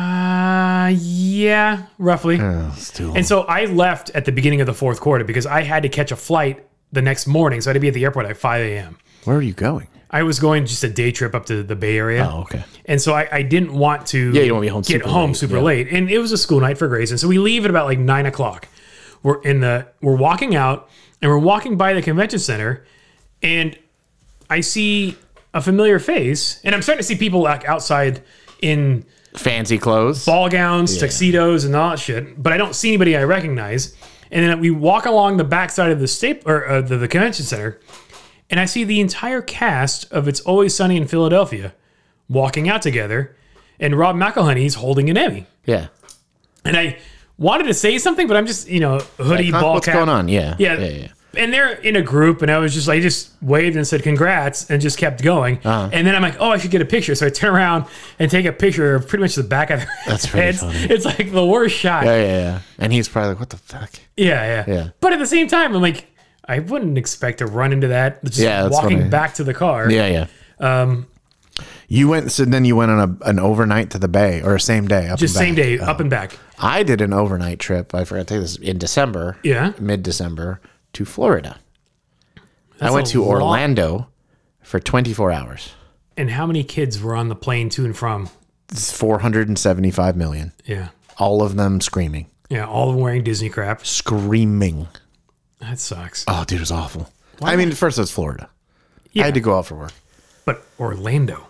Uh, yeah, roughly.
Oh, it's too long.
And so I left at the beginning of the fourth quarter because I had to catch a flight the next morning. So I had to be at the airport at 5 a.m.
Where are you going?
I was going just a day trip up to the Bay Area.
Oh, okay.
And so I, I didn't want to
Yeah, you don't wanna be home
get
super
home
late,
super late. And it was a school night for Grayson. So we leave at about like nine o'clock. We're in the we're walking out and we're walking by the convention center and I see a familiar face. And I'm starting to see people like outside in
Fancy clothes?
ball gowns, tuxedos, and all that shit. But I don't see anybody I recognize. And then we walk along the backside of the state or uh, the, the convention center, and I see the entire cast of "It's Always Sunny in Philadelphia" walking out together, and Rob McElhenney's holding an Emmy.
Yeah.
And I wanted to say something, but I'm just you know hoodie,
Huh,
ball
What's
cap.
going on? Yeah.
Yeah.
Yeah. yeah.
And they're in a group, and I was just like, just waved and said congrats, and just kept going.
Uh-huh.
And then I'm like, oh, I should get a picture. So I turn around and take a picture of pretty much the back of their
That's pretty
heads.
funny.
It's like the worst shot.
Yeah, yeah, yeah. And he's probably like, what the fuck?
Yeah, yeah,
Yeah.
But at the same time, I'm like, I wouldn't expect to run into that. Just
Yeah, that's
walking
funny.
back to the car.
Yeah, yeah.
Um,
You went, so then you went on a, an overnight to the Bay or a same day up
just
and back.
same day, up and back.
I did an overnight trip. I forgot to take this in December.
Yeah.
Mid December to Florida. I
That's
went
a
to
lot.
Orlando for 24 hours.
And how many kids were on the plane to and from?
It's 475 million.
Yeah,
All of them screaming.
yeah, all wearing Disney crap.
Screaming.
That sucks.
Oh, dude, it was awful. I mean, first it's Florida. I had to go out for work.
But Orlando,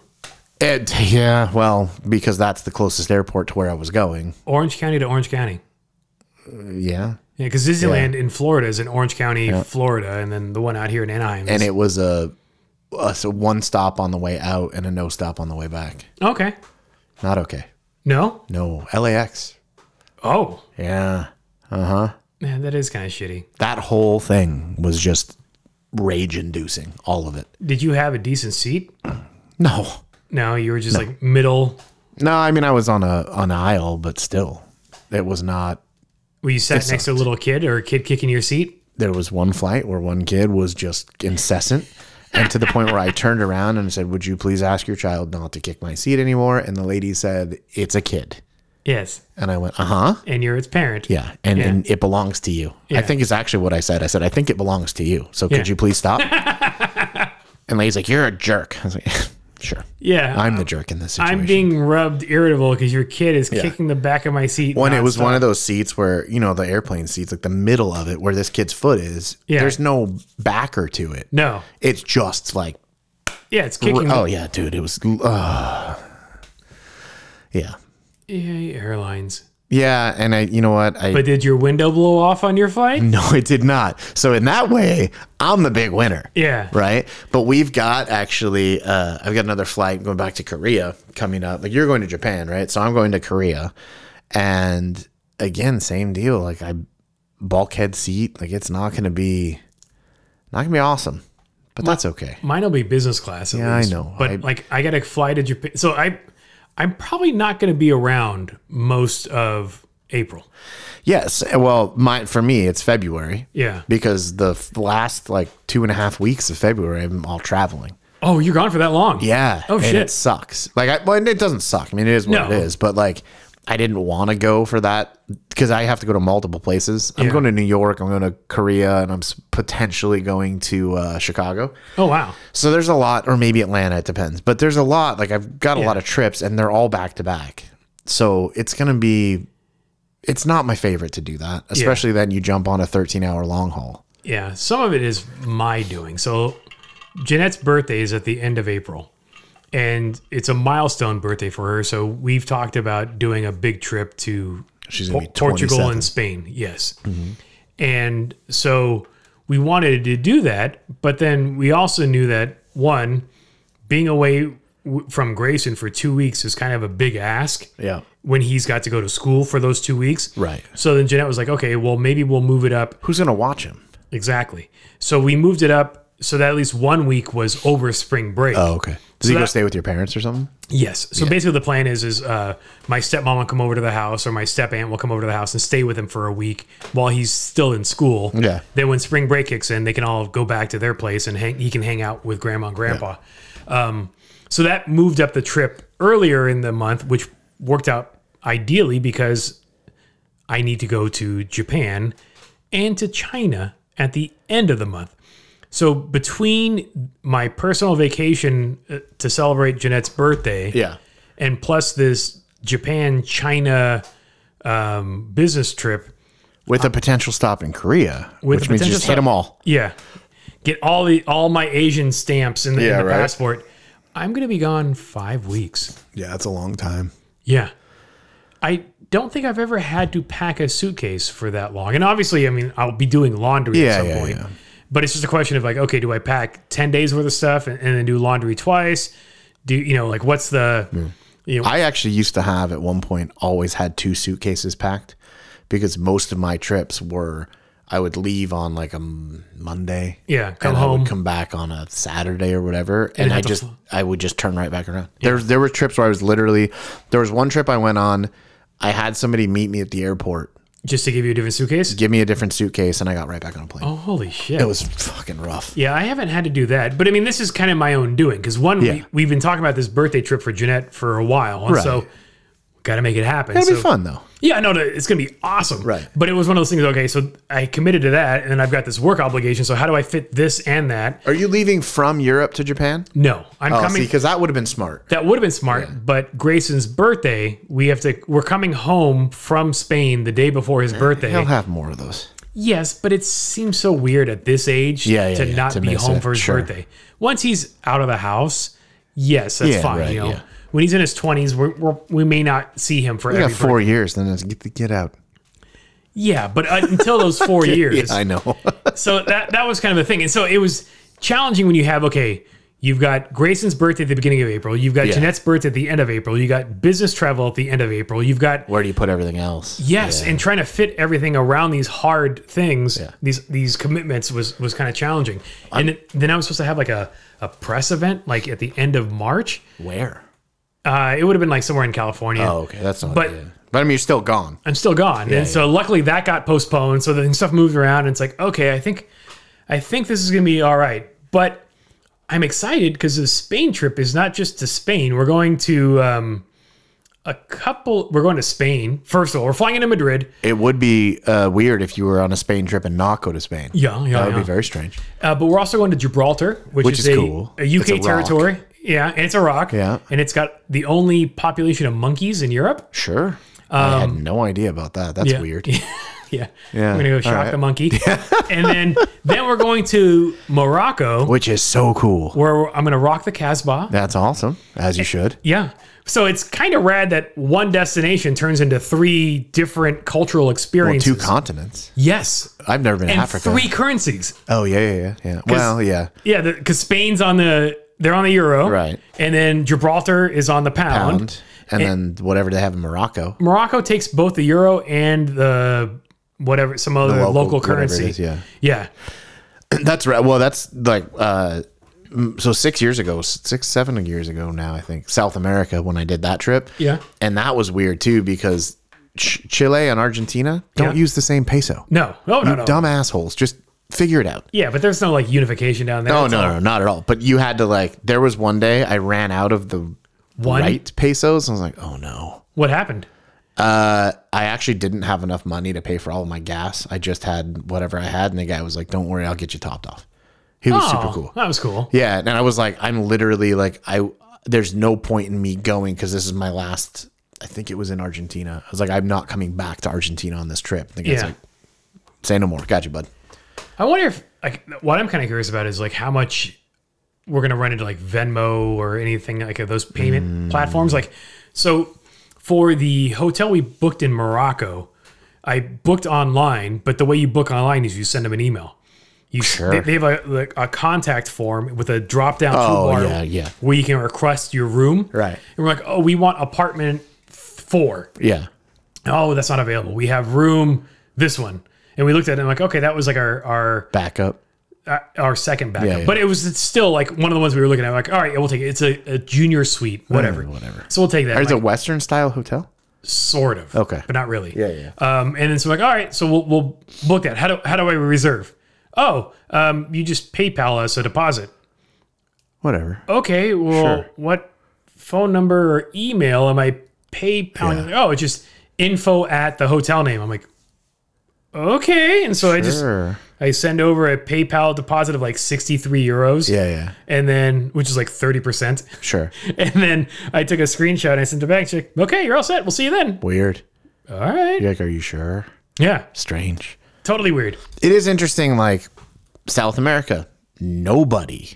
It, yeah, well, because that's the closest airport to where I was going.
Orange County to Orange County.
Yeah.
Yeah, because Disneyland in Florida is in Orange County, Florida, and then the one out here in Anaheim. Is,
And it was a, a so one stop on the way out and a no stop on the way back.
okay,
Not okay.
no,
No. LAX.
oh
Yeah.
man, that is kind of shitty.
That whole thing was just rage inducing. All of it.
Did you have a decent seat?
No.
No, you were just like middle.
No, I mean I was on a on an aisle, but still. It was not
Were you sat next to a little kid or a kid kicking your seat?
there was one flight where one kid was just incessant and to the point where I turned around and said, Would you please ask your child not to kick my seat anymore? And the lady said, It's a kid.
Yes.
And I went, Uh huh.
And you're its parent.
Yeah. And, and it belongs to you. I think it's actually what I said. I said, I think it belongs to you. So could
Yeah.
you please stop? and lady's like, You're a jerk. I was like, Sure.
Yeah. I'm,
I'm the jerk in this situation.
being rubbed irritable because your kid is kicking the back of my seat.
When it was
nonstop.
one of those seats where, you know, the airplane seats, like the middle of it where this kid's foot is,
Yeah.
there's no backer to it.
No.
It's just like
Yeah, it's kicking
Oh yeah, dude, it was. Uh, yeah, oh.
the Yay, airlines.
yeah, and I, you know what, I
But did your window blow off on your flight?
no, it did not. So in that way, I'm the big winner,
Yeah.
right? But we've got actually, uh, I've got another flight going back to Korea coming up. Like you're going to Japan, right? So I'm going to Korea, and again, same deal. Like I bulkhead seat, like it's not going to be, not going to be awesome, but that's okay.
Mine will be business class. At
Yeah, I
least.
know.
But
I-
like, I got to fly to Japan. So I, I'm probably not going to be around most of April.
Yes, well, my for me, it's February.
Yeah.
because the f- last like two and a half weeks of February, I'm all traveling.
Oh, you're gone for that long.
Yeah.
Oh,
and
shit.
It sucks. Like, I, well, it doesn't suck. I mean, it is what
No.
it is. But like, I didn't want to go for that because I have to go to multiple places. I'm
Yeah.
going to New York. I'm going to Korea, and I'm s- potentially going to uh, Chicago.
Oh wow.
So there's a lot, or maybe Atlanta. It depends. But there's a lot. Like I've got a lot of trips, and they're all back to back. So it's gonna be. It's not my favorite to do that, especially then you jump on a 13 hour long haul.
Yeah, some of it is my doing. So Jeanette's birthday is at the end of April, and it's a milestone birthday for her. So we've talked about doing a big trip to
She's gonna be Mm-hmm.
Portugal
27.
and Spain. Yes, and so we wanted to do that, but then we also knew that one being away w- from Grayson for two weeks is kind of a big ask
Yeah.
when he's got to go to school for those two weeks.
Right.
So then Jeanette was like, okay, well, maybe we'll move it up.
Who's gonna watch him?
Exactly. So we moved it up so that at least one week was over spring break.
Oh, okay. Does he go
that-
stay with your parents or something?
Yes. So basically, the plan is is uh, my stepmom will come over to the house, or my step aunt will come over to the house and stay with him for a week while he's still in school.
Yeah.
Then when spring break kicks in, they can all go back to their place and hang, he can hang out with grandma and grandpa. Um, so that moved up the trip earlier in the month, which worked out ideally because I need to go to Japan and to China at the end of the month. So between my personal vacation uh, to celebrate Jeanette's birthday,
Yeah.
and plus this Japan China um, business trip,
With a potential stop in Korea,
with
which
a
means
potential
just hit
stop-
them all.
yeah, get all the all my Asian stamps in the, in
Yeah,
the
right.
passport. I'm gonna be gone five weeks.
Yeah, that's a long time.
Yeah, I don't think I've ever had to pack a suitcase for that long. And obviously, I mean, I'll be doing laundry at
Yeah,
some
yeah,
point.
yeah.
But it's just a question of like, okay, do I pack ten days worth of stuff and, and then do laundry twice? Do you know like what's the you know
I actually used to have at one point always had two suitcases packed because most of my trips were I would leave on like a m- Monday.
yeah come
and I
home
would come back on a Saturday or whatever, and,
have
I
to
just
fl-
I would just turn right back around. There there were trips where I was literally there was one trip I went on, I had somebody meet me at the airport,
just to give you a different suitcase.
give me a different suitcase, and I got right back on a plane.
Oh, holy shit.
It was fucking rough.
yeah, I haven't had to do that. But I mean, this is kind of my own doing because one,
Yeah.
we, we've been talking about this birthday trip for Jeanette for a while. And
Right.
so got to make it happen.
It'll be
So-
fun though.
Yeah, I know that it's going to be awesome.
Right.
But it was one of those things, okay, so I committed to that and then I've got this work obligation. So how do I fit this and that?
Are you leaving from Europe to Japan?
No, I'm
Oh,
coming.
because that would have been smart.
that would have been smart, but Grayson's birthday, we have to, we're coming home from Spain the day before his birthday.
Uh, He'll have more of those.
Yes, but it seems so weird at this age
Yeah, yeah,
to
yeah,
not
to
be
miss
home
it,
for his
sure.
birthday. Once he's out of the house, yes, that's
Yeah,
fine.
right,
you know,
yeah.
when he's in his twenties, we're, we're, we may not see him for
We got
every
four
birthday.
years, then it's get get out.
Yeah, but uh, until those four years,
I know.
so that that was kind of the thing, and so it was challenging when you have okay, you've got Grayson's birthday at the beginning of April, you've got Jeanette's birthday at the end of April, you got business travel at the end of April, you've got
Where do you put everything else?
Yes, and trying to fit everything around these hard things, these these commitments was was kind of challenging. and then I was supposed to have like a a press event like at the end of March.
Where?
Uh, it would have been like somewhere in California.
Oh, okay. That's not.
But-
But but I mean, you're still gone.
I'm still gone, and so luckily that got postponed. So then stuff moved around, and it's like okay, I think I think this is gonna be all right. But I'm excited because the Spain trip is not just to Spain. We're going to um, a couple. We're going to Spain first of all. We're flying into Madrid.
It would be uh, weird if you were on a Spain trip and not go to Spain.
Yeah, yeah,
That would
yeah.
be very strange.
Uh, but we're also going to Gibraltar, which,
Which
is,
is
a,
cool.
a UK
It's a rock.
territory. Yeah, and it's a rock.
Yeah.
and it's got the only population of monkeys in Europe.
Sure. I had no idea about that. That's
Um, yeah.
weird.
yeah,
Yeah,
I'm gonna go
all
shock
right.
the monkey, and then then we're going to Morocco,
Which is so cool.
where I'm gonna rock the Casbah.
That's awesome, as you should.
Yeah, so it's kind of rad that one destination turns into three different cultural experiences.
Two continents.
yes,
I've never been to
and
Africa.
three currencies.
Oh yeah, yeah, yeah. yeah. Well, yeah.
Yeah, because Spain's on the they're on the euro,
Right.
And then Gibraltar is on the pound.
And, and then whatever they have in Morocco,
Morocco takes both the euro and the whatever some other
local-
local,
whatever it
currency.
is, yeah.
yeah,
That's right. Well, that's like uh, m- so six years ago, six seven years ago now, I think South America when I did that trip.
Yeah.
and that was weird too because Ch- Chile and Argentina don't
Yeah.
use the same peso.
No, oh no, no.
Dumb assholes, just figure it out.
Yeah, but there's no like unification down there.
Oh
It's
no,
all
no, not at all. But you had to like. There was one day I ran out of the
One?
right pesos. I was like, oh no.
What happened?
Uh, I actually didn't have enough money to pay for all of my gas. I just had whatever I had, and the guy was like, "Don't worry, I'll get you topped off." He was
Oh,
super cool.
That was cool.
Yeah, and I was like, I'm literally like, I there's no point in me going because this is my last. I think it was in Argentina. I was like, I'm not coming back to Argentina on this trip. The guy's
Yeah.
like, say no more. Gotcha, bud.
I wonder if like what I'm kind of curious about is like how much we're gonna run into like Venmo or anything like those payment
Mm.
platforms. Like, so for the hotel we booked in Morocco, I booked online, but the way you book online is you send them an email. You,
Sure.
they, they have a like a contact form with a drop down
Oh,
toolbar
yeah, yeah.
where you can request your room.
Right.
And we're like, oh, we want apartment four.
Yeah.
Oh, that's not available. We have room this one. And we looked at it and like, okay, that was like our our
Backup.
uh, our second backup,
Yeah, yeah.
but it was it's still like one of the ones we were looking at. Like, all right, we'll take it. It's a, a junior suite, whatever,
whatever.
So we'll take that,
Is
like,
it Western style hotel?
sort of,
Okay.
but not really.
yeah.
Um, and then so we're like, all right, so we'll we'll book that. How do how do I reserve? Oh, um, you just PayPal us a deposit.
Whatever.
Okay, well,
Sure.
what phone number or email am I PayPal? Oh, it's just info at the hotel name. I'm like, okay, and so I just
Sure.
I send over a PayPal deposit of like 63 euros.
Yeah, yeah.
and then which is like 30%.
Sure.
And then I took a screenshot and I sent it back. She's like, okay, you're all set. We'll see you then.
Weird.
All right.
You're like, are you sure?
Yeah.
Strange.
Totally weird.
It is interesting, like South America, nobody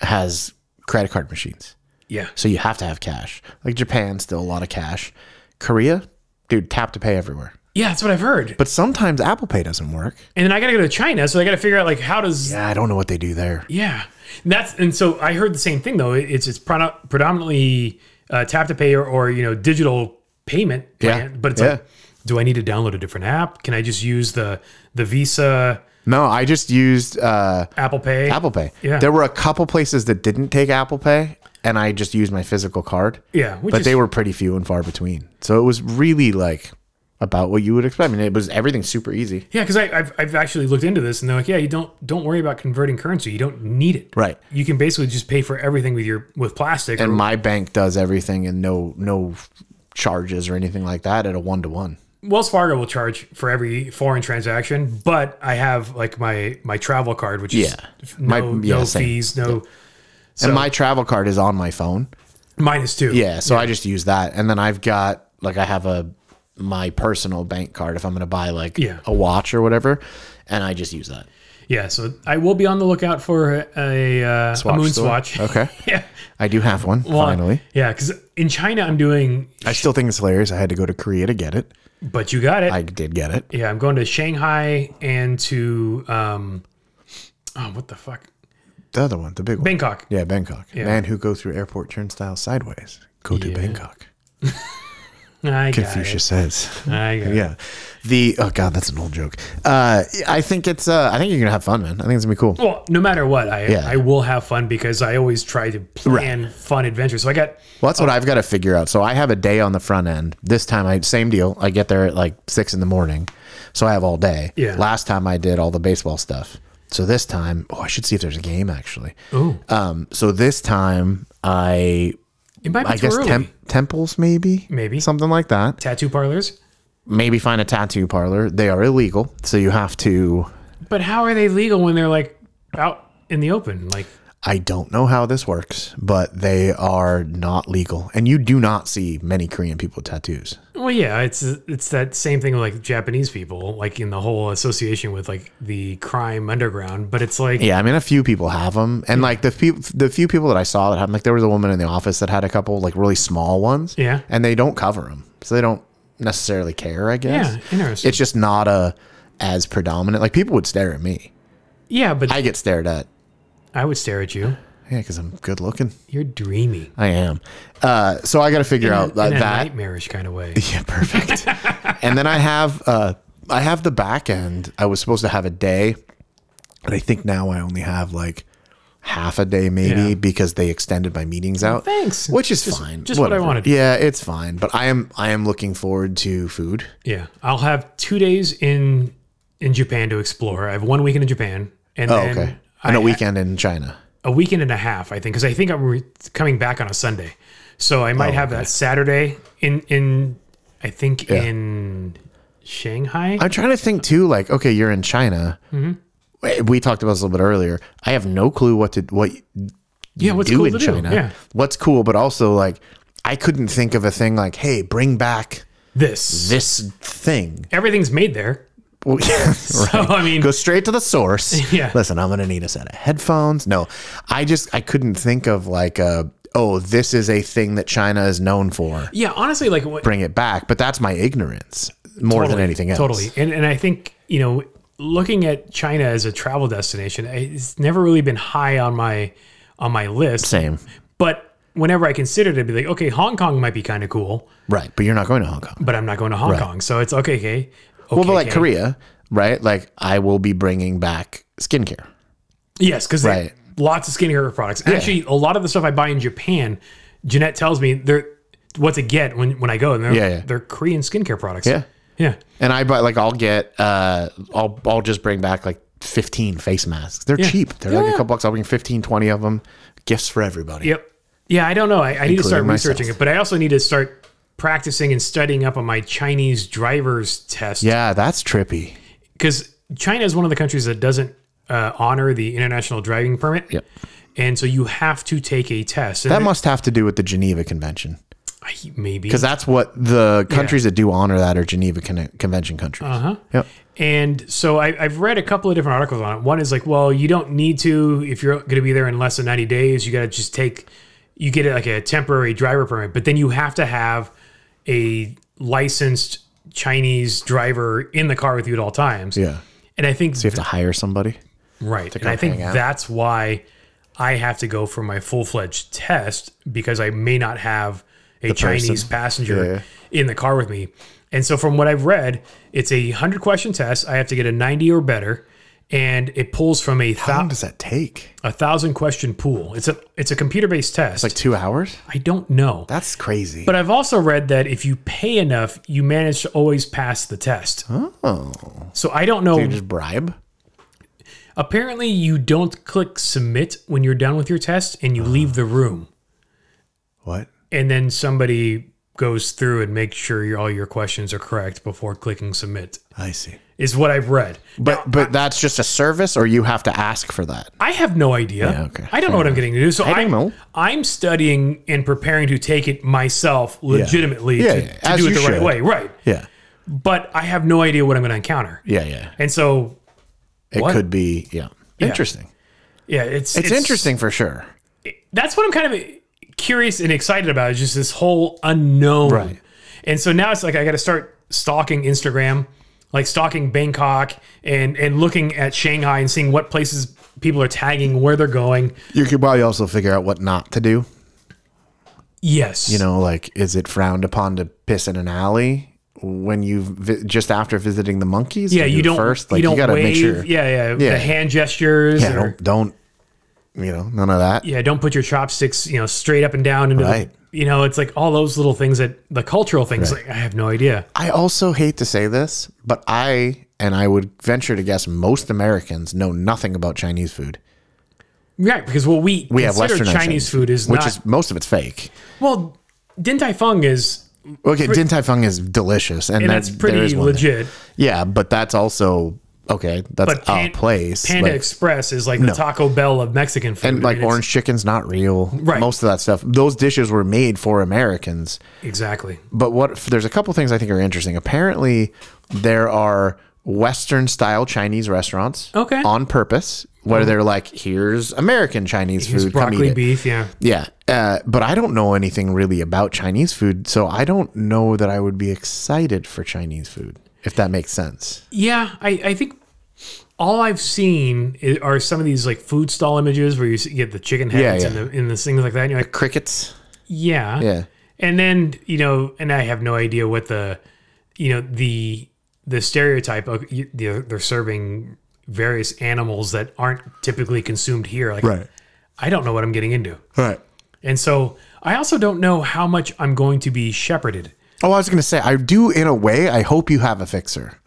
has credit card machines.
Yeah.
So you have to have cash. Like Japan, still a lot of cash. Korea, dude, tap to pay everywhere.
Yeah, that's what I've heard.
But sometimes Apple Pay doesn't work.
And then I got to go to China. So I got to figure out like, how does, yeah.
Yeah, I don't know what they do there.
And that's, and so I heard the same thing though. It- It's, it's prono- predominantly uh, tap to pay or, or, you know, digital payment.
Yeah.
But it's like,
Yeah.
do I need to download a different app? Can I just use the, the Visa
No, I just used uh,
Apple Pay?
Apple Pay.
Yeah.
There were a couple places that didn't take Apple Pay, and I just used my physical card.
Yeah. Which
but
is,
they were pretty few and far between. So it was really like about what you would expect. I mean, it was everything super easy.
Yeah, because I've, I've actually looked into this, and they're like, yeah, you don't don't worry about converting currency. You don't need it.
Right.
You can basically just pay for everything with your with plastic.
And
or-
my bank does everything and no no charges or anything like that at a one to one.
Wells Fargo will charge for every foreign transaction, but I have like my my travel card, which is
Yeah.
f-
My-
no,
yeah,
no
same.
fees, no
And my travel card is on my phone.
minus two.
Yeah, so I just use that, and then I've got like I have a my personal bank card if I'm going to buy like
Yeah.
a watch or whatever, and I just use that.
yeah. So I will be on the lookout for a, a, uh, a moon
store?
swatch.
Okay,
yeah.
I do have one
Well,
finally.
Yeah, because in China I'm doing,
I still think it's hilarious. I had to go to Korea to get it.
but you got it.
I did get it.
Yeah, I'm going to Shanghai and to um, oh, what the fuck,
The other one, the big one.
Bangkok.
Yeah, Bangkok. Man who go through airport turnstile sideways. Go to Bangkok.
I
Confucius says.
Got it. I got it.
yeah. The oh god, that's an old joke. Uh, I think it's. Uh, I think you're gonna have fun, man. I think it's gonna be cool.
Well, no matter what, I
Yeah.
I will have fun because I always try to plan fun adventures. So I got
Well, that's what I've got to figure out. So I have a day on the front end. This time, I same deal. I get there at like six in the morning, so I have all day.
Yeah.
Last time I did all the baseball stuff. So this time, oh, I should see if there's a game actually.
Ooh.
Um. So this time, I
it might be
I
too
guess
early.
temp, temples maybe
Maybe.
something like that.
tattoo parlors.
maybe find a tattoo parlor. They are illegal, so you have to.
But how are they legal when they're like out in the open? Like
I don't know how this works, but they are not legal, and you do not see many Korean people with tattoos.
well, yeah, it's it's that same thing with like Japanese people, like in the whole association with like the crime underground. But it's like
Yeah, I mean, a few people have them, and like the few the few people that I saw that have 'em, like there was a woman in the office that had a couple like really small ones.
Yeah.
and they don't cover them, so they don't necessarily care. I guess.
Yeah, interesting.
It's just not a as predominant. Like people would stare at me.
yeah, but I,
I get stared at.
would stare at you.
Yeah, because I'm good looking.
You're dreaming.
I am. Uh, so I got to figure out
in
that,
a
that
nightmarish kind of way.
Yeah, perfect. and then I have uh I have the back end. I was supposed to have a day, but I think now I only have like half a day maybe
Yeah.
because they extended my meetings out.
thanks.
Which is
Just-
fine.
just what I
Whatever.
wanted.
Yeah, it's fine. But I am I am looking forward to food.
Yeah, I'll have two days in in Japan to explore. I have one weekend in Japan, and
Oh,
then
okay.
I-
And a weekend in China.
a weekend and a half, I think, because I think I'm re- coming back on a Sunday, so I might
Oh,
have that Saturday in in I think in Shanghai.
I'm trying to think too, like, okay, you're in China.
Mm-hmm.
We- We talked about this a little bit earlier. I have no clue what to what
yeah, what's
do
cool
in
to
China.
do? Yeah,
What's cool, but also like I couldn't think of a thing like, hey, bring back
this
this thing.
everything's made there,
Well, yeah,
so I mean,
Go straight to the source.
Yeah.
Listen, I'm gonna need a set of headphones. No, I just I couldn't think of like a oh this is a thing that China is known for.
yeah, honestly, like what,
Bring it back, but that's my ignorance more than anything else.
Totally. And and I think, you know, looking at China as a travel destination, it's never really been high on my on my list.
Same.
But whenever I considered it, I'd be like, okay, Hong Kong might be kind of cool,
Right. But you're not going to Hong Kong.
but I'm not going to Hong Kong, so it's okay, okay. okay
Well, but like
okay.
Korea, right? Like I will be bringing back skincare.
Yes, because
Right.
lots of skincare products. Actually, a lot of the stuff I buy in Japan, Jeanette tells me they're what to get when, when I go, and they're,
Yeah, yeah.
they're Korean skincare products.
Yeah.
yeah.
And I buy like I'll get uh I'll I'll just bring back like 15 face masks. They're cheap. They're like a couple bucks. I'll bring 15, 20 of them. Gifts for everybody.
Yep. Yeah, I don't know. I, I need to start
Including myself.
researching it, but I also need to start practicing and studying up on my Chinese driver's test.
Yeah, that's trippy.
Because China is one of the countries that doesn't uh, honor the international driving permit.
Yep.
And so you have to take a test. And
That must have to do with the Geneva Convention.
I, maybe.
Because that's what the countries that do honor that are Geneva Con- Convention countries. Uh-huh. Yep.
And so I, I've read a couple of different articles on it. One is like, well, you don't need to if you're going to be there in less than 90 days. You got to just take, you get like a temporary driver permit, but then you have to have a licensed Chinese driver in the car with you at all times.
Yeah.
And I think
You have to hire somebody.
right, and I think
hang out.
that's why I have to go for my full fledged test because I may not have a Chinese
person.
passenger
Yeah.
in the car with me. And so, from what I've read, it's a 100 question test. I have to get a 90 or better, and it pulls from a,
How long
thou-
does that take?
a thousand question pool. It's a it's a computer based test.
Like two hours?
I don't know.
That's crazy.
But I've also read that if you pay enough, you manage to always pass the test.
oh.
So I don't know.
You just bribe?
Apparently, you don't click submit when you're done with your test and you leave the room.
What?
And then somebody goes through and makes sure your, all your questions are correct before clicking submit,
I see.
is what I've read.
But but that's just a service or you have to ask for that.
I have no idea.
Yeah, okay.
I don't know what I'm getting to do. So
don't
I am
know.
I'm studying and preparing to take it myself legitimately
Yeah,
to,
yeah,
to
as
do it
you
the right
should.
way. Right.
Yeah.
But I have no idea what I'm going to encounter.
Yeah, yeah.
And so,
It
What?
could be, yeah. Interesting.
yeah, it's,
It's, interesting for sure.
that's what I'm kind of curious and excited about is just this whole unknown.
Right.
And so now it's like I got to start stalking Instagram, like stalking Bangkok and and looking at Shanghai and seeing what places people are tagging, where they're going.
You could probably also figure out what not to do.
Yes.
You know, like is it frowned upon to piss in an alley when you vi- just after visiting the monkeys?
Yeah,
Do
you
it
don't
first. Like you,
don't
gotta
wave.
make sure.
Yeah, yeah,
Yeah.
The hand gestures.
Yeah,
or-
don't don't you know none of that.
yeah, don't put your chopsticks, you know, straight up and down into
Right.
the, you know, it's like all those little things that the cultural things like I have no idea.
I also hate to say this, but I and I would venture to guess most Americans know nothing about Chinese food.
Right, because what we,
We have
consider
Westernized
Chinese, food is
which
not
is most of it's fake.
well, Din Tai Fung is
Okay, Din Tai Fung is delicious, and,
and
that-
that's
there
pretty
is one thing.
legit.
Yeah, but that's also okay. That's
But Pan-
a place.
Panda
like,
Express is like the Taco Bell of Mexican food.
and
I
like
mean, it's-
orange chicken's not real.
Right.
Most of that stuff. Those dishes were made for Americans.
Exactly.
But what there's a couple things I think are interesting. Apparently, there are Western style Chinese restaurants.
Okay.
On purpose, where they're like, here's American Chinese
It's
food. Come eat
broccoli
it.
beef, yeah.
Yeah, uh, but I don't know anything really about Chinese food, so I don't know that I would be excited for Chinese food, if that makes sense.
Yeah, I, I think all I've seen i are some of these like food stall images where you s- get the chicken heads
yeah.
and the and the things like that. And you're like,
Crickets.
yeah,
Yeah.
And then you know, and I have no idea what the you know the the stereotype of you, they're, they're serving various animals that aren't typically consumed here. Like, I don't know what I'm getting into,
Right.
and so I also don't know how much I'm going to be shepherded.
Oh, I was gonna say, I do in a way. I hope you have a fixer.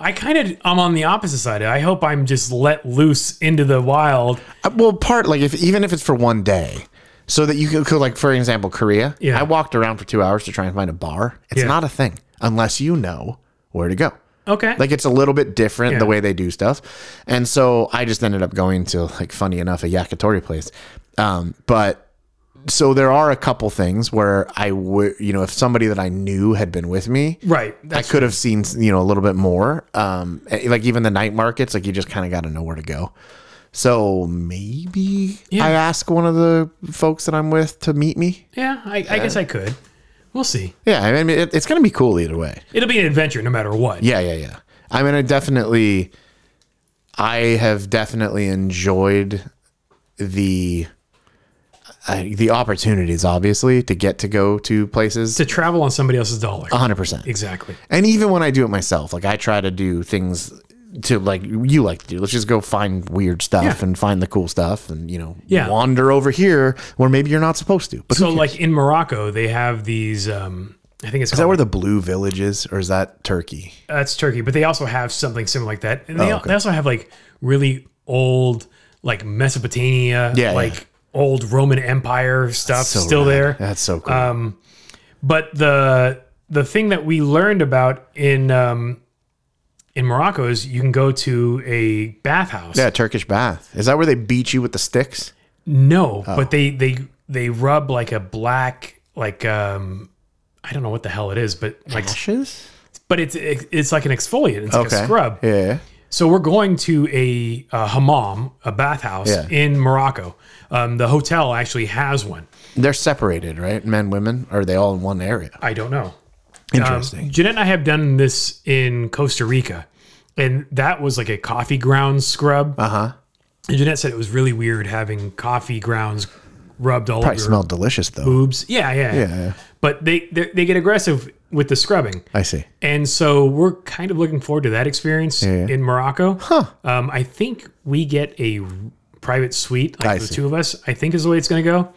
I kind of I'm on the opposite side. I hope I'm just let loose into the wild.
Uh, Well, part like if even if it's for one day, so that you could, could, like for example, Korea.
Yeah.
I walked around for two hours to try and find a bar. It's
Yeah.
not a thing unless you know where to go.
Okay.
Like it's a little bit different
Yeah.
the way they do stuff, and so I just ended up going to like funny enough a yakitori place, um, but. So there are a couple things where I would, you know, if somebody that I knew had been with me,
right.
I could have seen you know a little bit more. Um, eh, like even the night markets, like you just kind of got to know where to go. So maybe I ask one of the folks that I'm with to meet me.
Yeah, I, I guess I could. We'll see.
Yeah, I mean it, it's gonna be cool either way.
It'll be an adventure no matter what.
Yeah, yeah, yeah. I mean, I definitely I have definitely enjoyed the uh, the opportunities, obviously, to get to go to places.
to travel on somebody else's dollar.
One hundred percent.
Exactly.
And even when I do it myself, like I try to do things to like you like to do. Let's just go find weird stuff
Yeah.
and find the cool stuff, and you know,
Yeah.
wander over here where maybe you're not supposed to. But
So,
who cares?
like in Morocco, they have these. Um, I think it's
is that
called,
where the blue village is, or is that Turkey?
that's Turkey, but they also have something similar like that. And they,
Oh, okay.
they also have like really old, like Mesopotamia,
Yeah, yeah.
like old Roman Empire stuff
So
still
rad.
there. Um,
That's so cool.
But the the thing that we learned about in um, in Morocco is you can go to a bathhouse.
yeah, Turkish bath. Is that where they beat you with the sticks?
No,
Oh.
but they they they rub like a black like um I don't know what the hell it is, but like
Ashes.
but it's it's like an exfoliant. It's like
Okay.
a scrub.
Yeah, yeah.
So we're going to a, uh hammam, a bathhouse
Yeah.
in Morocco. Um, the hotel actually has one.
They're separated, right? Men, women, or are they all in one area?
I don't know.
Interesting.
Jeanette and I have done this in Costa Rica, and that was like a coffee grounds scrub. Uh
Uh-huh.
huh. And Jeanette said it was really weird having coffee grounds rubbed all
Probably
over
smelled delicious though.
boobs. Yeah, yeah, yeah.
yeah.
But they, they they get aggressive with the scrubbing,
I see.
and so we're kind of looking forward to that experience
Yeah, yeah.
in Morocco. Huh. Um, I think we get a private suite, like
I
the
see.
two of us. I think is the way it's going to go.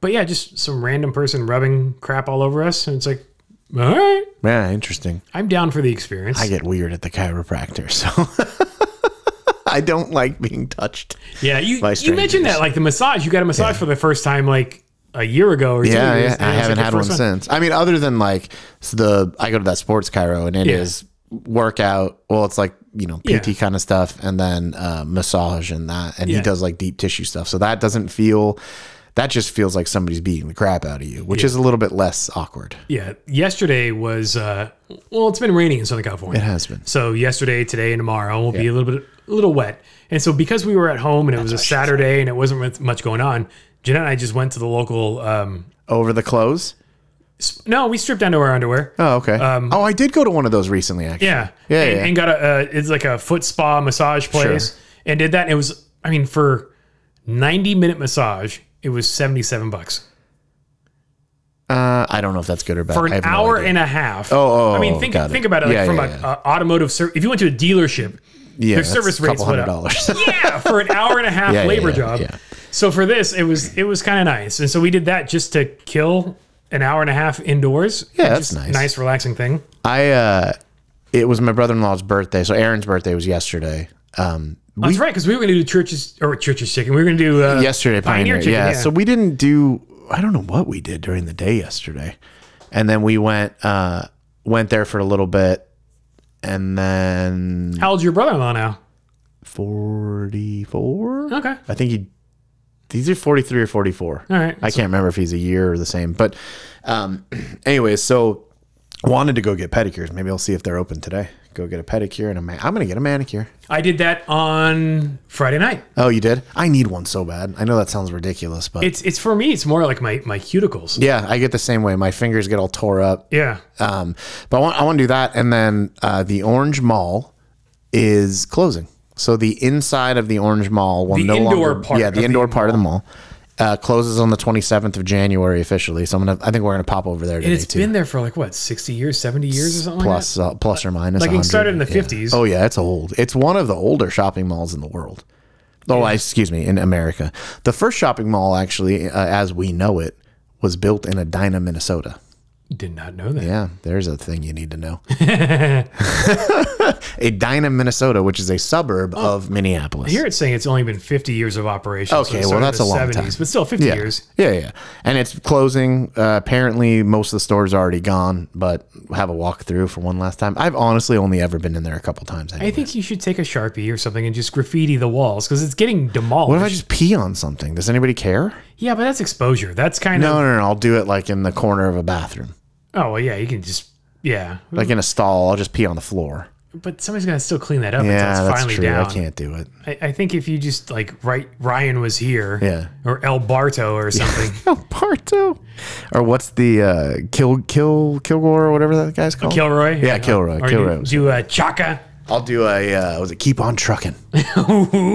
But yeah, just some random person rubbing crap all over us, and it's like, all right,
Yeah, interesting.
I'm down for the experience.
I get weird at the chiropractor, so I don't like being touched.
yeah, you
by
you mentioned
strangers.
that like the massage. You got a massage for the first time like a year ago or two
Yeah,
years, and
yeah. I
it's, like,
haven't
the
had one
first
since. I mean, other than like s- the I go to that sports chiro and it
Yeah.
is workout. Well, it's like you know PT
Yeah.
kind of stuff, and then uh, massage and that, and
Yeah.
he does like deep tissue stuff. So that doesn't feel. That just feels like somebody's beating the crap out of you, which is a little bit less awkward.
Yeah, yesterday was uh, well, it's been raining in Southern California.
It has been.
So yesterday, today, and tomorrow will be a little bit a little wet. And so because we were at home and it was a Saturday and it wasn't with much going on, Jeanette and I just went to the local. Um,
Over the clothes.
sp- no, we stripped down to our underwear.
Oh, okay. oh, I did go to one of those recently, actually.
Um, Yeah,
Yeah,
and,
yeah.
and got a uh, it's like a foot spa massage place and did that. And it was I mean for ninety minute massage, it was seventy seven bucks
Uh, I don't know if that's good or bad.
for
I
an
have no
hour
idea.
and a half.
oh,
I mean
oh,
think
got it.
think about it like
Yeah,
from
yeah,
an
yeah.
automotive service. If you went to a dealership.
yeah,
their
that's
service
a couple
rates went
hundred
up.
dollars.
yeah, for an hour and a half
Yeah, yeah,
labor
yeah,
job.
yeah.
So for this, it was it was kind of nice, and so we did that just to kill an hour and a half indoors.
Yeah,
Which
that's
is
nice.
Nice, relaxing thing.
I uh it was my brother in law's birthday, so Aaron's birthday was yesterday. Um we
That's right, because we were going to do churches or churches chicken. We were going to do uh,
yesterday Pioneer,
Chicken,
yeah. So we didn't do I don't know what we did during the day yesterday. And then we went uh went there for a little bit and then
how old's your brother-in-law now?
44
Okay,
I think he he's either 43 or 44.
all right.
I can't remember if he's a year or the same, but um anyways, so wanted to go get pedicures. Maybe I'll see if they're open today. Go get a pedicure and a man. I'm going to get a manicure.
I did that on Friday night.
Oh, you did? I need one so bad. I know that sounds ridiculous, but
It's it's for me. It's more like my my cuticles.
yeah, I get the same way. My fingers get all tore up.
Yeah,
Um, but I want, I want to do that. And then uh, the Orange Mall is closing. So the inside of the Orange Mall will
The
no
indoor
longer
part
yeah
of
the
the
indoor part of the mall uh, closes on the 27th of January officially. So I'm gonna I think we're gonna pop over there
and
today
it's
too.
been there for like what sixty years, seventy years or something.
plus uh, plus or minus.
like that? like it
100.
started in the
Yeah.
fifties.
Oh yeah, it's old. It's one of the older shopping malls in the world. Oh, I- excuse me, in America, the first shopping mall actually, uh, as we know it, was built in Edina, Minnesota.
Did not know that.
Yeah, there's a thing you need to know. Edina, Minnesota, which is a suburb of Minneapolis.
Oh, Here it's saying it's only been 50 years of operation.
Okay,
it
well,
started in
that's
the
a long time.
but still 50
yeah.
years.
Yeah, yeah. And it's closing. Uh, apparently, most of the stores are already gone, but have a walk through for one last time. I've honestly only ever been in there a couple times. Anyway.
I think you should take a sharpie or something and just graffiti the walls because it's getting demolished.
What if I just pee on something? Does anybody care?
yeah, but that's exposure. That's kind
No,
of.
no, no. I'll do it like in the corner of a bathroom,
Oh well, yeah, you can just yeah,
like in a stall. I'll just pee on the floor.
but somebody's gonna still clean that up until
Yeah,
it's
that's
finally
true.
down.
I can't do it.
I, I think if you just like right, Ryan was here,
Yeah.
or El Barto or something,
Oh, Parto, or what's the uh, kill kill Kilgore or whatever that guy's called?
Kilroy,
Yeah, Kilroy,
or
Kilroy.
Do, do uh, Chaka.
I'll do a uh, was it keep on trucking?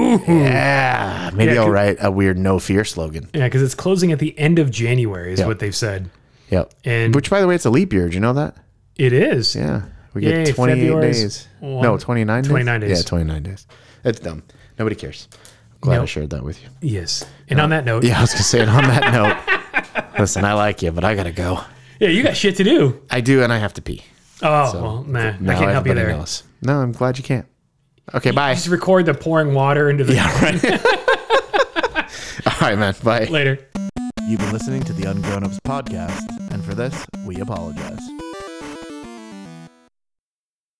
yeah, maybe
Yeah,
I'll
could-
write a weird no fear slogan.
Yeah, because it's closing at the end of January, is
Yeah.
what they've said.
Yep.
And
Which, by the way, it's a leap year. Do you know that?
it is.
Yeah, we
Yay,
get 28
February's
days.
one-
no, 29.
29 days.
Yeah, 29 days. That's dumb. Nobody cares. I'm glad
No.
I shared that with you.
Yes. And on that note,
Uh, Yeah, I was gonna say it on that note. Listen, I like you, but I gotta go.
yeah, you got shit to do.
I do, and I have to pee.
Oh, well, nah, I
Now
can't help you
everybody
there.
knows. No, I'm glad you can't. Okay, bye.
Just record the pouring water into the
All right, man. Bye.
later.
You've been listening to the Ungrown Ups podcast, and for this, we apologize.